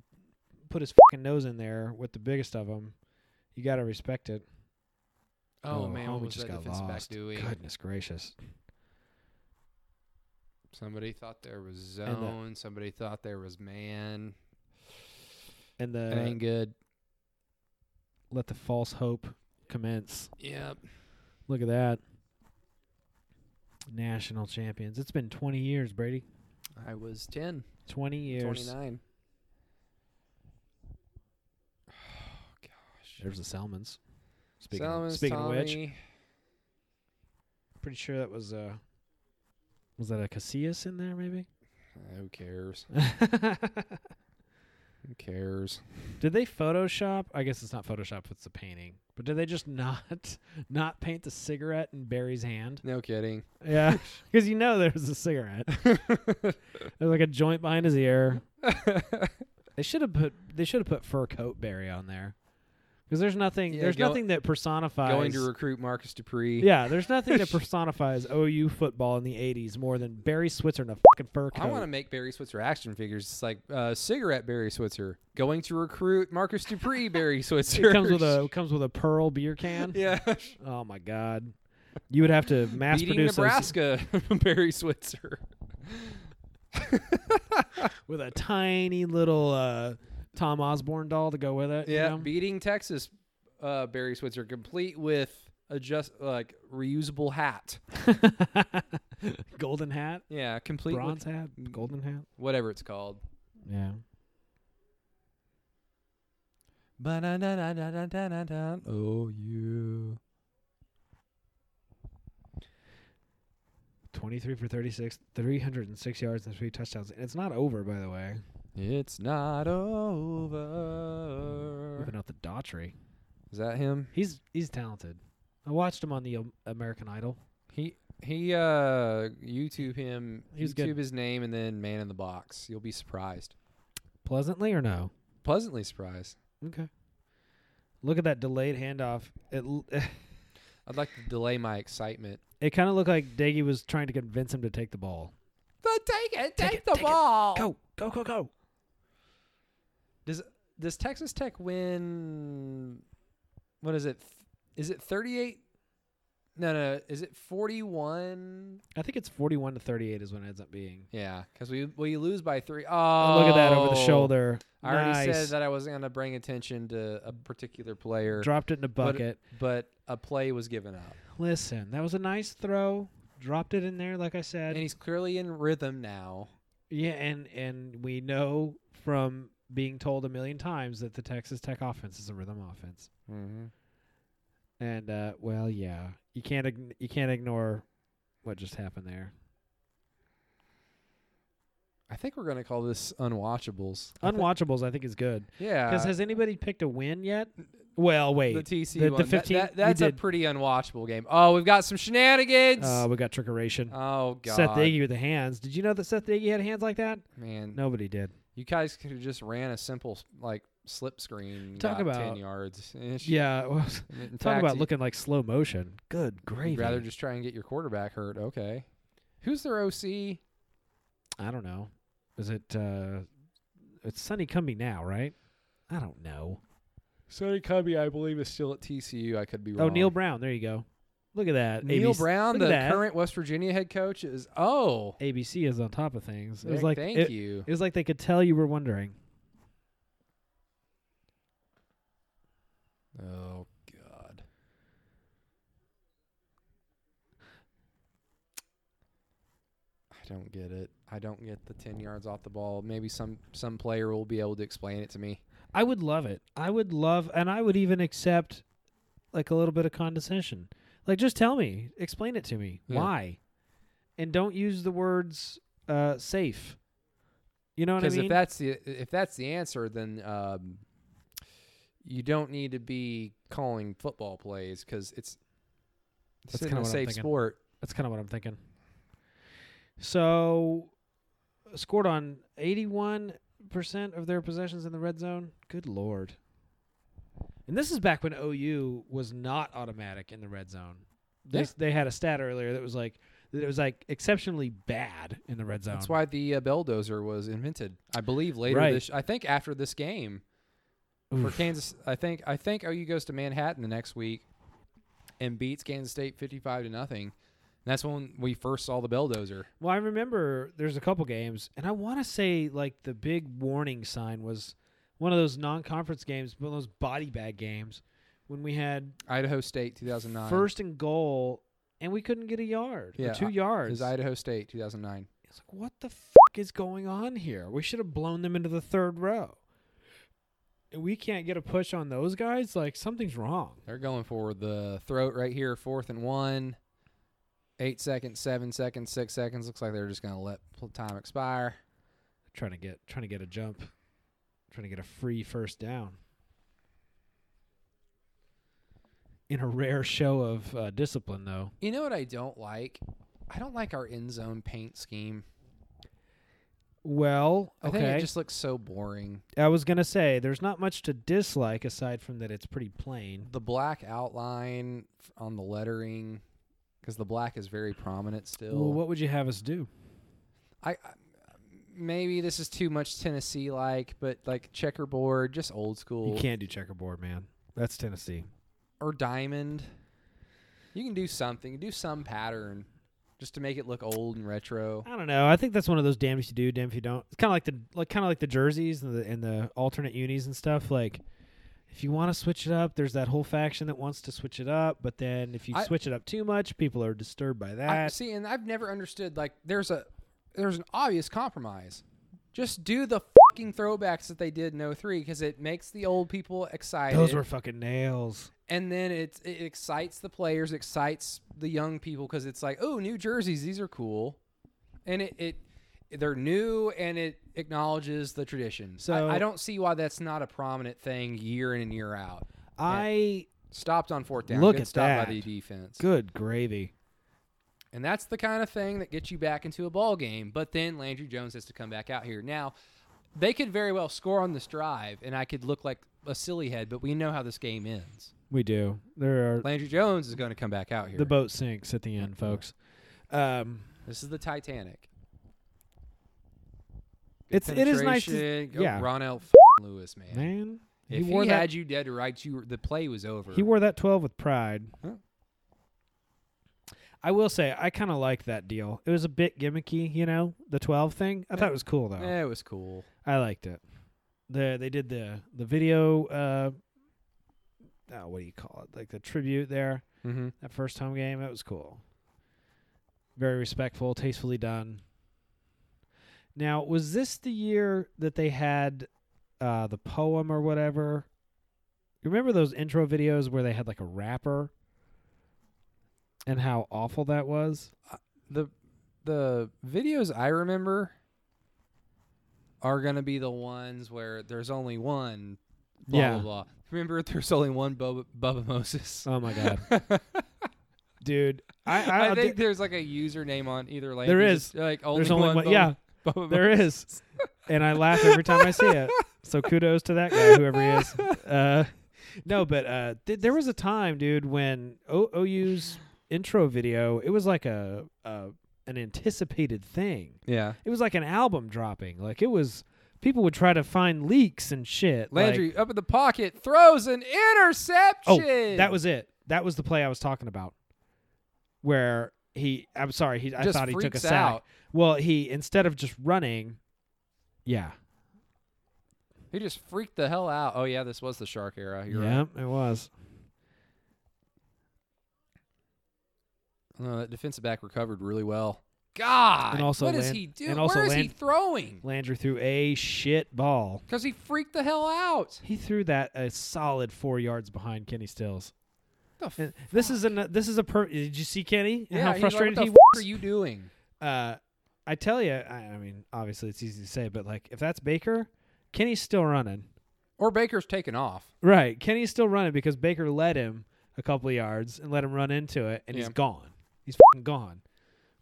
B: put his fucking nose in there with the biggest of them. You gotta respect it.
A: oh, man, what
B: homie
A: was that defense back doing?
B: Goodness gracious!
A: Somebody thought there was
B: And uh, the-
A: zone. Somebody thought there was man.
B: And
A: That
B: the
A: ain't good.
B: let the false hope commence.
A: Yep.
B: Look at that. National champions. It's been 20 years, Brady.
A: I was 10,
B: 20 years.
A: 29.
B: There's the Salmons. Speaking,
A: Salmons,
B: of, speaking
A: Tommy,
B: of which, pretty sure that was uh was that a Casillas in there maybe?
A: Who cares? Who cares?
B: did they photoshop? I guess it's not photoshop, it's the painting. But did they just not not paint the cigarette in Barry's hand?
A: No kidding.
B: Yeah, cuz you know there's a cigarette. There's like a joint behind his ear. They should have put they should have put fur coat Barry on there. Because there's nothing
A: Yeah,
B: there's
A: go-
B: nothing that personifies
A: Going to recruit Marcus Dupree.
B: Yeah, there's nothing that personifies OU football in the eighties more than Barry Switzer and a fucking fur coat.
A: I want to make Barry Switzer action figures. It's like uh, cigarette Barry Switzer going to recruit Marcus Dupree. Barry Switzer
B: it comes with a it comes with a pearl beer can.
A: yeah,
B: Oh my god. You would have to mass
A: beating
B: produce those
A: Nebraska. Barry Switzer.
B: with a tiny little uh, Tom Osborne doll to go with it. you
A: Yeah,
B: know?
A: beating Texas. Uh, Barry Switzer, complete with adjust like reusable hat.
B: golden hat,
A: Yeah, complete with
B: bronze hat, golden hat.
A: whatever it's called.
B: Yeah.
A: Oh, you.
B: 23 for 36, 306 yards and three touchdowns. And it's not over, by the way.
A: It's not over.
B: Moving out the Daughtry.
A: Is that him?
B: He's he's talented. I watched him on the um, American Idol.
A: He he uh YouTube him
B: He was
A: YouTube
B: good.
A: his name and then man in the box. You'll be surprised.
B: Pleasantly or no?
A: Pleasantly surprised.
B: Okay. Look at that delayed handoff. It l-
A: I'd like to delay my excitement.
B: it kind of looked like Daggy was trying to convince him to take the ball.
A: But take it, take,
B: it,
A: the
B: take it.
A: ball.
B: Go, go, go, go.
A: Does Texas Tech win what is it? Is it 38? No, no, is it 41?
B: I think it's 41 to 38 is when it ends up being.
A: Yeah, cuz we we lose by 3. Oh.
B: Look at that over the shoulder.
A: I already said
B: Nice.
A: that I wasn't going to bring attention to a particular player,
B: Dropped it in a bucket.
A: but a play was given up.
B: Listen, that was a nice throw. Dropped it in there, like I said.
A: And he's clearly in rhythm now.
B: Yeah, and and we know from being told a million times that the Texas Tech offense is a rhythm offense.
A: Mm-hmm.
B: And uh, well, yeah, you can't ign- you can't ignore what just happened there.
A: I think we're gonna call this unwatchables. I thi-
B: Unwatchables, I think, is good
A: yeah.
B: because has anybody picked a win yet? Well,
A: the
B: wait.
A: TC
B: the- the
A: one. that-
B: 15
A: that-
B: we
A: that's a
B: did.
A: pretty unwatchable game. Oh, we've got some shenanigans.
B: Uh, we got trickeration.
A: oh god,
B: Seth Iggy with the hands. Did you know that Seth Iggy had hands like that?
A: man,
B: Nobody did.
A: you guys could have just ran a simple like slip screen got
B: Talk
A: ten
B: about-
A: yards. Ish.
B: Yeah. Well,
A: In
B: talk
A: fact,
B: about
A: you-
B: looking like slow motion. Good gravy.
A: You'd rather just try and get your quarterback hurt. Okay. Who's their OC?
B: I don't know. Is it? uh It's Sunny Cumby now, right? I don't know.
A: Sonny Cubby, I believe, is still at TCU. I could be wrong.
B: Oh, Neil Brown. There you go. Look at that.
A: Neil
B: ABC
A: Brown,
B: look
A: the
B: at that.
A: current West Virginia head coach, is oh.
B: ABC is on top of things. It was
A: thank-
B: like
A: thank
B: it,
A: you.
B: it was like they could tell you were wondering.
A: Oh God. I don't get it. I don't get the ten yards off the ball. Maybe some some player will be able to explain it to me.
B: I would love it. I would love, and I would even accept like a little bit of condescension. Like, just tell me, explain it to me.
A: Yeah.
B: Why? And don't use the words uh, safe. You know what I
A: Because
B: mean?
A: if that's the if that's the answer, then um, you don't need to be calling football plays because it's
B: That's
A: it's in a
B: kinda what I'm
A: safe
B: thinking.
A: sport.
B: That's kind of what I'm thinking. So, uh, scored on 81% of their possessions in the red zone. Good lord. And this is back when OU was not automatic in the red zone. They
A: Yeah.
B: they had a stat earlier that was like that it was like exceptionally bad in the red zone.
A: That's why the uh, bulldozer was invented, I believe. Later
B: Right.
A: this, I think after this game for
B: Oof.
A: Kansas, I think I think OU goes to Manhattan the next week and beats Kansas State fifty-five to nothing. And that's when we first saw the bulldozer.
B: Well, I remember there's a couple games, and I want to say like the big warning sign was one of those non-conference games, one of those body bag games, when we had
A: Idaho State two thousand nine.
B: First and goal, and we couldn't get a yard. or
A: Yeah,
B: two
A: I-
B: yards.
A: is Idaho State two thousand nine.
B: it's like, what the f- is going on here? We should have blown them into the third row. And we can't get a push on those guys. Like something's wrong.
A: They're going for the throat right here, fourth and one. Eight seconds, seven seconds, six seconds. Looks like they're just going to let pl- time expire.
B: Trying to get, trying to get a jump, trying to get a free first down. In a rare show of uh, discipline, though,
A: You know what I don't like? I don't like our end zone paint scheme.
B: well,
A: I think
B: okay.
A: it just looks so boring.
B: I was gonna say there's not much to dislike aside from that it's pretty plain.
A: The black outline f- on the lettering, because the black is very prominent still.
B: Well, what would you have us do?
A: I, I maybe this is too much Tennessee like, but like checkerboard, just old
B: You
A: school
B: can't do checkerboard, man. That's Tennessee.
A: or diamond. You can do something, do some pattern, just to make it look old and retro.
B: I don't know. I think that's one of those damn if you do, damn if you don't. It's kind of like the like kind of like the jerseys and the and the alternate unis and stuff. Like, if you want to switch it up, there's that whole faction that wants to switch it up. But then if you
A: I-
B: switch it up too much, people are disturbed by
A: I,
B: that.
A: see, and I've never understood like there's a there's an obvious compromise. Just do the fucking throwbacks that they did in 03 because it makes the old people excited.
B: Those were fucking nails.
A: and then it's, it excites the players, excites the young people because it's like, oh, new jerseys, these are cool, and it, it they're new and it acknowledges the tradition.
B: So-
A: I, I don't see why that's not a prominent thing year in and year out.
B: I
A: Stopped on fourth down.
B: Look
A: Good
B: at
A: stop
B: that.
A: by the defense.
B: good gravy.
A: And that's the kind of thing that gets you back into a ball game. But then Landry Jones has to come back out here. Now, they could very well score on this drive, and I could look like a silly head, but we know how this game ends.
B: We do. There are
A: Landry Jones is going to come back out here.
B: the boat sinks at the end, folks. Um,
A: this is the Titanic.
B: it's it is nice. To,
A: Penetration. Go
B: yeah.
A: Ronell f- Lewis, man.
B: man,
A: If he,
B: wore that
A: had you dead to rights, you were- the play was over.
B: He wore that 12 with pride.
A: Huh.
B: I will say, I kind of like that deal. It was a bit gimmicky, you know, the 12 thing. I thought it was cool, though.
A: Eh, it was cool.
B: I liked it. The, they did the, the video, uh, oh, what do you call it? Like the tribute there,
A: Mm-hmm.
B: that first home game. That was cool. Very respectful, tastefully done. Now, was this the year that they had uh, the poem or whatever? You remember those intro videos where they had like a rapper and how awful that was?
A: the the videos I remember are gonna be the ones where there's only one. Blah
B: Yeah.
A: blah blah. Remember, there's only one Bubba, Bubba Moses.
B: Oh my god. Dude, I, I,
A: I, think there's like a username on either lane.
B: There
A: You
B: is.
A: just, like only
B: there's only
A: one.
B: one.
A: Bubba-
B: yeah,
A: Bubba
B: there
A: Moses.
B: is. And I laugh every time I see it. So kudos to that guy, whoever he is. Uh, no, but uh, th- there was a time, dude, when o- OU's intro video it was like a, a an anticipated thing.
A: Yeah.
B: It was like an album dropping. Like it was, people would try to find leaks and shit. like- oh,
A: Landry up in the pocket throws an interception.
B: that was it. That was the play I was talking about, where he. I'm sorry. He. I
A: Just
B: thought he took a
A: freaks
B: sack.
A: out.
B: Well, he instead of just running. Yeah.
A: He just freaked the hell out. Oh yeah, this was the shark era. You're
B: yeah,
A: right.
B: it was.
A: No, Uh, that defensive back recovered really well. God,
B: And also
A: what is
B: Lan-
A: he doing?
B: and also
A: Where is he
B: Lan-
A: throwing?
B: Landry threw a shit ball.
A: Because he freaked the hell out.
B: He threw that a solid four yards behind Kenny Stills.
A: The f-
B: And this is an this is a per. Did you see Kenny? and
A: yeah,
B: how
A: he's like,
B: frustrated
A: what the
B: he
A: f-
B: was.
A: are you doing?
B: uh, I tell you, I, I mean, obviously it's easy to say, but like if that's Baker, Kenny's still running.
A: Or Baker's taken off.
B: Right. Kenny's still running because Baker led him a couple of yards and let him run into it, and
A: Yeah.
B: he's gone. He's fing gone.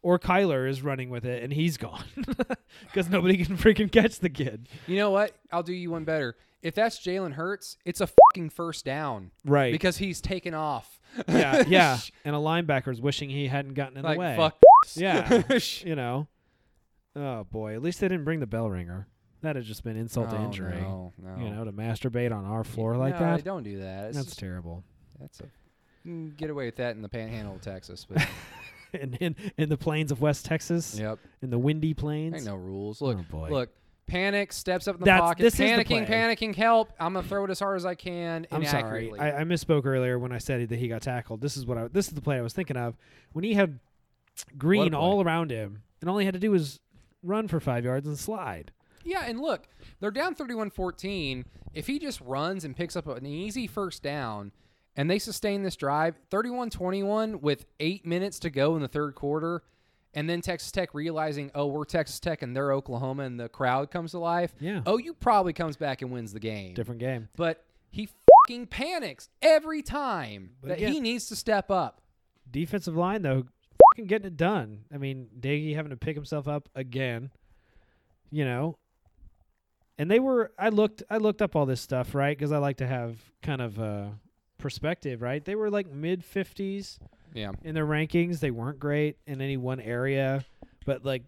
B: Or Kyler is running with it, and he's gone because nobody can freaking catch the kid.
A: You know what? I'll do you one better. If that's Jalen Hurts, it's a fucking first down
B: Right.
A: because he's taken off.
B: yeah, yeah. And a linebacker's wishing he hadn't gotten in
A: like
B: the way.
A: fuck. this.
B: Yeah. You know. Oh boy. At least they didn't bring the bell ringer. That'd just been insult to
A: Oh,
B: injury.
A: No, no.
B: You know, to masturbate on our floor like
A: no,
B: that.
A: Don't do that. It's
B: That's
A: just-
B: terrible.
A: that's a you can get away with that in the Panhandle of Texas, but
B: in, in in the plains of West Texas,
A: yep,
B: in the windy plains.
A: ain't no rules. Look,
B: Oh, boy.
A: look, panic, steps up in the
B: That's-
A: pocket,
B: this is the
A: panicking,
B: play.
A: panicking, help! I'm gonna throw it as hard as I can.
B: I'm sorry.
A: inaccurately.
B: I, I misspoke earlier when I said that he got tackled. This is what I this is the play I was thinking of. When he had green
A: play.
B: all around him and all he had to do was run for five yards and slide.
A: Yeah, and look, they're down 31-14. If he just runs and picks up an easy first down and they sustain this drive, 31-21 with 8 minutes to go in the third quarter, and then Texas Tech realizing, "Oh, we're Texas Tech and they're Oklahoma," and the crowd comes to life.
B: Yeah.
A: Oh, you probably comes back and wins the game.
B: Different game.
A: But he fucking panics every time
B: But
A: that he
B: again-
A: needs to step up.
B: Defensive line though, fucking getting it done. I mean, Daggy having to pick himself up again. You know. And they were I looked I looked up all this stuff, right? Because I like to have kind of a perspective, right? They were like mid fifties.
A: Yeah.
B: in their rankings. They weren't great in any one area, but like,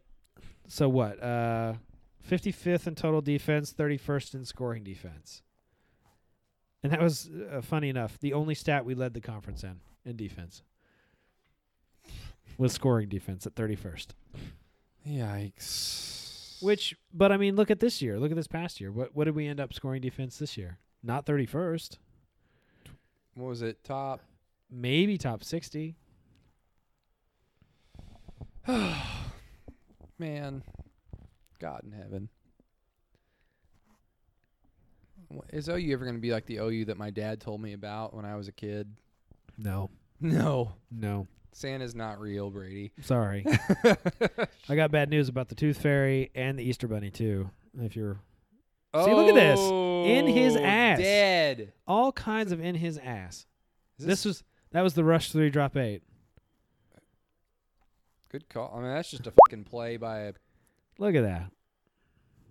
B: so what? Uh, 55th in total defense, 31st in scoring defense. And that was uh, funny enough. The only stat we led the conference in in defense was scoring defense at 31st.
A: Yikes.
B: Which, but I mean, look at this year. Look at this past year. What what did we end up scoring defense this year? Not 31st.
A: what was it? Top
B: Maybe top 60.
A: Man, God in heaven. Wh- Is OU ever going to be like the OU that my dad told me about when I was a kid?
B: No,
A: No.
B: no.
A: Santa's not real, Brady.
B: Sorry. I got bad news about the Tooth Fairy and the Easter Bunny too. If you're See, look at this. In his
A: Oh,
B: ass.
A: Dead.
B: all kinds of in his ass.
A: Is
B: This was that was the rush three drop eight.
A: good call. I mean, that's just a fucking play by
B: Look at that.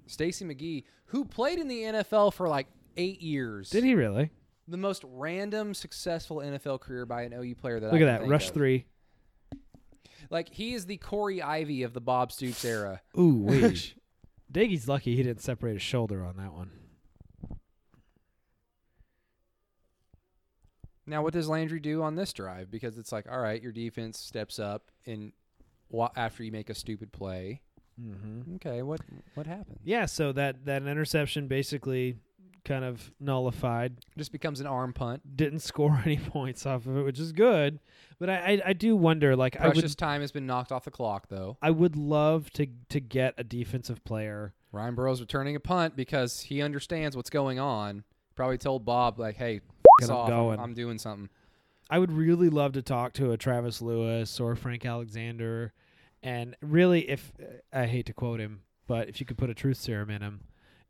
A: Stacy McGee, who played in the NFL for like eight years.
B: Did he really?
A: The most random successful NFL career by an OU player that I
B: Look at
A: can
B: that
A: think
B: rush
A: of.
B: three.
A: Like he is the Corey Ivy of the Bob Stoops era.
B: Ooh wee. Diggy's lucky he didn't separate his shoulder on that one.
A: Now, what does Landry do on this drive? Because it's like, all right, your defense steps up and wa- after you make a stupid play.
B: Mm-hmm.
A: Okay, what what happened?
B: Yeah. So that that interception basically kind of nullified
A: Just becomes an arm punt.
B: didn't score any points off of it which is good but i i, I do wonder like i
A: Precious
B: would
A: time has been knocked off the clock, though.
B: i would love to to get a defensive player
A: Ryan Burrow's returning a punt because he understands w's going on. Probably told Bob like, "Hey, f-
B: Get 'em
A: off. I'm-
B: going."
A: I'm, doing something."
B: I would really love to talk to a Travis Lewis or Frank Alexander, and really, if I hate to quote him, but if you could put a truth serum in him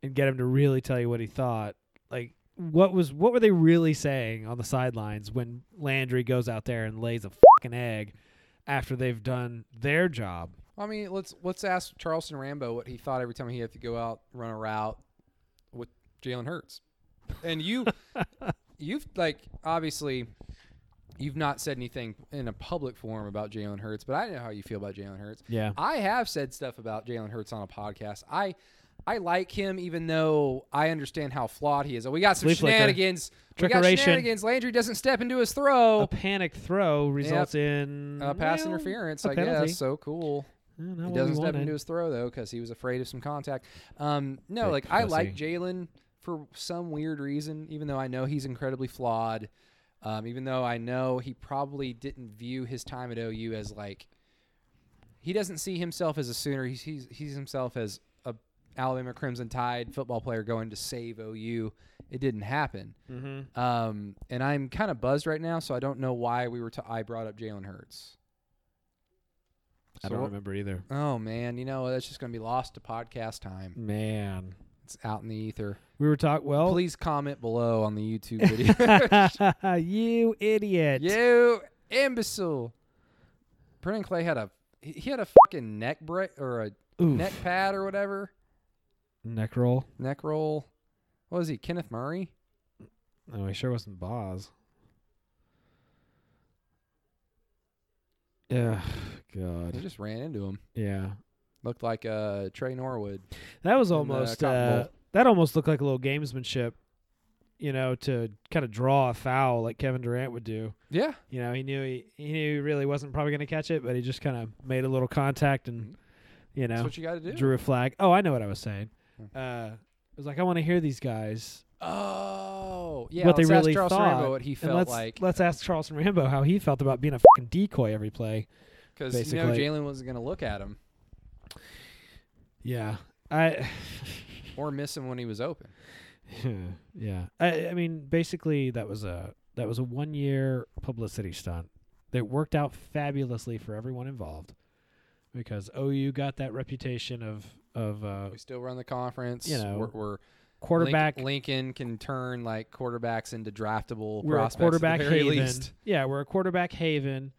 B: and get him to really tell you what he thought, like what was what were they really saying on the sidelines when Landry goes out there and lays a fucking egg after they've done their job?
A: I mean, let's let's ask Charleston Rambo what he thought every time he had to go out run a route with Jalen Hurts. And you, you've like obviously, you've not said anything in a public forum about Jalen Hurts, but I know how you feel about Jalen Hurts.
B: Yeah.
A: I have said stuff about Jalen Hurts on a podcast. I I like him, even though I understand how flawed he is. We got some
B: Flea flicker.
A: shenanigans. We got
B: Trickeration.
A: shenanigans. Landry doesn't step into his
B: A
A: throw.
B: panic throw results in
A: Uh, pass
B: well,
A: interference,
B: a
A: I
B: penalty.
A: guess. So cool.
B: Not what
A: He
B: we
A: doesn't step
B: wanted.
A: into his throw though because he was afraid of some contact. Um, no,
B: Big
A: like I like
B: pussy.
A: Jalen for some weird reason, even though I know he's incredibly flawed. Um, even though I know he probably didn't view his time at OU as like he doesn't see himself as a Sooner. He sees he's himself as a Alabama Crimson Tide football player going to save OU. It didn't happen.
B: Mm-hmm.
A: Um, and I'm kind of buzzed right now, so I don't know why we were. To, I brought up Jalen Hurts. So
B: I don't
A: what-
B: remember either.
A: Oh man, you know that's just gonna be lost to podcast time.
B: Man,
A: It's out in the ether.
B: we were talking. Well,
A: Please comment below on the YouTube video.
B: you idiot.
A: you imbecile! Brennan Clay had a he- he had a fucking neck break or a
B: Oof.
A: neck pad or whatever
B: Neck roll.
A: neck roll. What was he? Kenneth Murray?
B: No, he sure wasn't Boz. Yeah,
A: He
B: God.
A: just ran into him.
B: Yeah,
A: Looked like uh, Trey Norwood.
B: that was
A: And, uh,
B: almost
A: Cotton
B: uh,
A: Bowl.
B: that almost looked like a little gamesmanship, you know, to kind of draw a foul like Kevin Durant would do.
A: Yeah,
B: You know, he knew he, he knew he really wasn't probably going to catch it, but he just kind of made a little contact and, you
A: Mm-hmm. that's
B: know,
A: what you got to do. Hmm.
B: drew a flag. Oh, I know what I was saying. Uh, it was like I want to hear these guys
A: oh, yeah.
B: what they
A: let's ask
B: really
A: Charles
B: thought.
A: Rambo what he
B: and
A: felt
B: let's,
A: like
B: Let's ask Charleston Rambo how he felt about being a fucking decoy every play.
A: because you know
B: basically-
A: Jalen wasn't gonna look at him
B: Yeah, I.
A: or miss him when he was open.
B: yeah, I, I mean, basically that was a that was a one year publicity stunt that worked out fabulously for everyone involved because OU got that reputation of of uh,
A: We still run the conference.
B: You know,
A: we're, we're
B: quarterback.
A: Link- Lincoln can turn like quarterbacks into draftable
B: we're a
A: prospects
B: quarterback
A: at the very
B: haven.
A: least.
B: Yeah, we're a quarterback haven,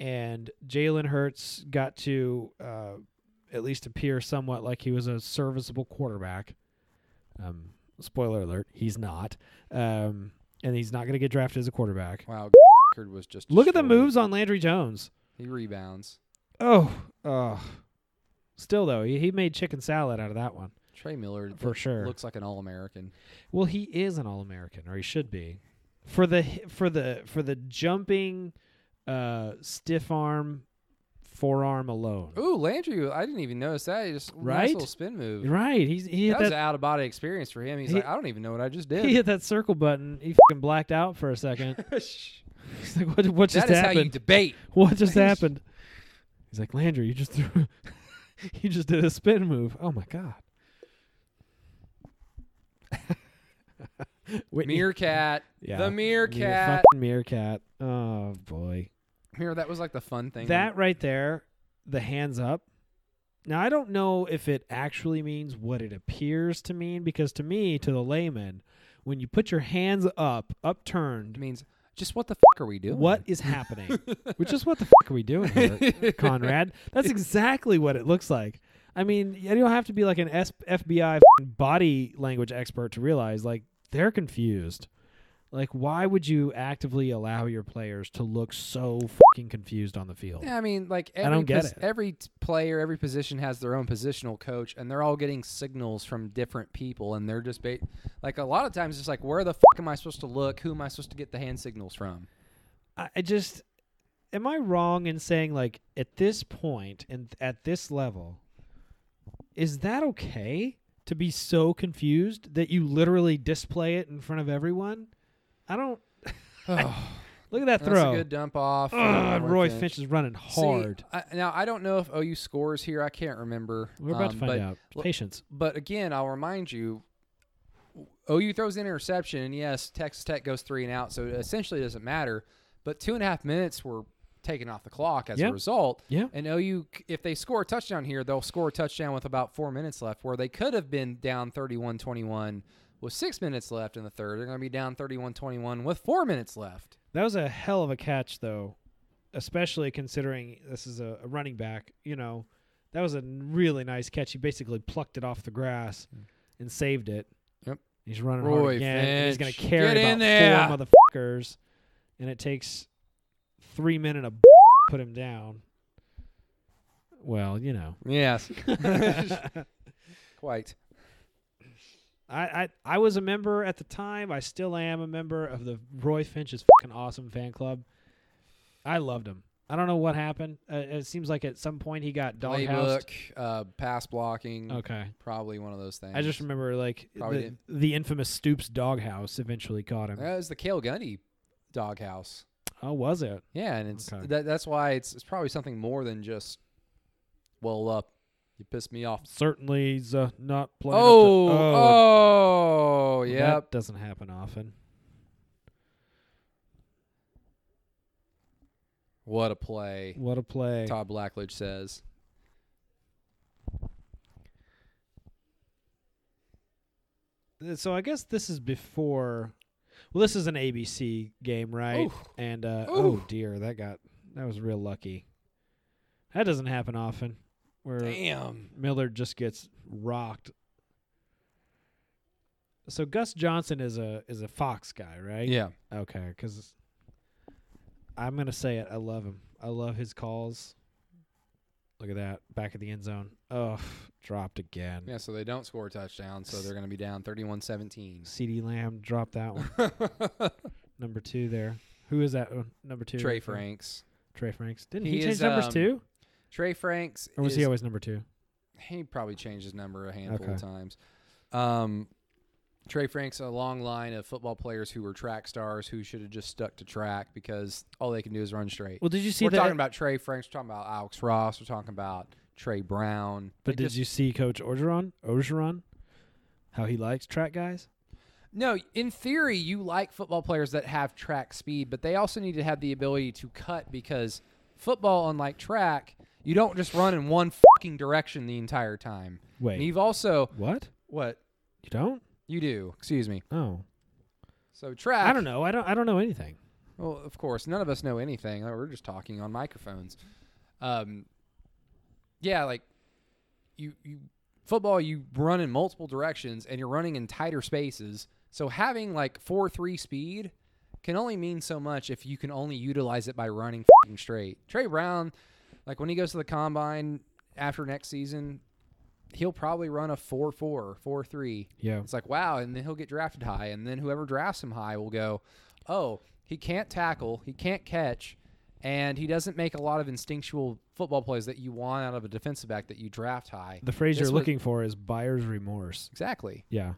B: and Jalen Hurts got to uh, at least appear somewhat like he was a serviceable quarterback. Um, spoiler alert: he's not, um, and he's not going to get drafted as a quarterback.
A: Wow, Gerd was just
B: Look at the
A: destroyed.
B: moves on Landry Jones.
A: He rebounds.
B: Oh, oh. Still though, he, he made chicken salad out of that one
A: Trey Miller
B: for
A: look-
B: sure.
A: looks like an all-American.
B: Well, he is an all-American, or he should be, for the for the for the jumping, uh, stiff arm, forearm alone.
A: Ooh, Landry, I didn't even notice that. He just nice
B: Right?
A: little spin move.
B: Right, he's he hit
A: that was
B: that,
A: an out-of-body experience for him. He's
B: He-
A: like, I don't even know what I just did.
B: he hit that circle button. He fucking blacked out for a second.
A: that is
B: He's like, what? What just
A: how you
B: happened?
A: debate.
B: What just happened? He's like, Landry, you just threw, you just did a spin move. Oh my god. Whitney-
A: Meerkat,
B: yeah.
A: the Meerkat.
B: Fucking meerkat. Oh boy.
A: Here, that was like the fun thing.
B: That right there, the hands up. Now I don't know if it actually means what it appears to mean because to me, to the layman, when you put your hands up,
A: It
B: upturned,
A: means just what the fuck are we doing?
B: what is happening? Which is what the fuck are we doing here, Conrad? That's exactly what it looks like. I mean, you don't have to be like an S- FBI fucking body language expert to realize like they're confused. Like, why would you actively allow your players to look so fucking confused on the field?
A: Yeah, I mean, like
B: I
A: every
B: don't get
A: pos-
B: it.
A: every t- player, every position has their own positional coach, and they're all getting signals from different people, and they're just ba- like a lot of times, it's like, where the fuck am I supposed to look? Who am I supposed to get the hand signals from?
B: I I just am I wrong in saying like at this point and at this level is that okay to be so confused that you literally display it in front of everyone? I don't look at that
A: That's
B: Oh, throw.
A: a good dump off.
B: Ugh,
A: Uh,
B: Roy Finch. is running
A: See,
B: hard.
A: I, now I don't know if OU scores here. I can't remember.
B: We're about to
A: Um,
B: find
A: but,
B: out.
A: l-
B: Patience.
A: But again, I'll remind you. OU throws an interception, and yes, Texas Tech goes three and out, so it essentially doesn't matter. But two and a half minutes were taken off the clock as
B: Yeah.
A: a result.
B: Yeah.
A: And OU, c- if they score a touchdown here, they'll score a touchdown with about four minutes left, where they could have been down 31 21 with six minutes left in the third. They're going to be down 31 21 with four minutes left.
B: That was a hell of a catch though, especially considering this is a, a running back, you know. That was a really nice catch. He basically plucked it off the grass and saved it.
A: Hmm. Yep.
B: He's running hard
A: Roy
B: again. and he's going
A: Finch,
B: to carry
A: get
B: about
A: in there.
B: four motherfuckers, and it takes three men and a put him down. Well, you know.
A: Yes,
B: I,
A: quite.
B: I I was a member at the time. I still am a member of the Roy Finch's fucking awesome fan club. I loved him. I don't know what happened. Uh, it seems like at some point he got doghoused.
A: Playbook, uh, pass blocking,
B: Okay.
A: probably one of those things.
B: I just remember like
A: Probably
B: the, the infamous Stoops doghouse eventually caught him.
A: that was the Kale Gundy doghouse.
B: Oh, was it?
A: Yeah, and it's
B: Okay.
A: that, that's why it's it's probably something more than just. Well, uh, you pissed me off.
B: Certainly he's uh, not playing. up to-
A: Oh,
B: it
A: oh,
B: Well,
A: yep.
B: That doesn't happen often.
A: What a play,
B: What a play.
A: Todd Blackledge says.
B: So I guess this is before. Well, this is an ABC game, right?
A: Oof.
B: And uh, oh
A: Oof.
B: dear, that got that was real lucky. That doesn't happen often, where
A: Damn.
B: Miller just gets rocked. So Gus Johnson is a is a Fox guy, right?
A: Yeah.
B: Okay, because I'm gonna say it. I love him. I love his calls. Look at that back of the end zone. Oh, dropped again.
A: Yeah, so they don't score a touchdown, so they're going to be down 31-17.
B: C.D. Lamb dropped that one. number two there. Who is that one? Number two.
A: Trey Franks.
B: Trey Franks. Didn't he,
A: He
B: change
A: is,
B: numbers
A: um,
B: too,
A: Trey Franks
B: or was
A: is-
B: he always number two?
A: he probably changed his number a handful of
B: Okay.
A: times. Um, Trey Franks, a long line of football players who were track stars who should have just stuck to track because all they can do is run straight.
B: Well, did you see
A: we're
B: that?
A: talking about Trey Franks. We're talking about Alex Ross. We're talking about Trey Brown.
B: but
A: They
B: did
A: just-
B: you see Coach Orgeron? Orgeron, how he likes track guys.
A: No, in theory, you like football players that have track speed, but they also need to have the ability to cut because football, unlike track, you don't just run in one fucking direction the entire time.
B: Wait,
A: And you've also
B: what?
A: what
B: You don't?
A: you do? Excuse me.
B: Oh,
A: So track.
B: I don't know. I don't. I don't know anything.
A: Well, of course, none of us know anything. We're just talking on microphones. Um, yeah, like you, you football, you run in multiple directions and you're running in tighter spaces. So having like four three speed can only mean so much if you can only utilize it by running fing straight. Trey Brown, like when he goes to the combine after next season, he'll probably run a four four four three.
B: Yeah.
A: It's like, wow, and then he'll get drafted high, and then whoever drafts him high will go, oh, he can't tackle, he can't catch, and he doesn't make a lot of instinctual football plays that you want out of a defensive back that you draft high.
B: The phrase
A: This
B: you're
A: was-
B: looking for is buyer's remorse.
A: Exactly.
B: Yeah.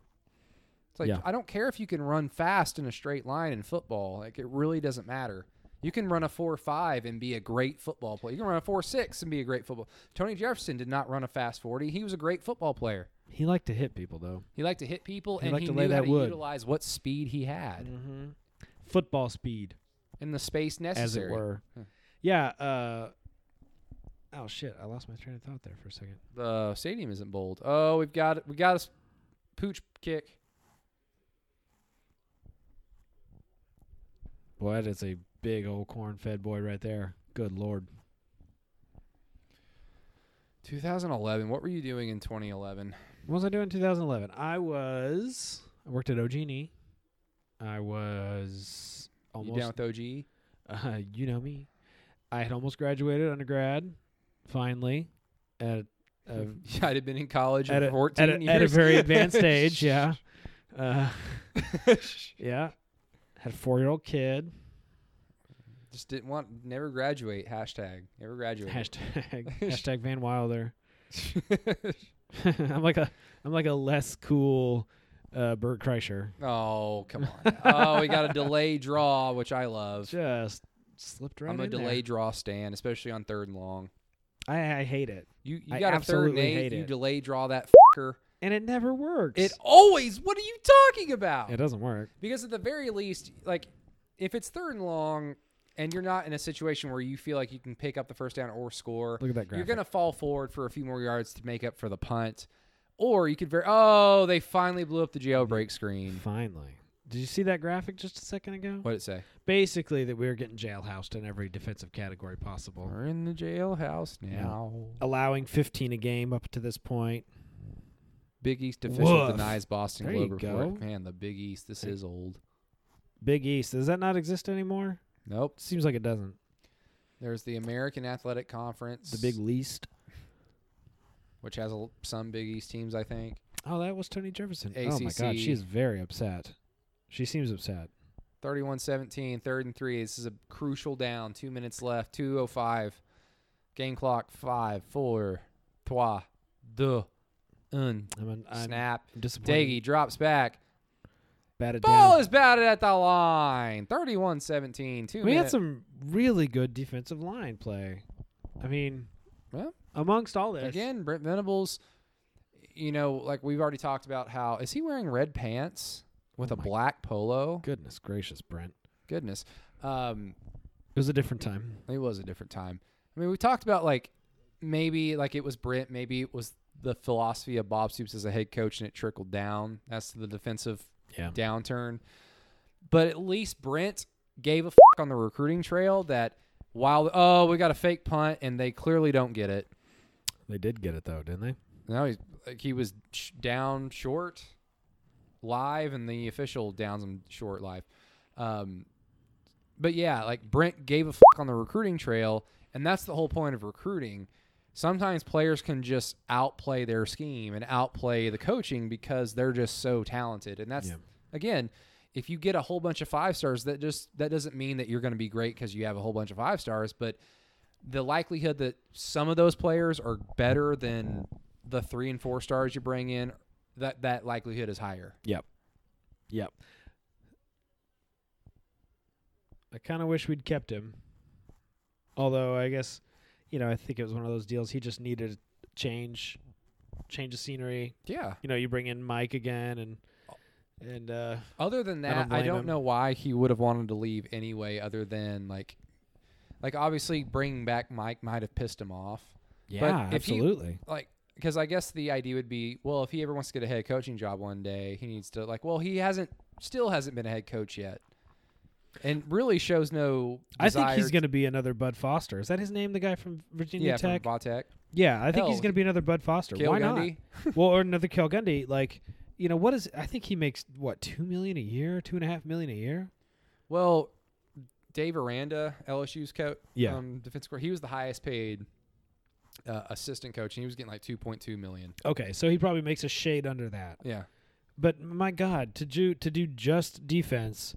A: It's like
B: Yeah.
A: I don't care if you can run fast in a straight line in football. Like it really doesn't matter. You can run a four five and be a great football player. You can run a four six and be a great football. Tony Jefferson did not run a fast forty. He was a great football player.
B: He liked to hit people though.
A: He liked to hit people
B: He
A: and
B: liked
A: he
B: to
A: knew
B: lay
A: how
B: that
A: to
B: wood.
A: utilize what speed he had
B: Mm-hmm. Football speed.
A: in the space
B: as
A: necessary.
B: it were.
A: Huh.
B: Yeah. Uh, oh shit! I lost my train of thought there for a second.
A: The stadium isn't bold. Oh, we've got we got a s- pooch kick.
B: Boy, that is a big old corn-fed boy right there. Good lord.
A: 2011. What were you doing in 2011?
B: What was I doing in 2011? I was. I worked at OG&E. E. I was almost.
A: You down with OG?
B: uh, you know me. I had almost graduated undergrad, finally, at a,
A: Yeah, I'd have been in college
B: at,
A: for
B: a,
A: 14
B: at, a,
A: years.
B: at a very advanced age. Yeah. Uh, yeah. Had a four-year-old kid.
A: Just didn't want never graduate. Hashtag never graduate.
B: Hashtag hashtag Van Wilder. I'm like a I'm like a less cool uh Bert Kreischer.
A: oh come on! Oh, we got a delay draw, which I love.
B: Just slipped right
A: I'm a
B: in there.
A: delay draw stand, especially on third and long.
B: I, I hate it.
A: You you
B: I
A: got a third and
B: absolutely
A: eight.
B: hate
A: You
B: it.
A: delay draw that fucker.
B: And it never works.
A: It always. What are you talking about?
B: it doesn't work.
A: Because at the very least, like if it's third and long and you're not in a situation where you feel like you can pick up the first down or score,
B: Look at that graphic.
A: you're going to fall forward for a few more yards to make up for the punt. Or you could very oh, they finally blew up the
B: Mm-hmm.
A: jailbreak screen.
B: Finally. Did you see that graphic just a second ago?
A: What would it say?
B: Basically that we were getting jailhoused in every defensive category possible.
A: We're in the jailhouse now.
B: Allowing 15 a game up to this point.
A: Big East official
B: Woof.
A: denies Boston
B: There
A: Globe
B: you
A: report.
B: go.
A: Man, the Big East. This
B: Hey.
A: is old.
B: Big East. Does that not exist anymore?
A: Nope.
B: Seems like it doesn't.
A: There's the American Athletic Conference,
B: The Big Least.
A: which has a l some Big East teams, I think.
B: Oh, that was Tony Jefferson. Oh my God,
A: ACC.
B: she is very upset. She seems upset.
A: 31-17, third and three. This is a crucial down. Two minutes left. Two oh five. Game clock. Five, four, trois, deux, un.
B: I'm, an, I'm
A: Snap.
B: disappointed.
A: Daggy drops back.
B: batted
A: Ball
B: down.
A: is batted at the line. 31-17. Two
B: We had
A: minutes.
B: some really good defensive line play. I mean,
A: Well,
B: amongst all this,
A: Again, Brent Venables, you know, like we've already talked about how is he wearing red pants with
B: Oh
A: a
B: my
A: black polo?
B: goodness gracious, Brent,
A: Goodness. Um,
B: it was a different time.
A: It was a different time. I mean, we talked about like maybe like it was Brent, maybe it was the philosophy of Bob Stoops as a head coach, and it trickled down. That's the defensive
B: Yeah.
A: downturn. But at least Brent gave a f- on the recruiting trail that while oh we got a fake punt and they clearly don't get it.
B: They did get it though, didn't they?
A: No, he's like he was sh- down short, live, and the official downs him short live. Um, but yeah, like Brent gave a f- on the recruiting trail, and that's the whole point of recruiting. Sometimes players can just outplay their scheme and outplay the coaching because they're just so talented, and that's
B: Yeah.
A: again. If you get a whole bunch of five stars, that just that doesn't mean that you're going to be great because you have a whole bunch of five stars. But the likelihood that some of those players are better than the three and four stars you bring in, that that likelihood is higher.
B: Yep. Yep. I kind of wish we'd kept him. Although I guess, you know, I think it was one of those deals. He just needed a change, change of scenery.
A: Yeah.
B: You know, you bring in Mike again, and and uh,
A: Other than
B: I don't
A: that, I don't,
B: blame him.
A: know why he would have wanted to leave anyway. Other than like, like obviously bringing back Mike might have pissed him off.
B: yeah,
A: if you-
B: absolutely.
A: Like, because I guess the idea would be, well, if he ever wants to get a head coaching job one day, he needs to like, well, he hasn't, still hasn't been a head coach yet, and really shows no.
B: I think he's
A: desire-
B: going to be another Bud Foster. Is that his name? The guy from Virginia
A: yeah
B: Tech.
A: from Vautech.
B: yeah, I think he's
A: Hell,
B: going to be another Bud Foster.
A: Kale
B: Why
A: Gundy.
B: not? well, or another Kilgundy. Like, you know, what is? I think he makes what two million a year, two and a half million a year.
A: Well, Dave Aranda, LSU's coach,
B: Yeah.
A: um, defense coordinator, he was the highest paid uh, assistant coach, and he was getting like two point two million.
B: Okay, so he probably makes a shade under that.
A: Yeah,
B: But my God, to do to do just defense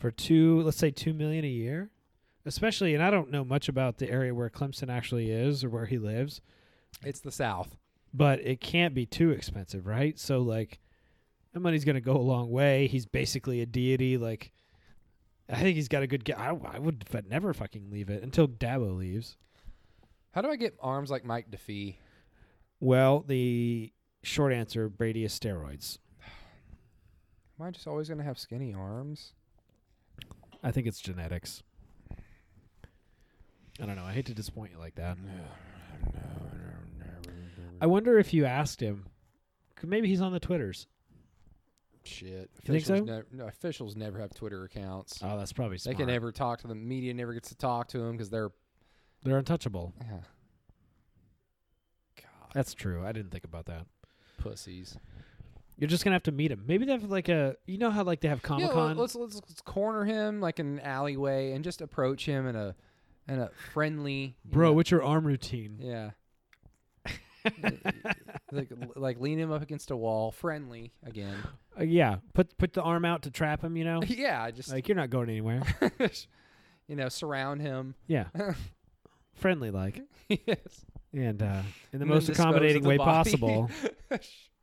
B: for two, let's say two million a year, especially, and I don't know much about the area where Clemson actually is or where he lives,
A: it's the South.
B: but it can't be too expensive, right? So like, that money's gonna go a long way. He's basically a deity. Like, I think he's got a good. Ge- I, I would f- never fucking leave it until Dabo leaves.
A: How do I get arms like Mike DeFee?
B: Well, the short answer, Brady is steroids.
A: Am I just always gonna have skinny arms?
B: I think it's genetics. I don't know. I hate to disappoint you like that. I wonder if you asked him. 'cause Maybe he's on the Twitters.
A: Shit.
B: You think
A: Officials
B: so?
A: nev- no, officials never have Twitter accounts.
B: Oh, that's probably
A: they
B: smart.
A: can never talk to the media. Never gets to talk to them because they're.
B: They're untouchable.
A: Yeah. God,
B: That's true. I didn't think about that.
A: pussies.
B: You're just gonna have to meet him. Maybe they have like a. You know how like they have Comic
A: Yeah,
B: Con.
A: let- let's, let's let's corner him like in an alleyway and just approach him in a in a friendly you
B: Bro,
A: know-
B: what's your arm routine?
A: yeah. like like lean him up against a wall, friendly again.
B: Uh, yeah, put put the arm out to trap him. You know,
A: Yeah, just
B: Oh. like you're not going anywhere.
A: you know, surround him.
B: Yeah, friendly like,
A: yes.
B: and uh, in the
A: then
B: most
A: dispose of
B: accommodating
A: the
B: way
A: body.
B: possible.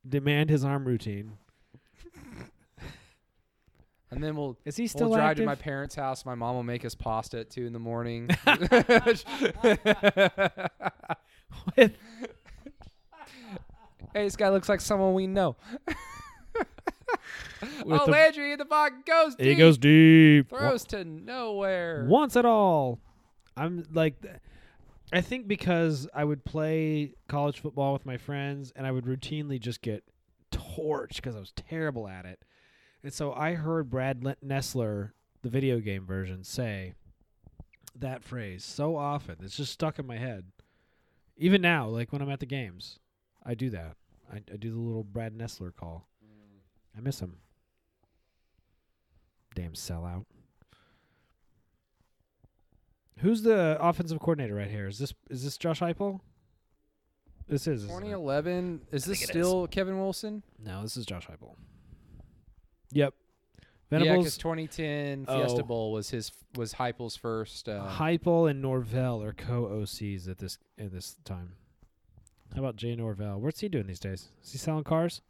B: demand his arm routine.
A: And then we'll
B: Is he
A: we'll
B: still
A: drive
B: active?
A: to my parents' house. My mom will make us pasta at two in the morning. hey, this guy looks like someone we know.
B: With
A: oh,
B: the-
A: Landry, the ball goes deep.
B: It goes deep.
A: throws to nowhere.
B: Once at all. I'm like, th- I think because I would play college football with my friends and I would routinely just get torched because I was terrible at it. And so I heard Brad Le- Nessler, the video game version, say that phrase so often. It's just stuck in my head. Even now, like when I'm at the games, I do that. I, I do the little Brad Nessler call. I miss him. Damn sellout. Who's the offensive coordinator right here? Is this is this Josh Heupel? This is. isn't it?
A: 2011. Is this
B: think it is.
A: still Kevin Wilson?
B: No, this is Josh Heupel.
A: Yeah,
B: Yep.
A: because
B: Venables,
A: 2010 Fiesta
B: Oh.
A: Bowl was his was Heupel's first. Uh,
B: Heupel, and Norvell are co-OCs at this at this time. How about Jay Norvell? What's he doing these days? Is he selling cars?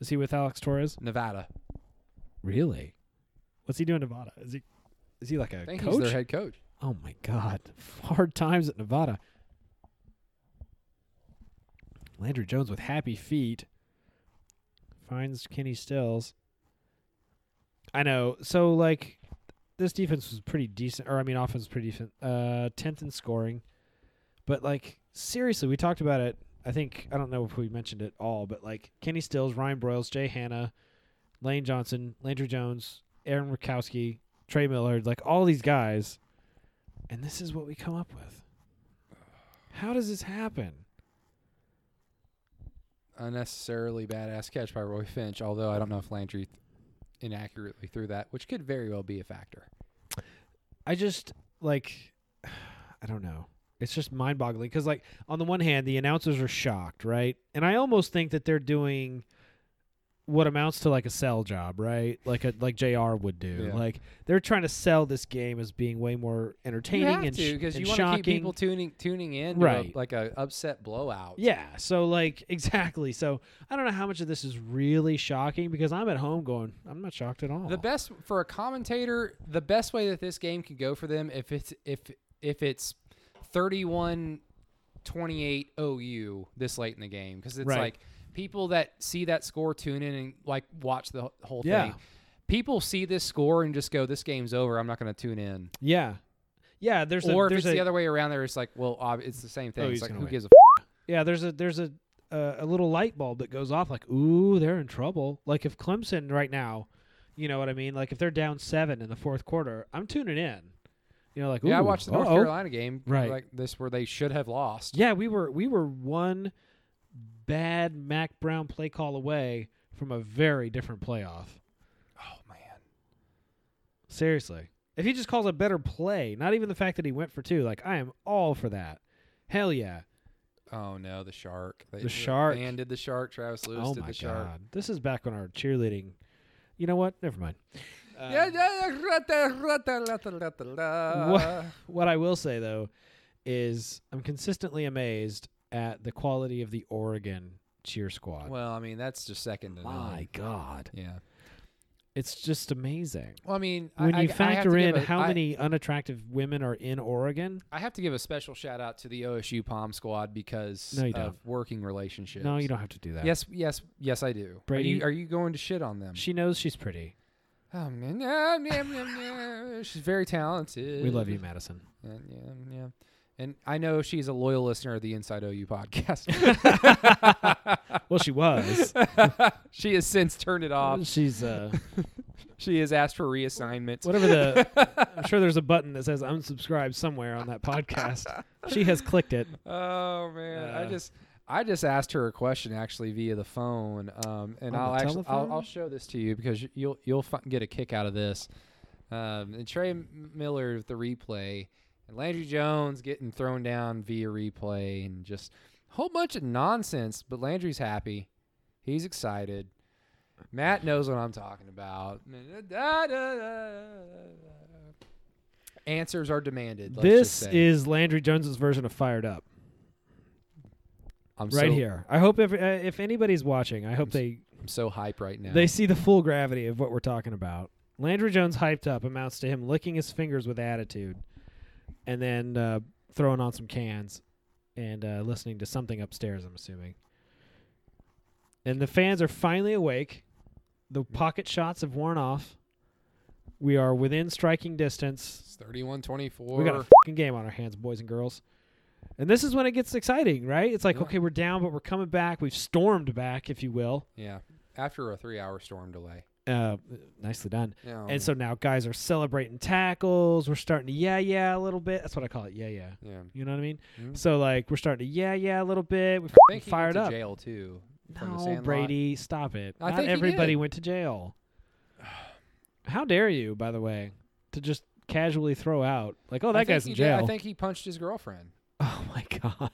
B: Is he with Alex Torres?
A: Nevada.
B: Really? What's he doing in Nevada? Is he is he like a
A: I think
B: coach?
A: he's their head coach.
B: Oh my God! Hard times at Nevada. Landry Jones with happy feet finds Kenny Stills. I know. So like, this defense was pretty decent, or I mean, offense was pretty decent. Uh, tenth in scoring, but like seriously, we talked about it. I think I don't know if we mentioned it all, but like Kenny Stills, Ryan Broyles, Jay Hanna, Lane Johnson, Landry Jones, Aaron Rakowski, Trey Miller, like all these guys and this is what we come up with. How does this happen?
A: Unnecessarily badass catch by Roy Finch, although I don't know if Landry th- inaccurately threw that, which could very well be a factor.
B: I just like I don't know. It's just mind-boggling cuz like on the one hand the announcers are shocked, right? And I almost think that they're doing what amounts to like a sell job, right? Like a like JR would do.
A: Yeah.
B: Like they're trying to sell this game as being way more entertaining
A: you have
B: and,
A: to
B: sh-
A: because
B: and
A: you
B: shocking.
A: want to keep people tuning tuning in, to a-
B: Right.
A: like a upset blowout.
B: Yeah. So like exactly. So I don't know how much of this is really shocking because I'm at home going, I'm not shocked at all.
A: The best for a commentator, the best way that this game can go for them if it's if if it's 31 28 OU this late in the game cuz it's
B: Right.
A: like people that see that score tune in and like watch the wh- whole
B: Yeah.
A: thing. People see this score and just go this game's over, I'm not going to tune in.
B: Yeah, yeah. There's
A: or
B: a,
A: if
B: there's
A: it's the
B: a-
A: other way around there it's like, well, ob- it's the same thing.
B: Oh,
A: it's
B: he's
A: like
B: gonna
A: who
B: win.
A: gives a
B: yeah. There's a there's a uh, a little light bulb that goes off like ooh they're in trouble. Like if Clemson right now, you know what I mean. Like if they're down seven in the fourth quarter, I'm tuning in. You know like ooh,
A: Yeah, I watched the North
B: uh-oh.
A: Carolina game
B: Right.
A: like this where they should have lost.
B: Yeah, we were we were one bad Mac Brown play call away from a very different playoff.
A: Oh man.
B: Seriously. If he just calls a better play, not even the fact that he went for two, like I am all for that. Hell yeah.
A: Oh no, the shark! They,
B: The shark.
A: Fan did the shark. Travis Lewis
B: Oh
A: did
B: my
A: the shark.
B: god. This is back on our cheerleading. You know what? Never mind.
A: Yeah, yeah, yeah, rata, rata, rata, rata, la.
B: What- What I will say though is I'm consistently amazed at the quality of the Oregon cheer squad.
A: Well, I mean that's just second to
B: my
A: none.
B: god.
A: Yeah.
B: It's just amazing.
A: Well, I mean, I-
B: When
A: I,
B: you
A: I have to
B: factor
A: give
B: in
A: a-
B: how
A: I-
B: many unattractive women are in Oregon,
A: I have to give a special shout out to the OSU Palm Squad because
B: No, you
A: of
B: don't.
A: working relationships.
B: no, you don't have to do that.
A: Yes, yes, yes, I do.
B: Brady-
A: are you, are you going to shit on them?
B: She knows she's pretty.
A: oh man, yeah, yeah, yeah, yeah. she's very talented.
B: We love you, Madison.
A: Yeah, yeah, yeah. And I know she's a loyal listener of the Inside OU podcast.
B: Well, she was.
A: she has since turned it off.
B: she's uh
A: She has asked for reassignments.
B: whatever the I'm sure there's a button that says unsubscribe somewhere on that podcast. She has clicked it.
A: Oh man, I
B: Uh,
A: just I just asked her a question actually via the phone, um, and
B: On Oh, the
A: I'll actually I'll,
B: telephone?
A: I'll show this to you because you'll you'll fi- get a kick out of this. Um, and Trey M- Miller with the replay, and Landry Jones getting thrown down via replay, and just a whole bunch of nonsense. But Landry's happy, he's excited. Matt knows what I'm talking about. Answers are demanded. let's just
B: this
A: say.
B: is Landry Jones's version of Fired Up
A: I'm
B: right
A: so-
B: here. I hope every, uh, if anybody's watching, I hope they
A: I'm so hype right now.
B: they see the full gravity of what we're talking about. Landry Jones hyped up amounts to him licking his fingers with attitude and then uh, throwing on some cans and uh, listening to something upstairs, I'm assuming. And the fans are finally awake. The pocket shots have worn off. We are within striking distance.
A: It's 31 24.
B: We got a fucking game on our hands, boys and girls. And this is when it gets exciting, right? It's like,
A: Yeah.
B: okay, we're down, but we're coming back. We've stormed back, if you will.
A: yeah. After a three hour storm delay.
B: Uh, nicely done.
A: Yeah.
B: And so now guys are celebrating tackles. We're starting to yeah yeah a little bit. That's what I call it. Yeah yeah.
A: yeah.
B: You know what I mean?
A: Mhm.
B: So like we're starting to yeah yeah a little bit. We
A: I
B: f***ing
A: think he
B: fired
A: went
B: up.
A: to jail too. from the
B: No,
A: Sandlot.
B: Brady, stop it.
A: I
B: Not
A: think he
B: everybody
A: did.
B: went to jail. How dare you, by the way, to just casually throw out like, oh,
A: I
B: that
A: think
B: guy's
A: he
B: in
A: did.
B: jail.
A: I think he punched his girlfriend.
B: oh my god,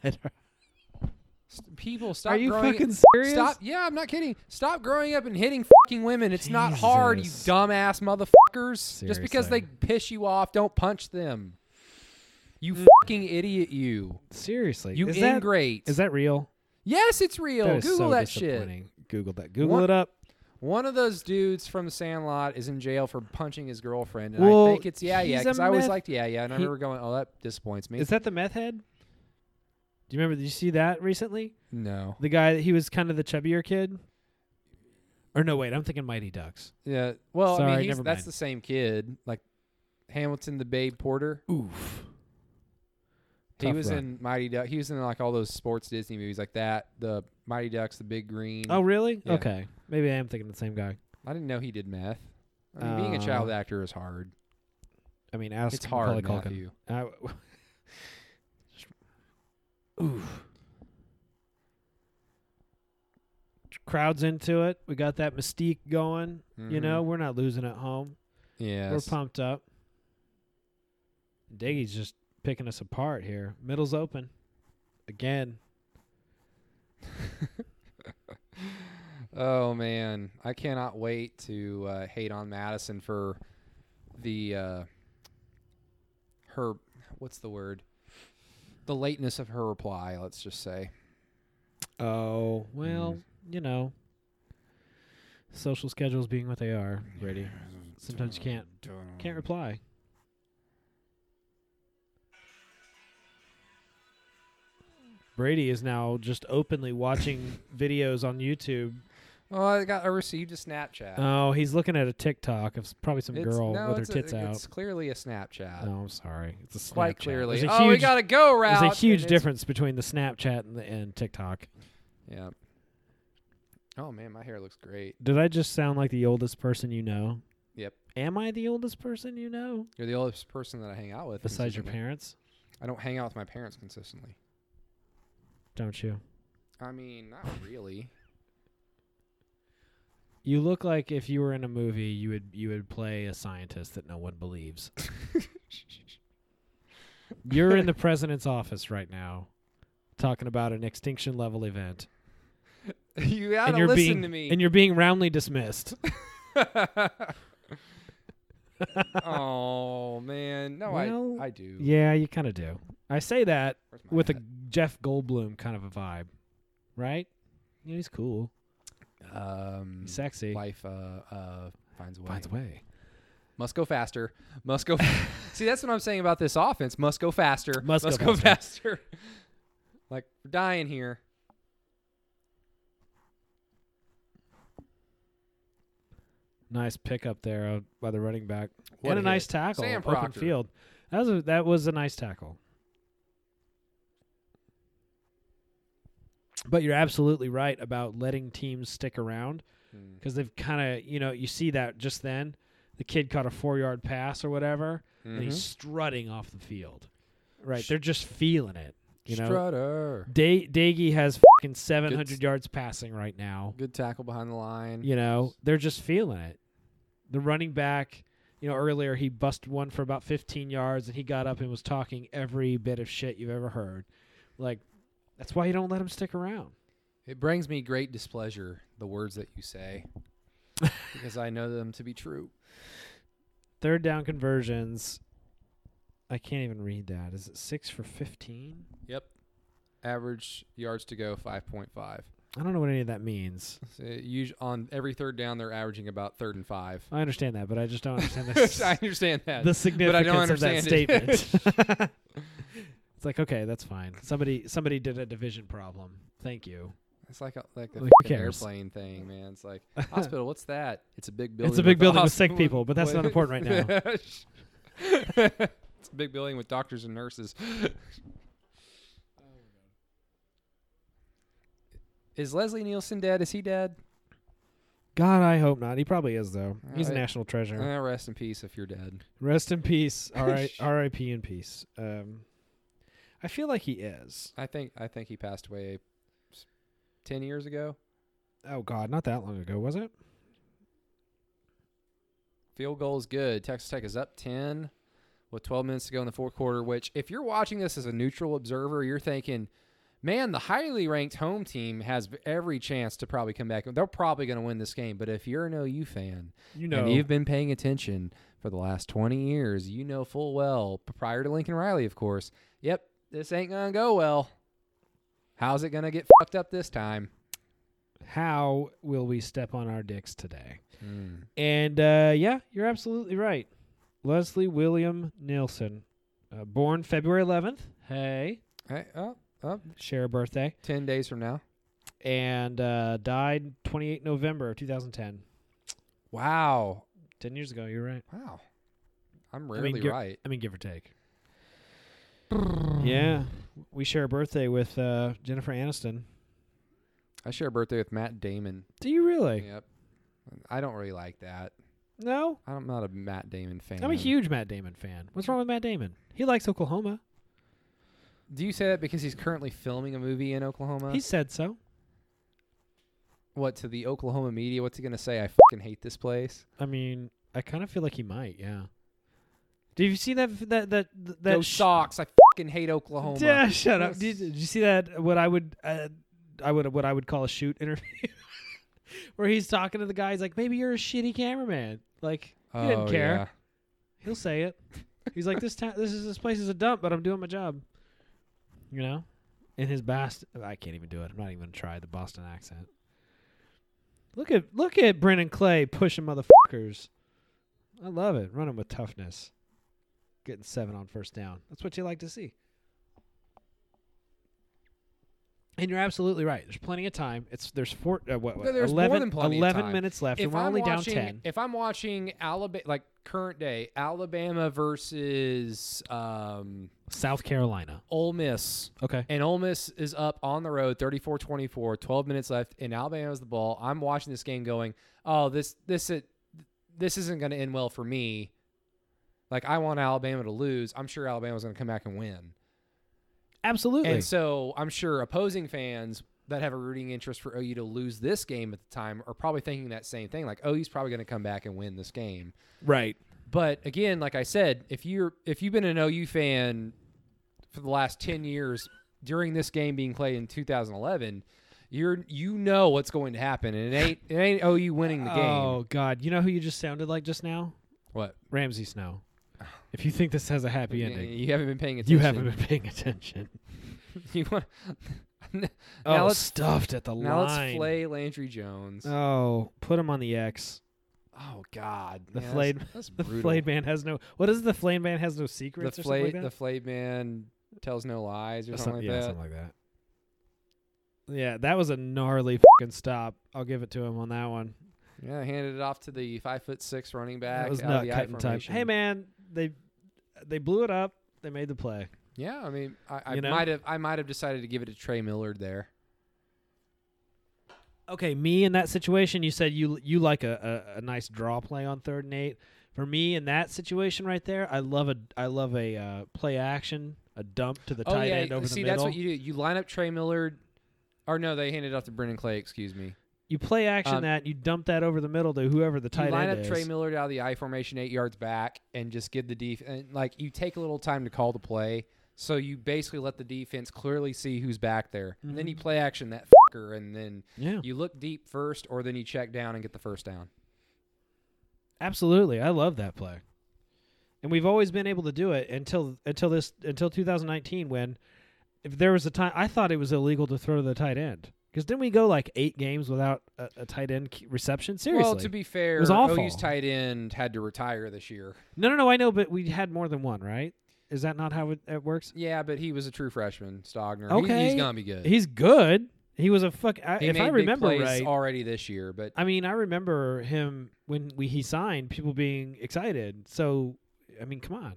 A: S- People stop
B: are you
A: growing.
B: fucking serious?
A: Stop. Yeah, I'm not kidding. Stop growing up and hitting fucking women. It's not hard, you
B: Jesus.
A: dumbass motherfuckers. Just because
B: Seriously.
A: they piss you off, don't punch them. You fucking idiot, you.
B: Seriously,
A: You
B: is that
A: ingrate.
B: is that real?
A: yes, it's real.
B: that is
A: Google
B: so
A: that shit.
B: disappointing. Google that. Google
A: One-
B: it up.
A: One of those dudes from the Sandlot is in jail for punching his girlfriend, and
B: Well,
A: I think it's yeah, yeah,
B: he's a
A: because I always
B: meth-
A: liked yeah, yeah, and I
B: he-
A: remember going, oh, that disappoints me.
B: Is that the meth head? Do you remember? Did you see that recently?
A: no,
B: The guy, he was kind of the chubbier kid. Or no, wait, I'm thinking Mighty Ducks.
A: yeah, well, I
B: Sorry,
A: mean, he's,
B: never
A: that's
B: mind.
A: the same kid, like Hamilton, the Babe Porter.
B: Oof.
A: he
B: Tough
A: was
B: run.
A: in Mighty Duck. He was in like all those sports Disney movies like that. The Mighty Ducks, the Big Green.
B: Oh, really?
A: Yeah.
B: Okay. Maybe I am thinking the same guy.
A: I didn't know he did meth. I mean, being a
B: Uh,
A: child actor is hard.
B: I mean, ask
A: It's hard,
B: Macaulay Culkin.
A: Matthew.
B: I w- Just- Oof. Crowds into it. We got that mystique going. You
A: Mhm.
B: know, we're not losing at home.
A: Yes.
B: We're pumped up. Diggy's just picking us apart here. Middle's open. Again.
A: Oh man, I cannot wait to uh, hate on Madison for the uh, her what's the word? The lateness of her reply. Let's just say.
B: Oh, well,
A: mm.
B: you know. Social schedules being what they are, Brady. Sometimes you can't can't reply. Brady is now just openly watching videos on YouTube.
A: Well, I got. I received a Snapchat.
B: Oh, he's looking at a TikTok of s- probably some
A: It's-
B: girl
A: no,
B: with her
A: it's a-
B: tits out.
A: It's clearly a Snapchat.
B: No, I'm sorry. It's a
A: Quite
B: Snapchat.
A: clearly.
B: There's a
A: oh, we
B: huge-
A: got to go route.
B: There's a
A: and
B: huge
A: it's-
B: difference between the Snapchat and the and TikTok.
A: Yeah. Oh man, my hair looks great.
B: Did I just sound like the oldest person you know?
A: Yep.
B: Am I the oldest person you know
A: You're the oldest person that I hang out with.
B: besides your
A: consistently.
B: parents?
A: I don't hang out with my parents consistently.
B: Don't you?
A: I mean, not really.
B: You look like if you were in a movie, you would you would play a scientist that no one believes. You're in the president's office right now, talking about an extinction level event,
A: you gotta
B: and you're
A: listen
B: being
A: to me.
B: and you're being roundly dismissed.
A: oh man, no,
B: Well,
A: I I do.
B: yeah, you kind of do. I say that
A: Where's my
B: with a
A: hat?
B: Jeff Goldblum kind of a vibe, right? You know, he's cool,
A: um,
B: he's sexy,
A: life uh, uh, finds a way.
B: finds a way.
A: Must go faster. Must go. Fa- See, that's what I'm saying about this offense. Must go faster.
B: Must go
A: go faster. like we're dying here.
B: Nice pickup there uh, by the running back.
A: What
B: and a,
A: a
B: nice
A: hit.
B: tackle.
A: Sam
B: open
A: Proctor.
B: field. That was a, that was a nice tackle. But you're absolutely right about letting teams stick around
A: Mm,
B: because they've kind of you know you see that just then the kid caught a four yard pass or whatever and
A: mhm.
B: he's strutting off the field. Right,
A: Sh-
B: they're just feeling it. You know,
A: Strutter.
B: da- Daggy has fucking 700 yards passing right now.
A: Good tackle behind the line.
B: You know, they're just feeling it. The running back, you know, earlier he busted one for about 15 yards and he got up and was talking every bit of shit you've ever heard. Like, that's why you don't let him stick around.
A: It brings me great displeasure the words that you say because I know them to be true.
B: Third down conversions. I can't even read that. Is it six for 15?
A: Yep. Average yards to go 5.5.
B: I don't know what any of that means.
A: So uh, usu- on every third down, they're averaging about third and five.
B: I understand that, but I just don't understand this.
A: I understand that.
B: the significance of that
A: understand
B: statement.
A: it.
B: it's like okay, that's fine. Somebody somebody did a division problem. Thank you.
A: It's like a, like the
B: Who
A: fucking
B: cares?
A: airplane thing, man. It's like hospital. What's that? It's a big building.
B: big building with sick
A: hosp-
B: people, but that's not important right now.
A: it's a big building with doctors and nurses. Is Leslie Nielsen dead? Is he dead?
B: God, I hope not. He probably is though. He's a
A: I-
B: national treasure.
A: Eh, rest in peace if you're dead.
B: Rest in peace. All right, R.I.P. in peace. Um, I feel like he is.
A: I think I think he passed away s- ten years ago.
B: Oh God, not that long ago, was it?
A: Field goal is good. Texas Tech is up 10 with 12 minutes to go in the fourth quarter, which, if you're watching this as a neutral observer, you're thinking, man, the highly ranked home team has every chance to probably come back. They're probably going to win this game. But if you're an OU fan
B: You know,
A: and you've been paying attention for the last 20 years, you know full well, p- prior to Lincoln Riley, of course, yep, this ain't going to go well. How's it going to get fucked up this time?
B: how will we step on our dicks today? And uh, yeah, you're absolutely right. Leslie William Nielsen, uh, born February 11th. Hey,
A: Hey, oh, oh,
B: share a birthday,
A: 10 days from now.
B: and uh, died 28 November of 2010.
A: Wow.
B: Ten years ago, you're right.
A: Wow. I'm rarely
B: you're-
A: right.
B: I mean, give or take. yeah, we share a birthday with uh, Jennifer Aniston.
A: I share a birthday with Matt Damon.
B: Do you really?
A: Yep. I don't really like that.
B: No,
A: I'm not a Matt Damon fan.
B: I'm a huge Matt Damon fan. What's wrong with Matt Damon? He likes Oklahoma.
A: Do you say that because he's currently filming a movie in Oklahoma?
B: he said so.
A: what to the Oklahoma media? What's he gonna say? I fucking hate this place.
B: I mean, I kind of feel like he might. Yeah. Did you see that that that that?
A: Go
B: sh-
A: Sox. I fucking hate Oklahoma.
B: Yeah, shut up.
A: Yes.
B: Did, did you see that? What I would, uh, I would, what I would call a shoot interview, where he's talking to the guy. He's like, maybe you're a shitty cameraman. Like he
A: Oh,
B: didn't care.
A: yeah.
B: He'll say it. He's like, this town, this is this place is a dump, but I'm doing my job. You know, in his Boston, I can't even do it. I'm not even gonna try the Boston accent. Look at look at Brennan Clay pushing motherfuckers. I love it. Running with toughness, getting seven on first down. That's what you like to see. And you're absolutely right. There's plenty of time. It's there's four uh, what, what
A: There's more
B: 11,
A: than plenty of
B: 11
A: time.
B: minutes left, and
A: If
B: we're
A: I'm
B: only
A: watching-
B: down ten.
A: If I'm watching Alabama, like current day Alabama versus um,
B: South Carolina.
A: Ole Miss,
B: Okay.
A: And Ole Miss is up on the road, 34-24, 12 minutes left, and Alabama has the ball. I'm watching this game going, oh, this this it, this isn't going to end well for me. Like I want Alabama to lose. I'm sure Alabama's going to come back and win.
B: Absolutely.
A: And so I'm sure opposing fans that have a rooting interest for OU to lose this game at the time are probably thinking that same thing. Like OU's probably going to come back and win this game.
B: right.
A: But again, like I said, if you're if you've been an OU fan for the last ten years during this game being played in 2011, you're you know what's going to happen, and it ain't it ain't OU winning the game.
B: Oh God! You know who you just sounded like just now?
A: What
B: Ramsey Snow. If you think this has a happy ending,
A: you haven't been paying attention.
B: you haven't been paying attention.
A: you want now
B: oh,
A: let's
B: stuffed at the
A: now let's
B: line.
A: flay Landry Jones.
B: Oh, put him on the X.
A: oh God,
B: The
A: man,
B: flayed-
A: that's, that's
B: The
A: brutal.
B: flayed man has no. What is it, the flayed man has no secrets
A: the
B: or something
A: flayed
B: like that?
A: the flayed man tells no lies or
B: Or
A: something like
B: yeah,
A: that.
B: something like that. Yeah, that was a gnarly fucking stop. I'll give it to him on that one.
A: Yeah, handed it off to the five foot six running back.
B: That was
A: out of
B: not
A: the I
B: cutting time.
A: formation.
B: Hey man, they they blew it up. They made the play.
A: Yeah, I mean, I, I
B: You know?
A: might have I might have decided to give it to Trey Millard there.
B: okay, me in that situation, you said you you like a, a, a nice draw play on third and eight. For me in that situation right there, I love a I love a uh, play action, a dump to the
A: oh
B: tight
A: yeah,
B: end over
A: see
B: the
A: that's
B: middle.
A: what you do. You line up Trey Millard, or no, they handed it off to Brendan Clay. Excuse me.
B: You play action
A: Um,
B: that, you dump that over the middle to whoever the tight
A: you line up
B: end is.
A: Trey Millard out of the I formation, eight yards back, and just give the defense. Like you take a little time to call the play, so you basically let the defense clearly see who's back there, and then
B: Mm-hmm.
A: you play action that fucker, and then
B: yeah,
A: you look deep first, or then you check down and get the first down.
B: absolutely. I love that play. And we've always been able to do it until until this until 2019 when if there was a time I thought it was illegal to throw to the tight end. Because didn't we go like eight games without a, a tight end k- reception? Seriously.
A: Well, to be fair,
B: was awful.
A: OU's tight end had to retire this year.
B: No, no, no. I know, but we had more than one, right? Is that not how it, it works?
A: Yeah, but he was a true freshman, Stogner. He-
B: Okay.
A: he's gonna be good.
B: He's good. He was a fuck. I,
A: He
B: if
A: made
B: I
A: big
B: remember
A: plays
B: right,
A: already this year, but
B: I mean, I remember him when we he signed. People being excited. So, I mean, come on.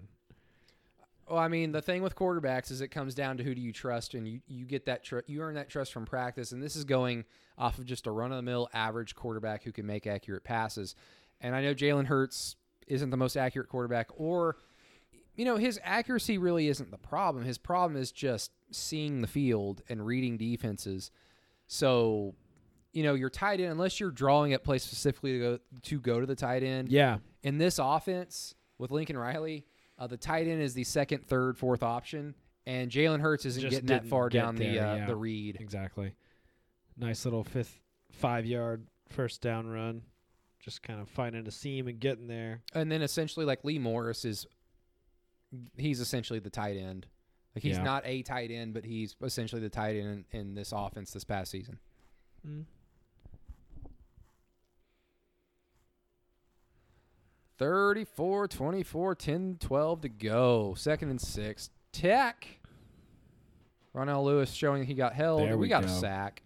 A: Well, I mean, the thing with quarterbacks is it comes down to who do you trust, and you, you get that tr- you earn that trust from practice. And this is going off of just a run of the mill average quarterback who can make accurate passes. And I know Jalen Hurts isn't the most accurate quarterback, or you know his accuracy really isn't the problem. His problem is just seeing the field and reading defenses. So, you know, your tight end, unless you're drawing at plays specifically to go to go to the tight end,
B: Yeah.
A: in this offense with Lincoln Riley, uh, the tight end is the second, third, fourth option, and Jalen Hurts isn't
B: Just
A: getting that
B: didn't
A: far
B: get
A: down the
B: there,
A: uh,
B: yeah.
A: the read.
B: Exactly. Nice little fifth, five yard first down run. Just kind of finding a seam and getting there.
A: And then essentially, like Lee Morris is, he's essentially the tight end. Like he's
B: Yeah.
A: not a tight end, but he's essentially the tight end in, in this offense this past season.
B: Mm.
A: Thirty-four, twenty-four, ten, twelve 10, 12 to go. Second and six. Tech. Ronell Lewis showing he got held.
B: There
A: we
B: we
A: got a
B: go.
A: sack.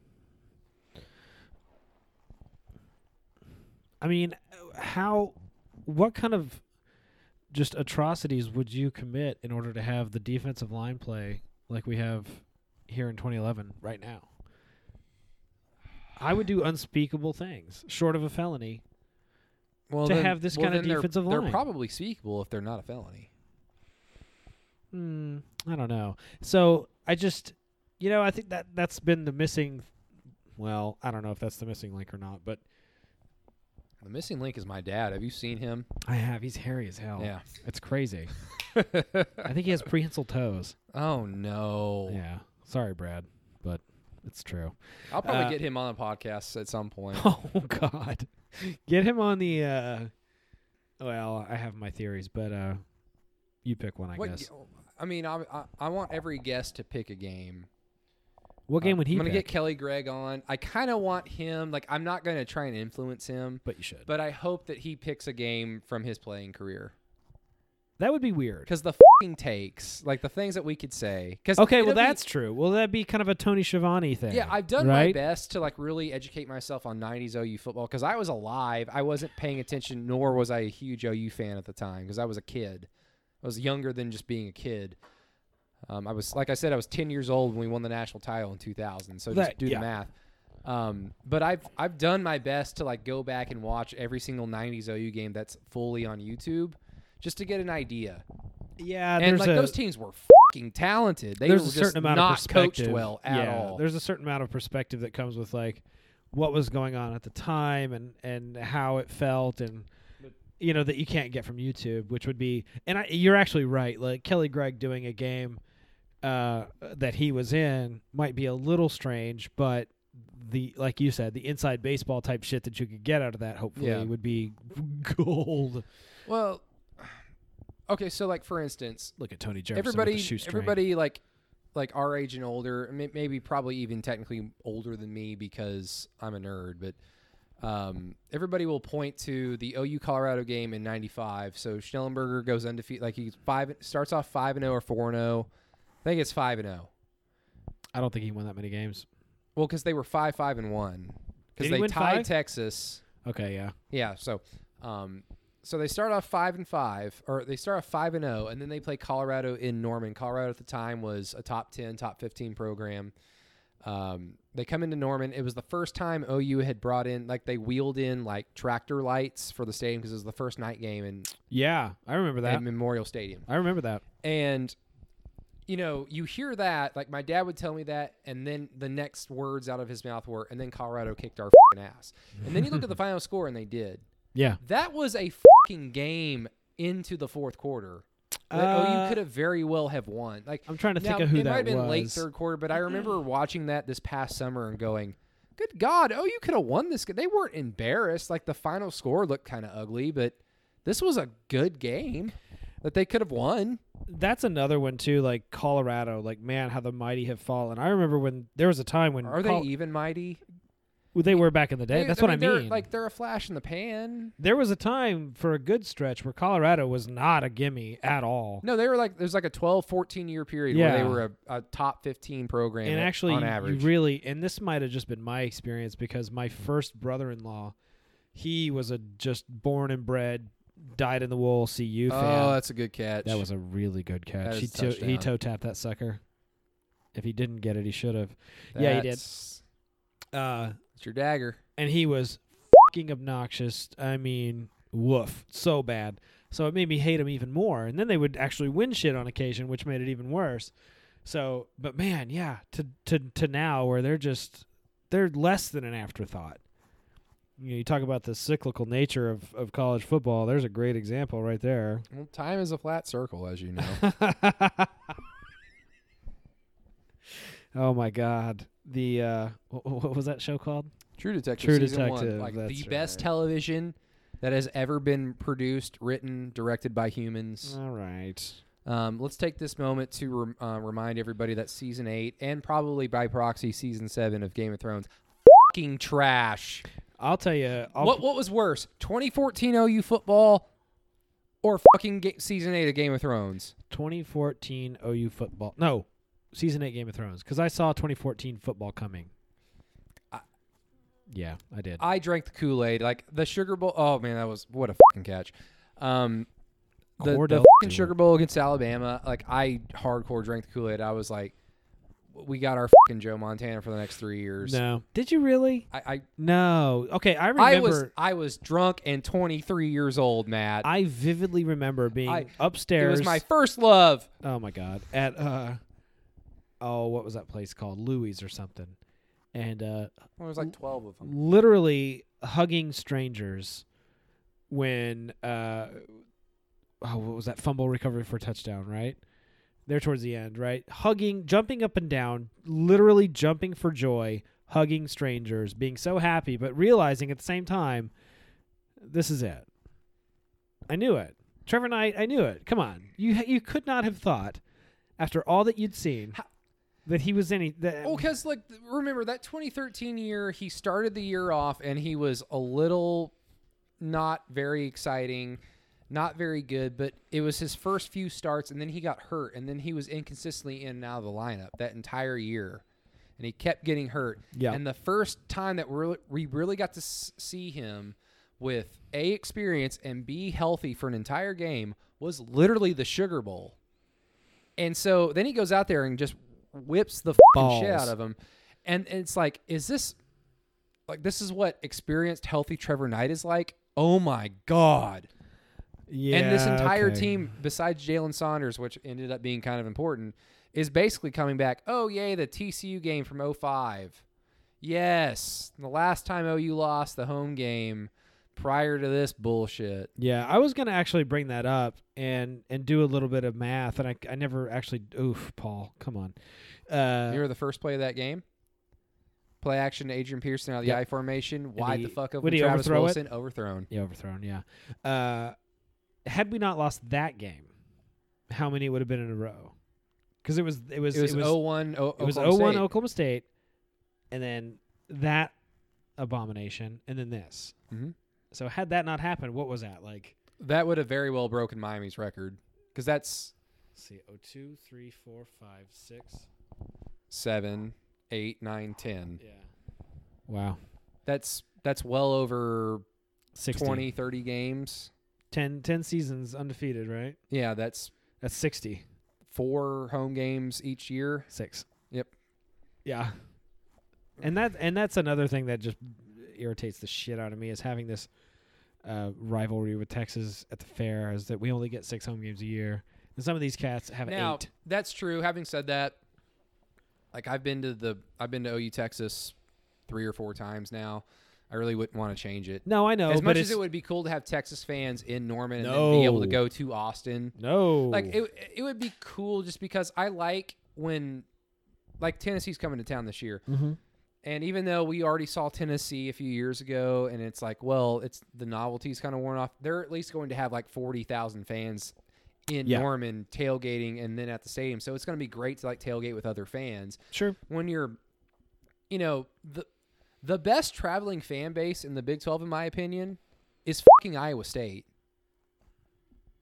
B: I mean, how, what kind of just atrocities would you commit in order to have the defensive line play like we have here in 2011 right now? I would do unspeakable things, short of a felony.
A: Well,
B: To have this kind of
A: then they're-
B: defensive
A: they're
B: line.
A: probably speakable if they're not a felony.
B: Hmm, I don't know. So I just, you know, I think that that's been the missing. Well, I don't know if that's the missing link or not, but
A: The missing link is my dad. Have you seen him?
B: I have. He's hairy as hell.
A: Yeah.
B: it's crazy. I think he has prehensile toes.
A: oh no.
B: Yeah. Sorry, Brad, but it's true.
A: I'll probably
B: Uh,
A: get him on the podcast at some point.
B: Oh God, get him on the. uh Well, I have my theories, but uh you pick one, I
A: What
B: guess.
A: g- I mean, I, I I want every guest to pick a game.
B: What game
A: Uh,
B: would he
A: I'm gonna
B: pick?
A: get Kelly Gregg on. I kind of want him. Like, I'm not gonna try and influence him,
B: but you should.
A: but I hope that he picks a game from his playing career.
B: That would be weird.
A: Because the fing takes, like the things that we could say. 'Cause
B: Okay,
A: it'll
B: well
A: be-
B: that's true. Well, that'd be kind of a Tony Schiavone thing.
A: Yeah, I've done my
B: right?
A: best to like really educate myself on '90s OU football because I was alive. I wasn't paying attention, nor was I a huge OU fan at the time because I was a kid. I was younger than just being a kid. Um, I was, like I said, I was 10 years old when we won the national title in 2000. So just
B: That-
A: do
B: yeah.
A: the math. Um, but I've I've done my best to like go back and watch every single '90s OU game that's fully on YouTube, just to get an idea.
B: Yeah,
A: and
B: there's
A: like
B: a
A: those teams were fucking talented. They
B: there's
A: were
B: a
A: just
B: certain amount
A: not
B: of perspective.
A: coached well at
B: yeah,
A: all.
B: There's a certain amount of perspective that comes with like what was going on at the time and and how it felt and you know that you can't get from YouTube, which would be and I, you're actually right. Like Kelly Gregg doing a game uh, that he was in might be a little strange, but the like you said, the inside baseball type shit that you could get out of that hopefully
A: Yeah.
B: would be gold.
A: Well, okay, so like for instance,
B: Look at Tony Jefferson. with
A: everybody,
B: the shoestring.
A: everybody like like our age and older, may- maybe probably even technically older than me because I'm a nerd, but. Um, everybody will point to the OU Colorado game in '95. So Schnellenberger goes undefeated. Like he's five, starts off five and zero or four and zero. I think it's five and zero.
B: I don't think he won that many games.
A: Well, because they were five, five and one.
B: Did
A: Because
B: he
A: they
B: win
A: tied
B: five?
A: Texas.
B: Okay, yeah.
A: Yeah. So, um, so they start off five and five, or they start off five and zero, and then they play Colorado in Norman. Colorado at the time was a top ten, top fifteen program. Um, they come into Norman. It was the first time OU had brought in, like, they wheeled in like tractor lights for the stadium because it was the first night game in,
B: Yeah, I remember that.
A: at Memorial Stadium.
B: I remember that.
A: And you know, you hear that, like my dad would tell me that, and then the next words out of his mouth were, "And then Colorado kicked our fing ass." And then you look at the final score, and they did.
B: Yeah.
A: That was a fucking game into the fourth quarter. That OU
B: Uh,
A: could have very well have won. Like
B: I'm trying to think
A: now,
B: of who
A: it
B: that
A: might have been
B: was.
A: late third quarter, but I remember watching that this past summer and going, "Good God, OU could have won this." game." They weren't embarrassed. Like the final score looked kind of ugly, but this was a good game that they could have won.
B: That's another one too, like Colorado. Like man, how the mighty have fallen. I remember when there was a time when
A: Are
B: Col-
A: they even mighty?
B: well, they were back in the day.
A: They-
B: That's what I
A: they're-
B: mean.
A: Like they're a flash in the pan.
B: there was a time for a good stretch where Colorado was not a gimme at all.
A: No, they were like there's like a 12, 14 year period where they
B: Yeah.
A: were a, a top fifteen program.
B: and
A: at-
B: actually
A: on
B: you-
A: average,
B: you really and this might have just been my experience because my first brother-in-law he was a just born and bred dyed in the wool CU fan.
A: Oh, that's a good catch.
B: That was a really good catch.
A: That
B: He
A: is
B: toe, he
A: touchdown.
B: toe tapped that sucker. If he didn't get it, he should have. yeah, he did.
A: That's-
B: Uh,
A: It's your dagger.
B: and he was fucking obnoxious. I mean, woof, so bad. So it made me hate him even more. And then they would actually win shit on occasion, which made it even worse. So, but man, yeah, to to to now where they're just they're less than an afterthought. You know, you talk about the cyclical nature of of college football. There's a great example right there.
A: Well, time is a flat circle, as you know.
B: oh my god. The uh what, what was that show called?
A: True Detective.
B: True
A: season
B: Detective,
A: One, like
B: that's
A: the best
B: right.
A: television that has ever been produced, written, directed by humans.
B: All right.
A: Um, let's take this moment to rem- uh, remind everybody that season eight and probably by proxy season seven of Game of Thrones. Fucking trash.
B: I'll tell you. I'll,
A: what what was worse, 2014 OU football, or fucking ga- season eight of Game of Thrones?
B: 2014 OU football. No, season eight Game of Thrones because I saw 2014 football coming.
A: I-
B: yeah, I did.
A: I drank the Kool Aid, like the Sugar Bowl. Oh man, that was what a fucking catch. Um, the, the
B: Cordell
A: fucking
B: Stewart.
A: Sugar Bowl against Alabama, like I hardcore drank the Kool Aid. I was like, we got our fucking Joe Montana for the next three years.
B: no, did you really?
A: I, I
B: No. Okay, I
A: I was
B: remember.
A: I was drunk and 23 years old, Matt.
B: I, vividly remember being
A: I- it
B: upstairs.
A: was my first love.
B: oh my god! At uh, oh, what was that place called? Louis or something? And uh,
A: There was like 12 of them.
B: literally hugging strangers when uh oh what was that fumble recovery for a touchdown right there towards the end right hugging jumping up and down literally jumping for joy hugging strangers being so happy but realizing at the same time this is it i knew it trevor knight i knew it come on you you could not have thought after all that you'd seen
A: How-
B: that he was any that
A: Well, because Oh, like th- remember that 2013 year, he started the year off and he was a little not very exciting, not very good, but it was his first few starts, and then he got hurt, and then he was inconsistently in and out of the lineup that entire year, and he kept getting hurt.
B: Yeah.
A: And the first time that we're, we really got to s- see him with a experience and b healthy for an entire game was literally the Sugar Bowl. And so then he goes out there and just whips the fucking shit
B: Balls.
A: out of him. And it's like, is this like this is what experienced healthy Trevor Knight is like? Oh my god.
B: yeah,
A: and this entire
B: okay.
A: team, besides Jalen Saunders, which ended up being kind of important, is basically coming back. Oh, yay, the TCU game from 05. Yes. The last time OU lost the home game prior to this bullshit.
B: Yeah, I was gonna actually bring that up and and do a little bit of math, and I, I never actually. Oof, Paul, come on. Uh,
A: you were the first play of that game? Play action to Adrian Pearson out of the
B: Yep.
A: I formation. Wide
B: he-
A: the fuck open.
B: would he
A: Travis
B: overthrow it?
A: Wilson overthrown.
B: yeah, overthrown. Yeah. Uh, had we not lost that game, how many would have been in a row? Because it was it was
A: It was,
B: it was
A: 0-1 O-
B: it was
A: Oklahoma
B: 01
A: State.
B: Oklahoma State, and then that abomination, and then this.
A: Mhm.
B: So had that not happened, what was that like?
A: That would have very well broken Miami's record because that's
B: Let's see, oh two, three, four, five, six.
A: seven, eight, nine, ten.
B: Yeah. Wow.
A: That's that's well over
B: 60.
A: twenty, thirty 20, 30 games.
B: 10, 10 seasons undefeated, right?
A: Yeah, that's
B: That's 60.
A: four home games each year.
B: Six.
A: Yep.
B: Yeah. And that and that's another thing that just irritates the shit out of me is having this uh, rivalry with Texas at the fair is that we only get six home games a year. And some of these cats have
A: now
B: eight.
A: that's true. Having said that, like I've been to the I've been to OU Texas three or four times now. I really wouldn't want to change it.
B: No, I know.
A: as
B: but
A: much as
B: it's-
A: it would be cool to have Texas fans in Norman and then be able to
B: No.
A: go to Austin.
B: No.
A: like it, it would be cool just because I like when like Tennessee's coming to town this year.
B: Mhm.
A: And even though we already saw Tennessee a few years ago and it's like, well, it's the novelty's kind of worn off. They're at least going to have like 40,000 fans in
B: Yeah.
A: Norman tailgating and then at the stadium. So it's going to be great to like tailgate with other fans
B: Sure.
A: when you're you know the the best traveling fan base in the Big 12 in my opinion is fucking Iowa State.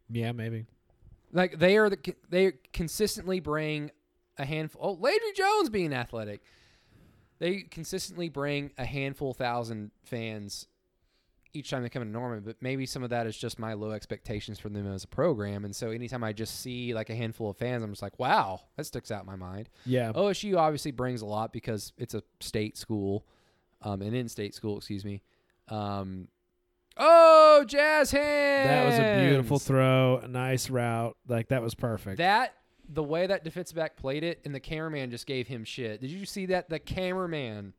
B: Yeah, maybe.
A: Like they are the they consistently bring a handful. Oh, Landry Jones being athletic, they consistently bring a handful thousand fans each time they come to Norman, but maybe some of that is just my low expectations for them as a program. And so anytime I just see like a handful of fans, I'm just like, wow, that sticks out in my mind.
B: Yeah.
A: OSU obviously brings a lot because it's a state school, um, an in-state school, excuse me. Um, oh, jazz hands!
B: That was a beautiful throw, a nice route. Like that was perfect.
A: That the way that defensive back played it, and the cameraman just gave him shit. Did you see that? The cameraman,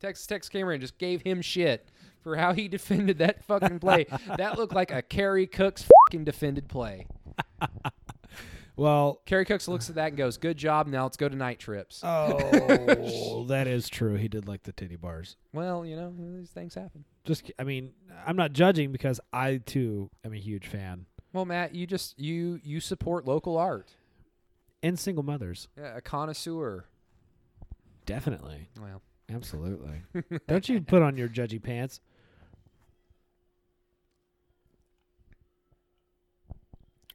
A: Texas Tech's cameraman, just gave him shit for how he defended that fucking play. that looked like a Kerry Cook's fucking defended play.
B: well,
A: Kerry Cooks looks at that and goes, "Good job. Now let's go to night trips."
B: Uh, oh, that is true. He did like the titty bars.
A: well, you know these things happen.
B: Just, I mean, I'm not judging because I too am a huge fan
A: Well, Matt, you just you you support local art.
B: and single mothers.
A: Yeah, a connoisseur.
B: Definitely,
A: Well,
B: absolutely. Don't you put on your judgy pants?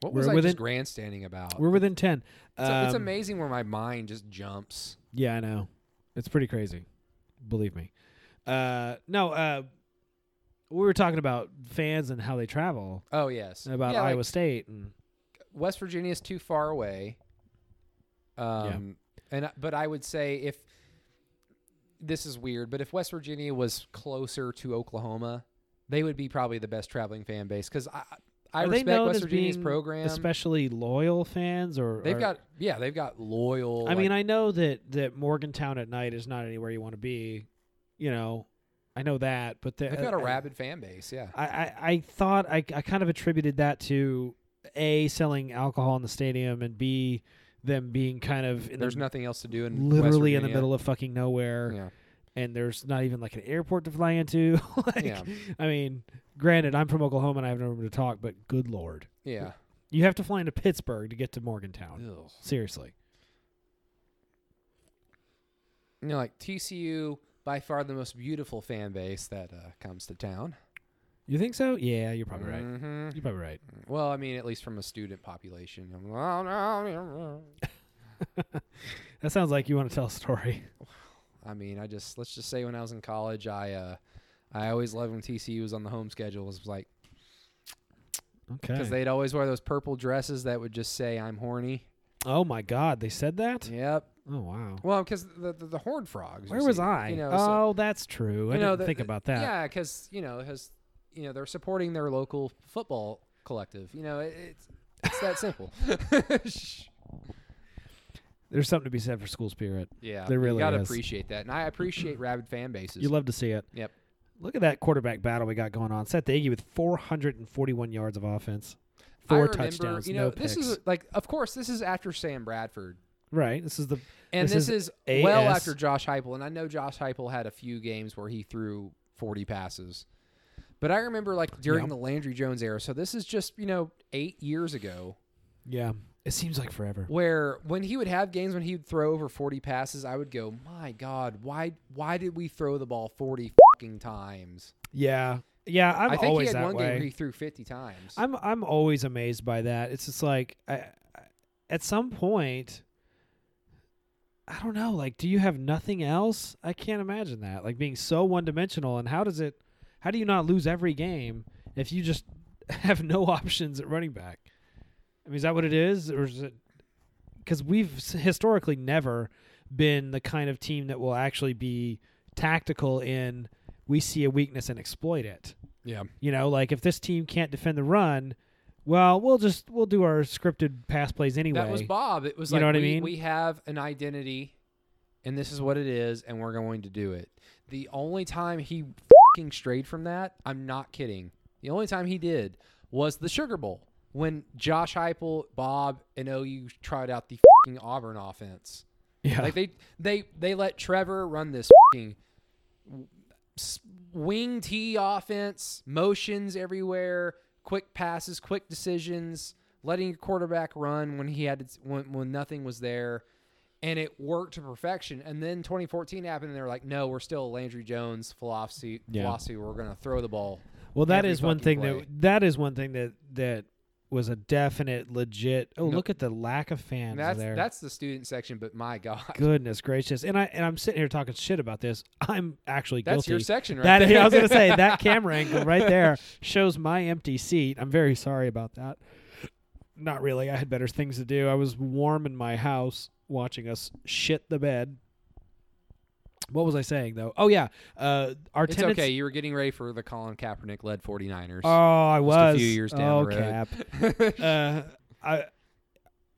A: what
B: We're
A: was I
B: within-
A: just grandstanding about?
B: We're within ten.
A: it's, it's
B: Um,
A: amazing where my mind just jumps.
B: Yeah, I know. It's pretty crazy. Believe me. Uh, no, uh, we were talking about fans and how they travel,
A: Oh yes,
B: and about
A: Yeah, like,
B: Iowa State, and
A: West Virginia is too far away. Um, and I- but I would say if this is weird, but if West Virginia was closer to Oklahoma, they would be probably the best traveling fan base because I I
B: Are they
A: respect
B: known
A: West
B: as
A: Virginia's
B: being
A: program.
B: especially loyal fans, or
A: they've
B: or-
A: got yeah, they've got loyal.
B: I mean, I know that that Morgantown at night is not anywhere you want to be. You know, I know that, but the, uh,
A: they've got a
B: I-
A: rabid fan base. Yeah.
B: I, I, I thought I, I kind of attributed that to a selling alcohol in the stadium and b them being kind of in
A: There's
B: the,
A: nothing else to do in West
B: literally in the
A: Virginia.
B: middle of fucking nowhere.
A: Yeah.
B: and there's not even like an airport to fly into. like,
A: Yeah.
B: I mean, granted, I'm from Oklahoma and I have no room to talk, but good lord,
A: Yeah.
B: you have to fly into Pittsburgh to get to Morgantown. Seriously,
A: You know, like TCU, by far the most beautiful fan base that uh, comes to town.
B: you think so? Yeah, you're probably right.
A: Mhm.
B: You're probably right.
A: Well, I mean, at least from a student population.
B: That sounds like you want to tell a story.
A: I mean, I just let's just say when I was in college, I uh, I always loved when TCU was on the home schedule. It was like
B: Okay.
A: because they'd always wear those purple dresses that would just say "I'm horny."
B: oh my God, they said that.
A: Yep.
B: Oh wow.
A: Well, because the, the the horned frogs.
B: Where
A: you
B: was
A: see,
B: I?
A: You know, so-
B: oh, that's true. I
A: you know,
B: didn't
A: the-
B: think
A: the-
B: about that.
A: Yeah, because you know, has you know, they're supporting their local football collective. You know, it, it's it's that simple.
B: There's something to be said for school spirit.
A: yeah,
B: There
A: you
B: really
A: gotta
B: is.
A: appreciate that, and I appreciate rabid fan bases.
B: You love to see it.
A: Yep.
B: Look at that quarterback battle we got going on. Seth Iggy with 441 yards of offense,
A: I
B: four
A: remember,
B: touchdowns,
A: You know,
B: no
A: this
B: picks.
A: is like, of course, this is after Sam Bradford,
B: right. This is the
A: and
B: This
A: this,
B: is
A: is, well
B: AS.
A: after Josh Heupel. And I know Josh Heupel had a few games where he threw forty passes, but I remember like during
B: Yeah.
A: the Landry Jones era. So this is just you know eight years ago.
B: yeah. It seems like forever.
A: where when he would have games when he would throw over 40 passes, I would go, "My God, why why did we throw the ball 40 fucking times?"
B: Yeah, yeah. I'm
A: i think
B: always
A: he had
B: that
A: one
B: way.
A: game where he threw 50 times.
B: I'm I'm always amazed by that. It's just like I, I, at some point, I don't know. Like, do you have nothing else? I can't imagine that. Like being so one dimensional. And how does it? How do you not lose every game if you just have no options at running back? I mean, is that what it is, or is it? Because we've s- historically never been the kind of team that will actually be tactical in. We see a weakness and exploit it.
A: yeah.
B: You know, like if this team can't defend the run, well, we'll just we'll do our scripted pass plays anyway.
A: That was Bob. It was
B: You
A: like
B: know what I
A: we,
B: mean?
A: we have an identity and this is what it is and we're going to do it. The only time he fucking strayed from that, I'm not kidding. The only time he did was the Sugar Bowl when Josh Heupel, Bob, and OU tried out the fucking Auburn offense.
B: yeah,
A: Like they they they let Trevor run this fing wing tee offense, motions everywhere, quick passes, quick decisions, letting your quarterback run when he had to, when when nothing was there, and it worked to perfection. And then 2014 happened, and they were like, "No, we're still Landry Jones philosophy.
B: Yeah.
A: Philosophy. We're going to throw the ball."
B: well, that
A: every
B: is one
A: fucking
B: thing
A: play.
B: that that is one thing that that was a definite, legit. Oh,
A: No.
B: look at the lack of fans
A: And that's
B: there.
A: that's the student section, but my god,
B: goodness gracious. And I and I'm sitting here talking shit about this. I'm actually guilty.
A: that's your section right
B: That
A: there.
B: I was gonna say that camera angle right there shows my empty seat. I'm very sorry about that. Not really. I had better things to do. I was warm in my house watching us shit the bed. What was I saying though? Oh yeah, uh, our
A: It's
B: tenants.
A: okay. You were getting ready for the Colin Kaepernick led 49ers.
B: Oh, I
A: Just a
B: was
A: few years down
B: oh,
A: the road.
B: cap. uh, I,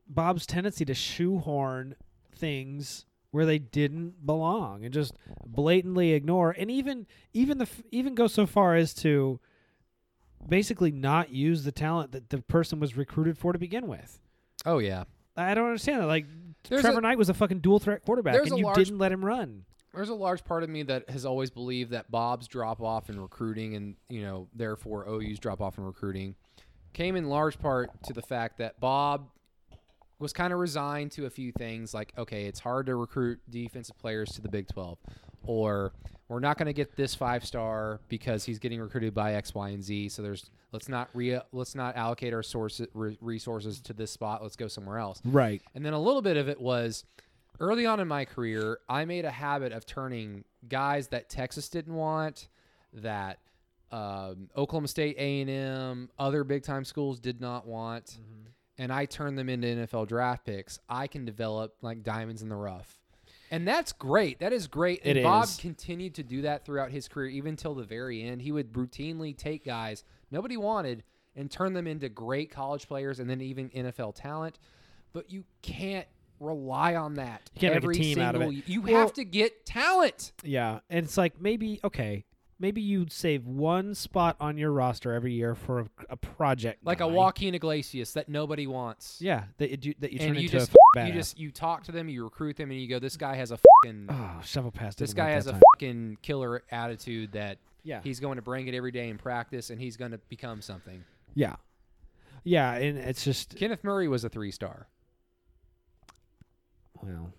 B: Bob's tendency to shoehorn things where they didn't belong and just blatantly ignore, and even even the f- even go so far as to basically not use the talent that the person was recruited for to begin with.
A: oh yeah.
B: I don't understand that. Like
A: There's
B: Trevor
A: a-
B: Knight was a fucking dual threat quarterback,
A: There's
B: and
A: a
B: you
A: large-
B: didn't let him run.
A: There's a large part of me that has always believed that Bob's drop off in recruiting and, you know, therefore OU's drop off in recruiting came in large part to the fact that Bob was kind of resigned to a few things like, okay, it's hard to recruit defensive players to the Big 12, or we're not going to get this five star because he's getting recruited by X, Y, and Z. So there's let's not re- let's not allocate our sources re- resources to this spot. Let's go somewhere else.
B: Right.
A: And then a little bit of it was early on in my career, I made a habit of turning guys that Texas didn't want, that um, Oklahoma State, A and M, other big time schools did not want, and I turned them into NFL draft picks. I can develop like diamonds in the rough. And that's great. That is great. And
B: It
A: Bob
B: is.
A: continued to do that throughout his career, even till the very end. He would routinely take guys nobody wanted and turn them into great college players and then even NFL talent. But you can't rely on that.
B: You can't make a
A: every
B: team out of
A: single-
B: it.
A: You
B: Well-
A: have to get talent.
B: Yeah, and it's like maybe okay, maybe you save one spot on your roster every year for a, a project,
A: Like
B: guy.
A: a Joaquin Iglesias that nobody wants.
B: Yeah, that you do, that you turn
A: and you
B: into
A: just
B: a f-
A: you
B: badass.
A: just you talk to them, you recruit them, and you go, This guy has a fucking
B: oh shovel pass.
A: this
B: didn't
A: guy
B: work
A: has
B: that
A: a
B: time.
A: fucking killer attitude that
B: yeah
A: he's going to bring it every day in practice and he's going to become something.
B: yeah yeah, and it's just
A: Kenneth Murray was a three star.
B: well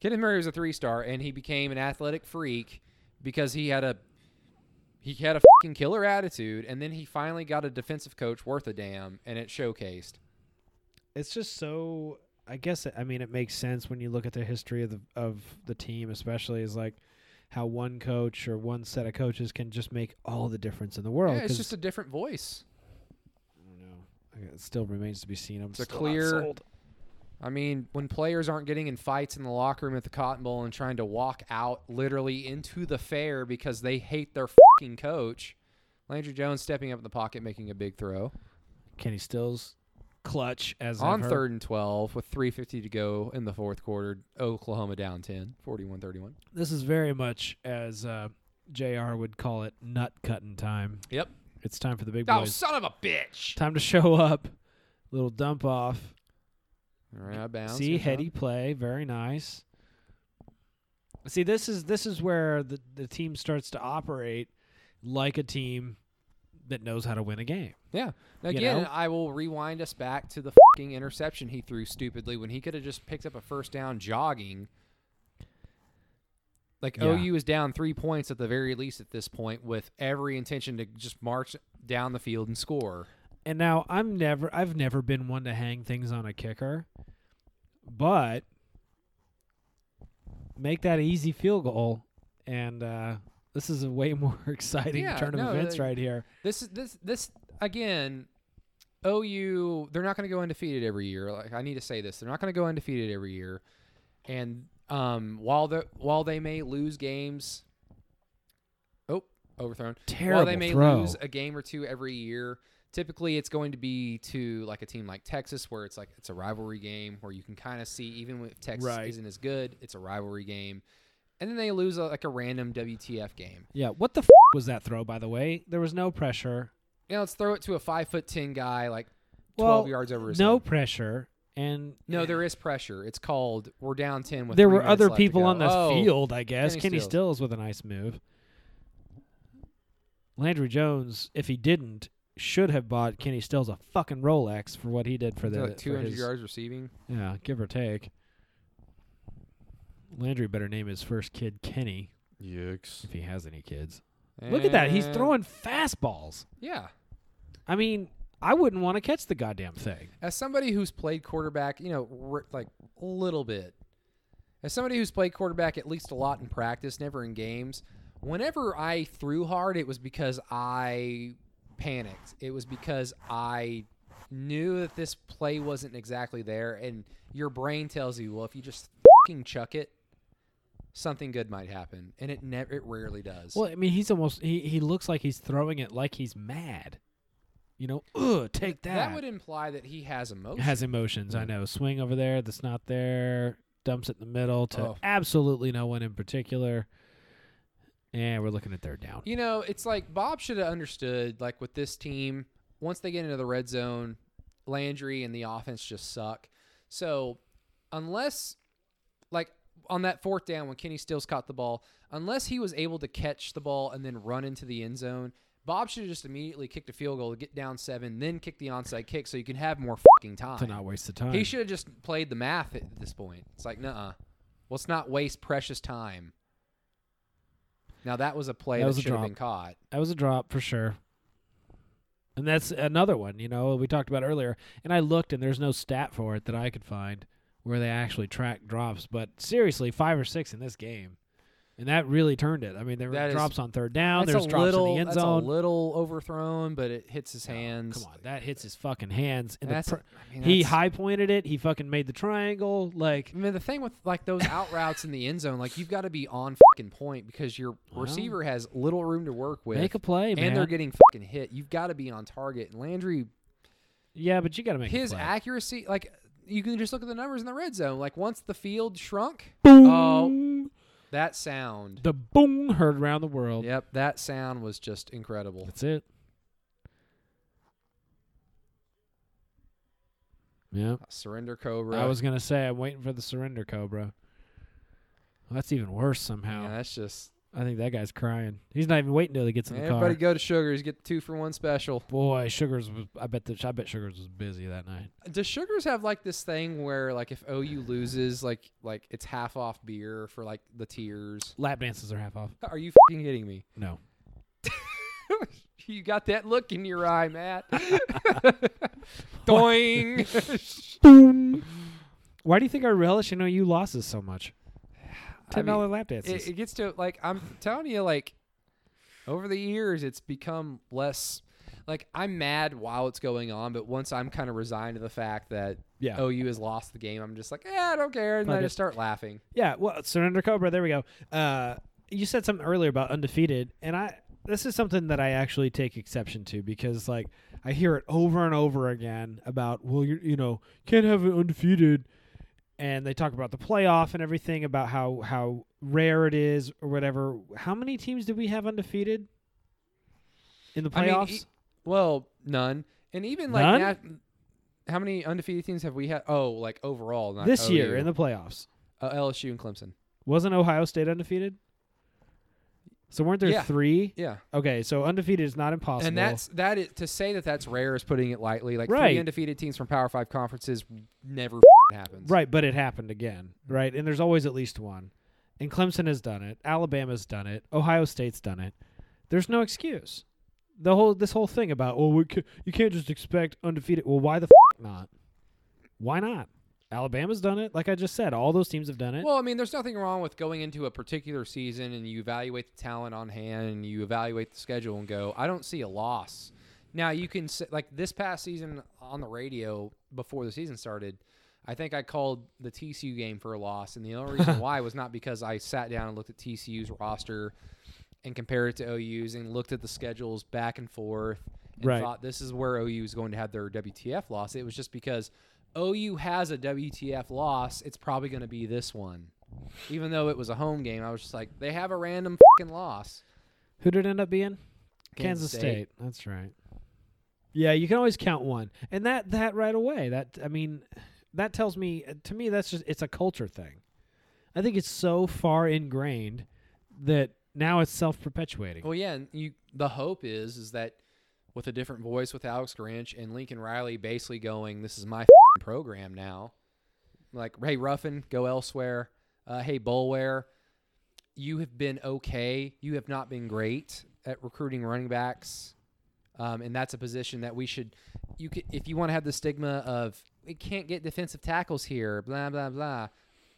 A: Kenneth Murray was a three star, and he became an athletic freak because he had a he had a fucking killer attitude, and then he finally got a defensive coach worth a damn, and it showcased.
B: it's just so I guess it, I mean it makes sense when you look at the history of the of the team, especially is like how one coach or one set of coaches can just make all the difference in the world.
A: yeah, it's
B: 'cause-
A: just a different voice.
B: I don't know. I- It still remains to be seen. I'm
A: It's a
B: still not
A: clear-
B: sold.
A: I mean, when players aren't getting in fights in the locker room at the Cotton Bowl and trying to walk out literally into the fair because they hate their fucking coach, Landry Jones stepping up in the pocket, making a big throw
B: Kenny Stills clutch as
A: on
B: ever.
A: third and 12 with 3.50 to go in the fourth quarter. Oklahoma down 10, 41 31.
B: This is very much as uh, Jr. would call it nut cutting time.
A: Yep.
B: It's time for the big
A: Oh,
B: boys.
A: son of a bitch.
B: Time to show up. Little dump off.
A: All right, out of bounds.
B: See
A: Good job.
B: heady play, very nice. See, this is this is where the the team starts to operate like a team that knows how to win a game.
A: Yeah.
B: You
A: Again,
B: know?
A: I will rewind us back to the fucking interception he threw stupidly when he could have just picked up a first down jogging. Like
B: Yeah.
A: OU is down three points at the very least at this point, with every intention to just march down the field and score.
B: And now I'm never I've never been one to hang things on a kicker. But make that easy field goal and uh this is a way more exciting
A: Yeah,
B: turn of
A: no,
B: events
A: like-
B: right here.
A: This is this this again. OU, they're not going to go undefeated every year. Like I need to say this, they're not going to go undefeated every year. And um, while the while they may lose games, oh, overthrown.
B: Terrible
A: while they may
B: throw.
A: lose a game or two every year, typically it's going to be to like a team like Texas, where it's like it's a rivalry game where you can kind of see even if Texas
B: Right.
A: isn't as good, it's a rivalry game. And then they lose a, like a random WTF game.
B: Yeah, what the f- was that throw by the way? There was no pressure.
A: You know, let's throw it to a five foot ten guy like
B: Well,
A: twelve yards over his
B: No
A: head.
B: pressure and
A: No, there is pressure. It's called we're down ten with
B: there
A: three
B: were
A: minutes
B: other
A: left to
B: people
A: go.
B: on the
A: Oh,
B: field, I guess.
A: Kenny
B: Kenny
A: Stills.
B: Stills. with a nice move. Landry Jones, if he didn't, should have bought Kenny Stills a fucking Rolex for what he did for
A: is that
B: the
A: like two
B: for
A: hundred
B: his-
A: yards receiving.
B: Yeah, give or take. Landry better name his first kid Kenny
A: Yikes.
B: if he has any kids. Look at that. He's throwing fastballs.
A: Yeah.
B: I mean, I wouldn't want to catch the goddamn thing.
A: as somebody who's played quarterback, you know, r- like a little bit, as somebody who's played quarterback at least a lot in practice, never in games, whenever I threw hard, it was because I panicked. It was because I knew that this play wasn't exactly there, and your brain tells you, well, if you just fucking chuck it, something good might happen, and it never, it rarely does.
B: Well, I mean, he's almost he, he looks like he's throwing it like he's mad. You know, ugh, take that.
A: would imply that he has
B: It
A: emotion.
B: has emotions. I know. Swing over there. That's not there. Dumps it in the middle to
A: Oh.
B: absolutely no one in particular. And we're looking at third down.
A: You know, it's like Bob should have understood, like with this team, once they get into the red zone, Landry and the offense just suck. So, unless, like, on that fourth down when Kenny Stills caught the ball, unless he was able to catch the ball and then run into the end zone, Bob should have just immediately kicked a field goal to get down seven, then kick the onside kick so you can have more fucking time.
B: To not waste the time.
A: He should have just played the math at this point. It's like, nuh-uh. Let's not waste precious time. Now that was a play
B: That
A: that,
B: was a
A: should have
B: drop.
A: been caught.
B: That was a drop for sure. And that's another one, you know, we talked about earlier. And I looked and there's no stat for it that I could find where they actually track drops, but seriously, five or six in this game. And that really turned it. I mean, there were
A: That is-
B: drops on third down,
A: That's
B: there's
A: a
B: drops
A: little,
B: in the end
A: that's
B: zone.
A: a little overthrown, but it hits his
B: No,
A: hands.
B: Come on, that hits his fucking hands. And
A: And
B: the
A: that's,
B: pr-
A: I mean,
B: he
A: that's-
B: high pointed it. He fucking made the triangle. Like
A: I mean, the thing with like those out routes in the end zone, like you've got to be on fucking point because your
B: Well,
A: receiver has little room to work with,
B: make a play, man.
A: and they're getting fucking hit. You've got to be on target. And Landry,
B: yeah, but you got to make
A: his
B: a play.
A: accuracy, like you can just look at the numbers in the red zone. Like once the field shrunk,
B: boom.
A: Oh. that sound,
B: The boom heard around the world.
A: yep, that sound was just incredible.
B: That's it. Yeah.
A: Surrender Cobra.
B: I was gonna say I'm waiting for the surrender cobra. Well, that's even worse somehow.
A: Yeah, that's just
B: I think that guy's crying. He's not even waiting till he gets in the
A: everybody
B: car.
A: go to Sugars, get the two for one special.
B: Boy, Sugars was. I bet the. I bet Sugars was busy that night.
A: Does Sugars have like this thing where like if OU loses, like like it's half off beer for like the tears?
B: Lap dances are half off.
A: Are you fing kidding me?
B: No.
A: you got that look in your eye, Matt. Doing.
B: Boom. Why do you think I relish in OU losses so much? Ten dollar lap dances.
A: it, it gets to like I'm telling you, like over the years, it's become less. Like I'm mad while it's going on, but once I'm kind of resigned to the fact that
B: yeah.
A: OU has lost the game, I'm just like, eh, I don't care, and I
B: Fuck it.
A: just start laughing.
B: Yeah, well, Surrender Cobra. There we go. Uh, you said something earlier about undefeated, and I this is something that I actually take exception to because like I hear it over and over again about well you you know can't have it undefeated, and they talk about the playoff and everything about how how rare it is or whatever. How many teams did we have undefeated in the
A: I mean,
B: playoffs?
A: e- well, none, and even like
B: None?
A: nat- how many undefeated teams have we had? Oh, like overall, not
B: this year
A: OU.
B: in the playoffs
A: uh, LSU and Clemson.
B: wasn't Ohio State undefeated? So weren't there
A: Yeah.
B: three?
A: Yeah,
B: Okay, so undefeated is not impossible.
A: and that's that is to say that that's rare is putting it lightly. Like
B: Right.
A: three undefeated teams from Power Five conferences never happens.
B: Right, but it happened again,
A: Mm-hmm.
B: right? And there's always at least one. And Clemson has done it. Alabama's done it. Ohio State's done it. There's no excuse. The whole this whole thing about well, we ca- you can't just expect undefeated. Well, why the f- not? Why not? Alabama's done it. Like I just said, all those teams have done it.
A: Well, I mean, there's nothing wrong with going into a particular season and you evaluate the talent on hand and you evaluate the schedule and go, I don't see a loss. Now, you can say, like this past season on the radio before the season started, I think I called the TCU game for a loss. And the only reason why was not because I sat down and looked at TCU's roster and compared it to OU's and looked at the schedules back and forth and
B: Right.
A: thought this is where OU is going to have their WTF loss. It was just because OU has a WTF loss, it's probably going to be this one. Even though it was a home game, I was just like, they have a random fucking loss.
B: Who did it end up being? Kansas State. That's right. Yeah, you can always count one, and that that right away. That I mean, that tells me to me that's just it's a culture thing. I think it's so far ingrained that now it's self perpetuating.
A: Well, yeah, and you the hope is is that with a different voice with Alex Grinch and Lincoln Riley basically going, this is my f***ing program now. Like, hey Ruffin, go elsewhere. Uh, hey Bullware, you have been okay. You have not been great at recruiting running backs. um, and that's a position that we should. You could, if you want to have the stigma of we can't get defensive tackles here, blah blah blah.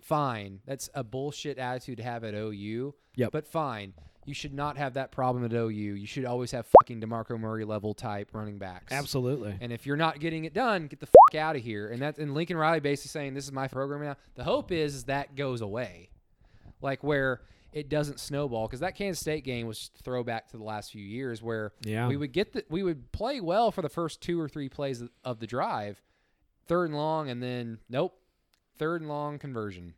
A: Fine, that's a bullshit attitude to have at OU.
B: Yep.
A: But fine, you should not have that problem at OU. You should always have fucking Demarco Murray level type running backs.
B: Absolutely.
A: And if you're not getting it done, get the fuck out of here. And that's and Lincoln Riley basically saying this is my program now. The hope is, is that goes away, like where it doesn't snowball because that Kansas State game was just a throwback to the last few years where
B: Yeah.
A: we would get the we would play well for the first two or three plays of- of the drive, third and long, and then nope, third and long conversion,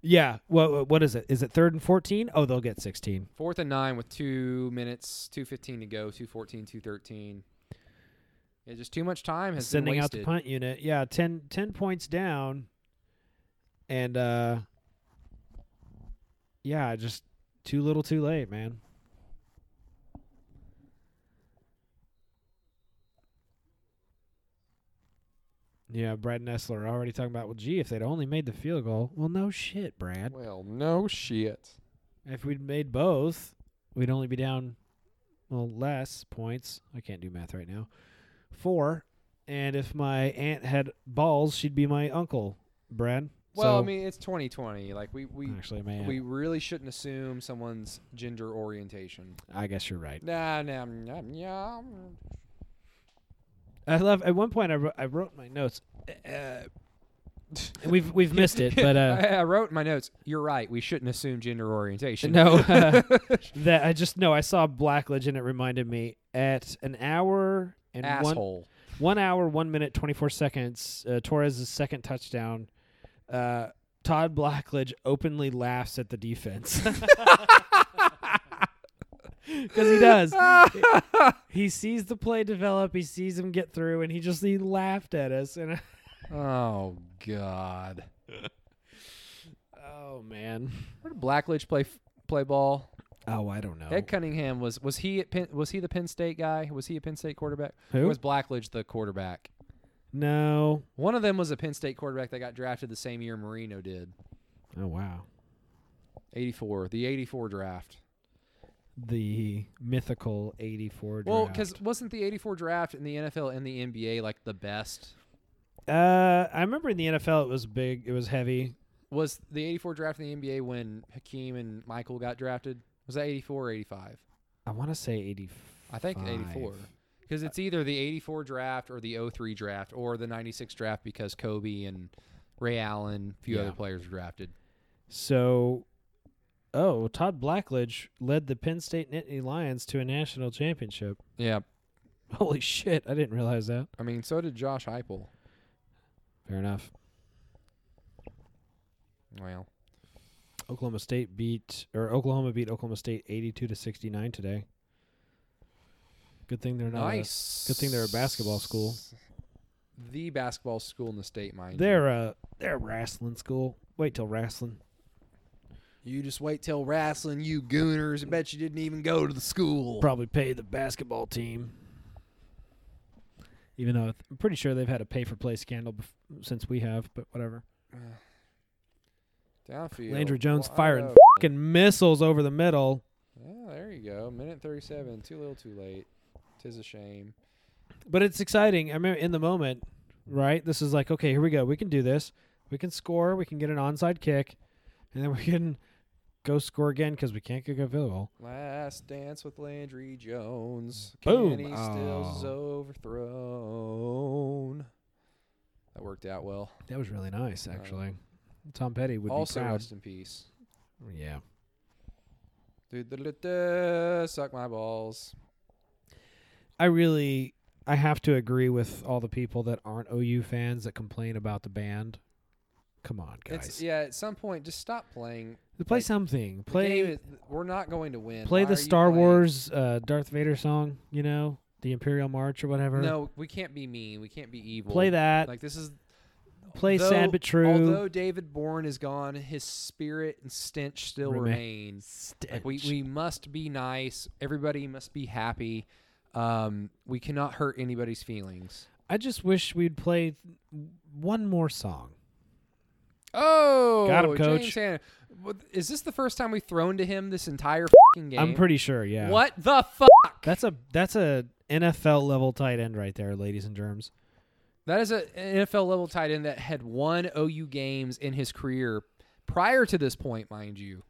B: yeah. What what is it? Is it third and fourteen? Oh, they'll get sixteen.
A: fourth and nine with two minutes, two fifteen to go, two fourteen, two thirteen. It's just too much time has
B: Sending
A: been
B: out
A: wasted.
B: the punt unit. Yeah, 10, 10 points down. And uh yeah, just too little, too late, man. Yeah, Brad Nessler already talking about. Well, gee, if they'd only made the field goal. Well, no shit, Brad.
A: Well, no shit.
B: If we'd made both, we'd only be down well less points. I can't do math right now. Four. And if my aunt had balls, she'd be my uncle, Brad.
A: Well,
B: So- Ah,
A: I mean, it's 2020. Like we we
B: actually, my aunt.
A: we really shouldn't assume someone's gender orientation.
B: I guess you're right.
A: Nah, nah, mm, nah, mm. nah.
B: I love. At one point, I wrote, I wrote my notes. Uh, and we've we've missed it, but uh,
A: I, I wrote in my notes. You're right. We shouldn't assume gender orientation.
B: no, uh, that I just no. I saw Blackledge, and it reminded me at an hour and one
A: asshole.
B: one hour, one minute, 24 seconds, uh, Torres' second touchdown. Uh, Todd Blackledge openly laughs at the defense. Because he does. he sees the play develop, he sees him get through, and he just he laughed at us. And
A: Oh God.
B: oh man,
A: Where did Blackledge play f- play ball?
B: oh I don't know.
A: Ed Cunningham was was he at Penn, was he the Penn State guy? Was he a Penn State quarterback?
B: Who?
A: Or was Blackledge the quarterback?
B: no.
A: One of them was a Penn State quarterback that got drafted the same year Marino did.
B: Oh wow,
A: 84, the 84 draft.
B: the mythical '84 draft.
A: Well, because wasn't the 84 draft in the NFL and the NBA like the best?
B: uh, I remember in the NFL it was big, it was heavy.
A: Was the 84 draft in the NBA when Hakeem and Michael got drafted? Was that 84 or 85?
B: I want to say '84.
A: I think 84. Because it's either the 84 draft or the 03 draft or the 96 draft because Kobe and Ray Allen, a few
B: Yeah.
A: other players were drafted.
B: So, oh, Todd Blackledge led the Penn State Nittany Lions to a national championship.
A: Yeah.
B: Holy shit, I didn't realize that.
A: I mean, so did Josh Heupel.
B: Fair enough.
A: Well,
B: Oklahoma State beat or Oklahoma beat Oklahoma State 82 to 69 today. Good thing they're not. a-
A: nice.
B: good thing they're a basketball school.
A: The basketball school in the state, mind you.
B: they're a they're a wrestling school. Wait till wrestling.
A: You just wait till wrestling, you gooners. I bet you didn't even go to the school.
B: Probably pay the basketball team. Even though I th- I'm pretty sure they've had a pay for play scandal bef- since we have, but whatever.
A: Downfield.
B: Landry Jones
A: Well, I
B: firing
A: know.
B: fucking missiles over the middle.
A: Yeah, there you go. Minute 37. Too little, too late. Tis a shame.
B: But it's exciting. I remember in the moment, right? This is like, okay, here we go. We can do this. We can score. We can get an onside kick, and then we can go score again because we can't kick a field goal.
A: Last dance with Landry Jones.
B: Boom.
A: Kenny Stills is
B: Oh.
A: overthrown. That worked out well.
B: That was really nice, actually. Tom Petty would
A: also,
B: be proud.
A: rest in peace.
B: Yeah.
A: Du-du-du-du, Suck my balls.
B: I really, I have to agree with all the people that aren't OU fans that complain about the band. Come on, guys.
A: It's yeah. At some point, just stop playing.
B: play
A: like,
B: something.
A: The
B: Play.
A: game is- we're not going to win.
B: play
A: Why
B: the
A: are you
B: Star
A: playing?
B: Wars uh, Darth Vader song, you know, the Imperial March or whatever.
A: No, we can't be mean. We can't be evil.
B: play that.
A: Like this is
B: play
A: though-
B: Sad but True.
A: Although David Bourne is gone, his spirit and stench still
B: Remain-
A: remains. Like we, we must be nice. Everybody must be happy. Um, we cannot hurt anybody's feelings.
B: I just wish we'd play one more song.
A: Oh,
B: Got him,
A: James
B: coach.
A: Hanna. What- Is this the first time we've thrown to him this entire fing game?
B: I'm pretty sure, yeah.
A: What the fuck?
B: That's a that's a NFL level tight end right there, ladies and germs.
A: That is a, an NFL level tight end that had won OU games in his career prior to this point, mind you.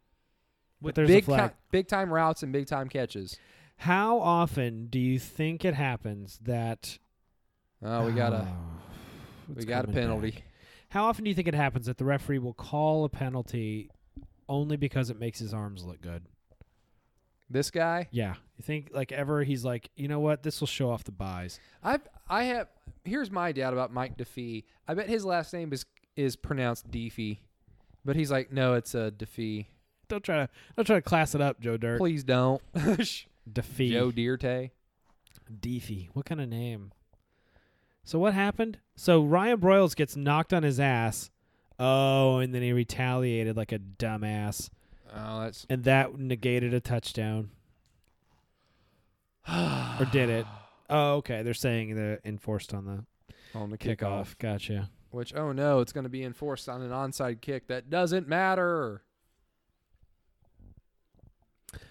B: But
A: With
B: there's a
A: big,
B: flag.
A: ti- big time routes and big time catches.
B: How often do you think it happens that
A: Oh, we got a
B: Oh,
A: we
B: it's
A: got a
B: coming
A: penalty.
B: back. How often do you think it happens that the referee will call a penalty only because it makes his arms look good?
A: This guy,
B: Yeah. You think like ever he's like, you know what, this will show off the buys.
A: I I have. Here's my doubt about Mike Defee. I bet his last name is is pronounced Defee, but he's like, no, it's a Defee.
B: Don't try to don't try to class it up, Joe Dirt.
A: Please don't.
B: Defee.
A: Joe Dierte.
B: Deefy. What kind of name? So what happened? So Ryan Broyles gets knocked on his ass. Oh, and then he retaliated like a dumbass.
A: Oh, that's
B: And that negated a touchdown. or did it? Oh, okay. They're saying they're enforced on the
A: on the
B: kickoff.
A: kickoff.
B: Gotcha.
A: Which, oh no, it's going to be enforced on an onside kick that doesn't matter.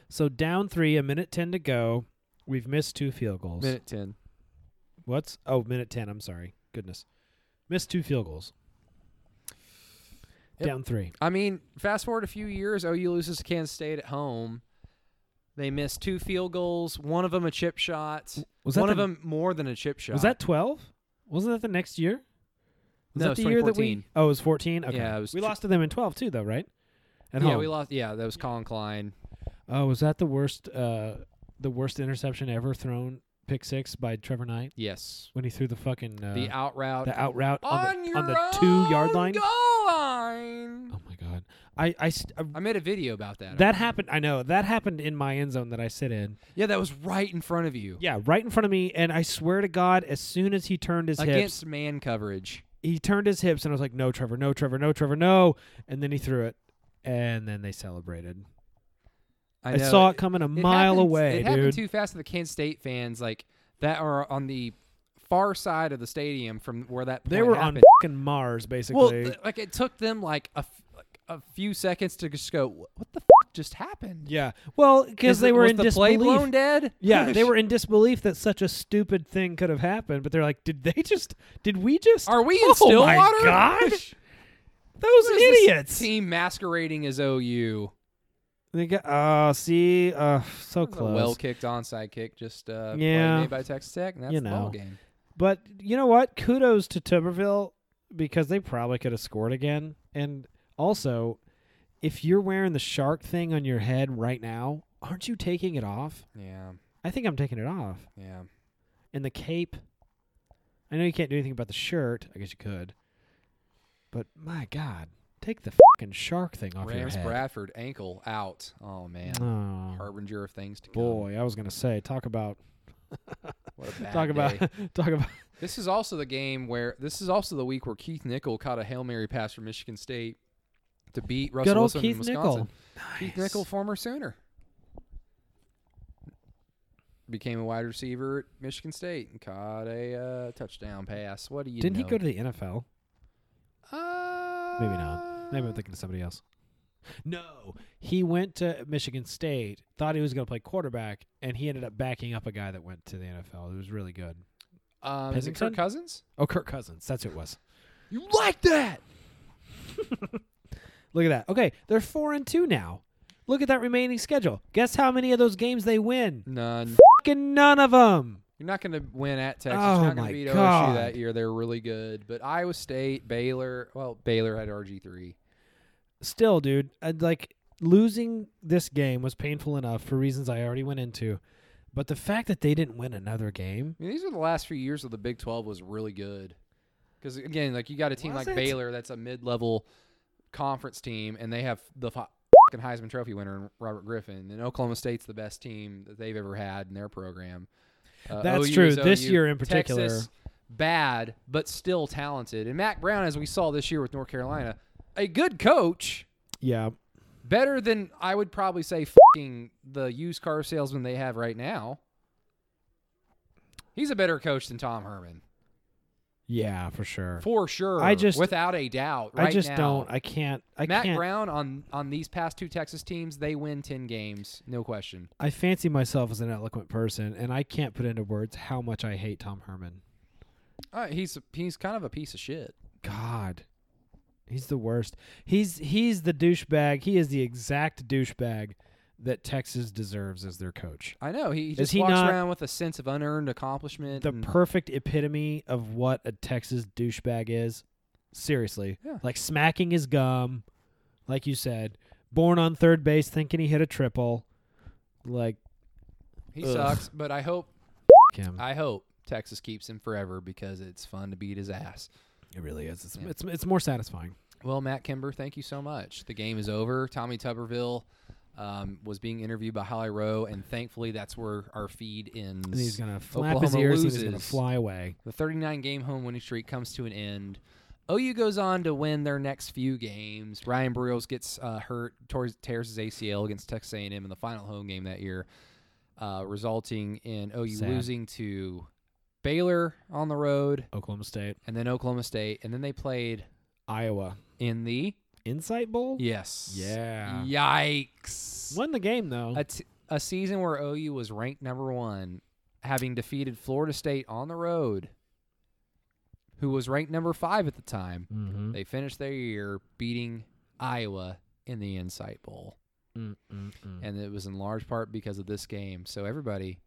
B: So down three, a minute ten to go. We've missed two field goals.
A: Minute ten.
B: What's oh minute ten? I'm sorry. Goodness, missed two field goals.
A: Yep.
B: Down three.
A: I mean, fast forward a few years, OU loses to Kansas State at home. They miss two field goals, one of them a chip shot.
B: Was that
A: one of
B: the-
A: them more than a chip shot.
B: Was that twelve? Wasn't that the next year? Was
A: No,
B: that
A: it's
B: the year that we?
A: 2014.
B: Oh, it was fourteen. Okay,
A: Yeah, it was
B: we
A: tr-
B: lost to them in twelve too, though, right? At
A: yeah,
B: home.
A: we lost. Yeah, that was Colin Klein.
B: Oh, was that the worst? Uh, the worst interception ever thrown, pick six by Trevor Knight
A: Yes,
B: when he threw the fucking uh,
A: the out route
B: the out route on,
A: on,
B: the,
A: your
B: on the two yard
A: own
B: line.
A: Goal line.
B: Oh my god! I I, st- I
A: I made a video about that.
B: That happened. I know that happened in my end zone that I sit in.
A: yeah, that was right in front of you
B: Yeah, right in front of me. And I swear to God, as soon as he turned his hips,
A: against man coverage.
B: he turned his hips, and I was like, "No, Trevor, no, Trevor, no, Trevor, no!" And then he threw it, and then they celebrated. I,
A: I, know,
B: saw it coming a mile
A: happened-
B: away,
A: It
B: dude.
A: happened too fast to the Kansas State fans, like that are on the far side of the stadium from where that.
B: they
A: point
B: were
A: happened.
B: on fucking Mars, basically.
A: Well, th- like it took them like a, f- like a few seconds to just go, what the f- just happened?
B: yeah. Well, because
A: Is
B: they
A: it-
B: were
A: was
B: in
A: the play
B: disbelief.
A: blown dead.
B: yeah, they were in disbelief that such a stupid thing could have happened. But they're like, "Did they just? Did we just?
A: Are we in
B: oh
A: Stillwater?
B: my gosh! Those
A: What is this
B: idiots!
A: Team masquerading as OU.
B: They got oh, see, uh, so
A: That was A well
B: close.
A: kicked onside kick, just uh, play
B: Yeah.
A: made by Texas Tech, and that's
B: You
A: the ball
B: know.
A: game.
B: But you know what? Kudos to Tuberville because they probably could have scored again. And also, if you're wearing the shark thing on your head right now, aren't you taking it off?
A: Yeah,
B: I think I'm taking it off.
A: yeah.
B: And the cape. I know you can't do anything about the shirt. I guess you could. But my God, take the fucking shark thing off
A: Rams
B: your head.
A: Bradford ankle out. Oh man,
B: Oh,
A: harbinger of things to come.
B: boy, I was gonna say, talk about,
A: What a bad
B: talk about,
A: day.
B: talk about.
A: This is also the game where this is also the week where Keith Nickel caught a hail mary pass from Michigan State to beat Russell
B: Good old
A: Wilson
B: Keith
A: in
B: Nickel.
A: Wisconsin. Keith
B: Nice.
A: Nickel, former Sooner, became a wide receiver at Michigan State and caught a uh, touchdown pass. What do you
B: Didn't he
A: know?
B: go to the NFL?
A: Uh,
B: Maybe not. Maybe I'm thinking of somebody else. No, he went to Michigan State, thought he was going to play quarterback, and he ended up backing up a guy that went to the NFL. It was really good.
A: Um, is it
B: Pennington?
A: Kirk Cousins?
B: Oh, Kirk Cousins. That's who it was.
A: You like that?
B: Look at that. Okay, they're four and two now. Look at that remaining schedule. Guess how many of those games they win?
A: None.
B: Fucking none of them.
A: You're not going to win at Texas.
B: Oh
A: You're not going
B: my
A: to beat
B: God.
A: OSU that year. They're really good. But Iowa State, Baylor. Well, Baylor had RG3.
B: Still, dude, I'd like losing this game was painful enough for reasons I already went into, but the fact that they didn't win another game.
A: I mean, these are the last few years where the Big 12 was really good. Because, again, like you got a team
B: Was
A: like
B: it?
A: Baylor that's a mid level conference team, and they have the f- Heisman Trophy winner in Robert Griffin. And Oklahoma State's the best team that they've ever had in their program. Uh,
B: That's
A: OU
B: true.
A: is
B: This
A: OU.
B: year in particular.
A: Texas, bad, but still talented. And Mac Brown, as we saw this year with North Carolina, a good coach,
B: Yeah.
A: better than I would probably say fing the used car salesman they have right now. He's a better coach than Tom Herman.
B: Yeah, for sure.
A: for sure.
B: I just-
A: without a doubt. Right
B: I just
A: now,
B: don't. I can't. I
A: Matt
B: can't.
A: Brown on on these past two Texas teams, they win ten games, no question.
B: I fancy myself as an eloquent person, and I can't put into words how much I hate Tom Herman.
A: Uh, he's he's kind of a piece of shit.
B: God, he's the worst. He's he's the douchebag. He is the exact douchebag that Texas deserves as their coach.
A: I know he, he just
B: he
A: walks
B: not-
A: around with a sense of unearned accomplishment.
B: The
A: and-
B: perfect epitome of what a Texas douchebag is. Seriously,
A: Yeah.
B: like smacking his gum, like you said, born on third base thinking he hit a triple, like
A: he
B: ugh.
A: sucks, but I hope
B: him.
A: I hope Texas keeps him forever because it's fun to beat his ass.
B: It really is. It's,
A: Yeah.
B: it's it's more satisfying.
A: Well, Matt Kimber, thank you so much. The game is over. Tommy Tuberville um, was being interviewed by Holly Rowe, and thankfully that's where our feed ends.
B: And he's gonna flap his
A: Oklahoma
B: ears and he's gonna
A: loses.
B: fly away.
A: The 39 game home winning streak comes to an end. OU goes on to win their next few games. Ryan Brewers gets uh, hurt, towards, tears his ACL against Texas A&M in the final home game that year, uh, resulting in OU
B: Sad.
A: losing to Baylor on the road,
B: Oklahoma State,
A: and then Oklahoma State, and then they played
B: Iowa,
A: in the
B: Insight Bowl.
A: yes,
B: Yeah.
A: yikes,
B: Won the game though.
A: a, t- a season where OU was ranked number one, having defeated Florida State on the road, who was ranked number five at the time.
B: mm-hmm.
A: They finished their year beating Iowa in the Insight Bowl.
B: Mm-hmm.
A: And it was in large part because of this game. So, everybody,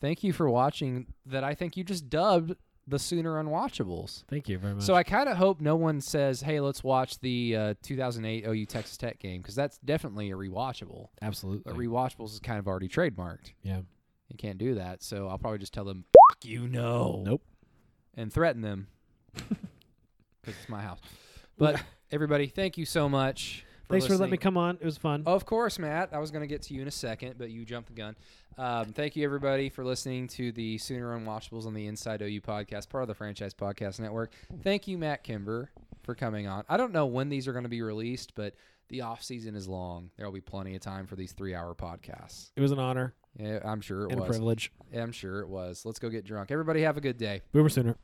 A: thank you for watching that I think you just dubbed the Sooner Unwatchables.
B: Thank you very much.
A: So, I kind of hope no one says, hey, let's watch the uh, 2008 OU Texas Tech game because that's definitely a rewatchable.
B: absolutely.
A: But rewatchables is kind of already trademarked.
B: yeah.
A: You can't do that. So I'll probably just tell them, "Fuck you know,"
B: Nope.
A: and threaten them because it's my house. But everybody, thank you so much. For
B: Thanks for letting me
A: listening. Oh.
B: come on. It was fun.
A: Of course, Matt. I was going to get to you in a second, but you jumped the gun. Um, thank you, everybody, for listening to the Sooner Unwatchables on the Inside OU podcast, part of the Franchise Podcast Network. Thank you, Matt Kimber, for coming on. I don't know when these are going to be released, but the off season is long. There will be plenty of time for these three hour podcasts.
B: It was an honor
A: Yeah, I'm sure it
B: and a
A: was.
B: privilege.
A: Yeah, I'm sure it was. Let's go get drunk. Everybody have a good day.
B: Boomer Sooner.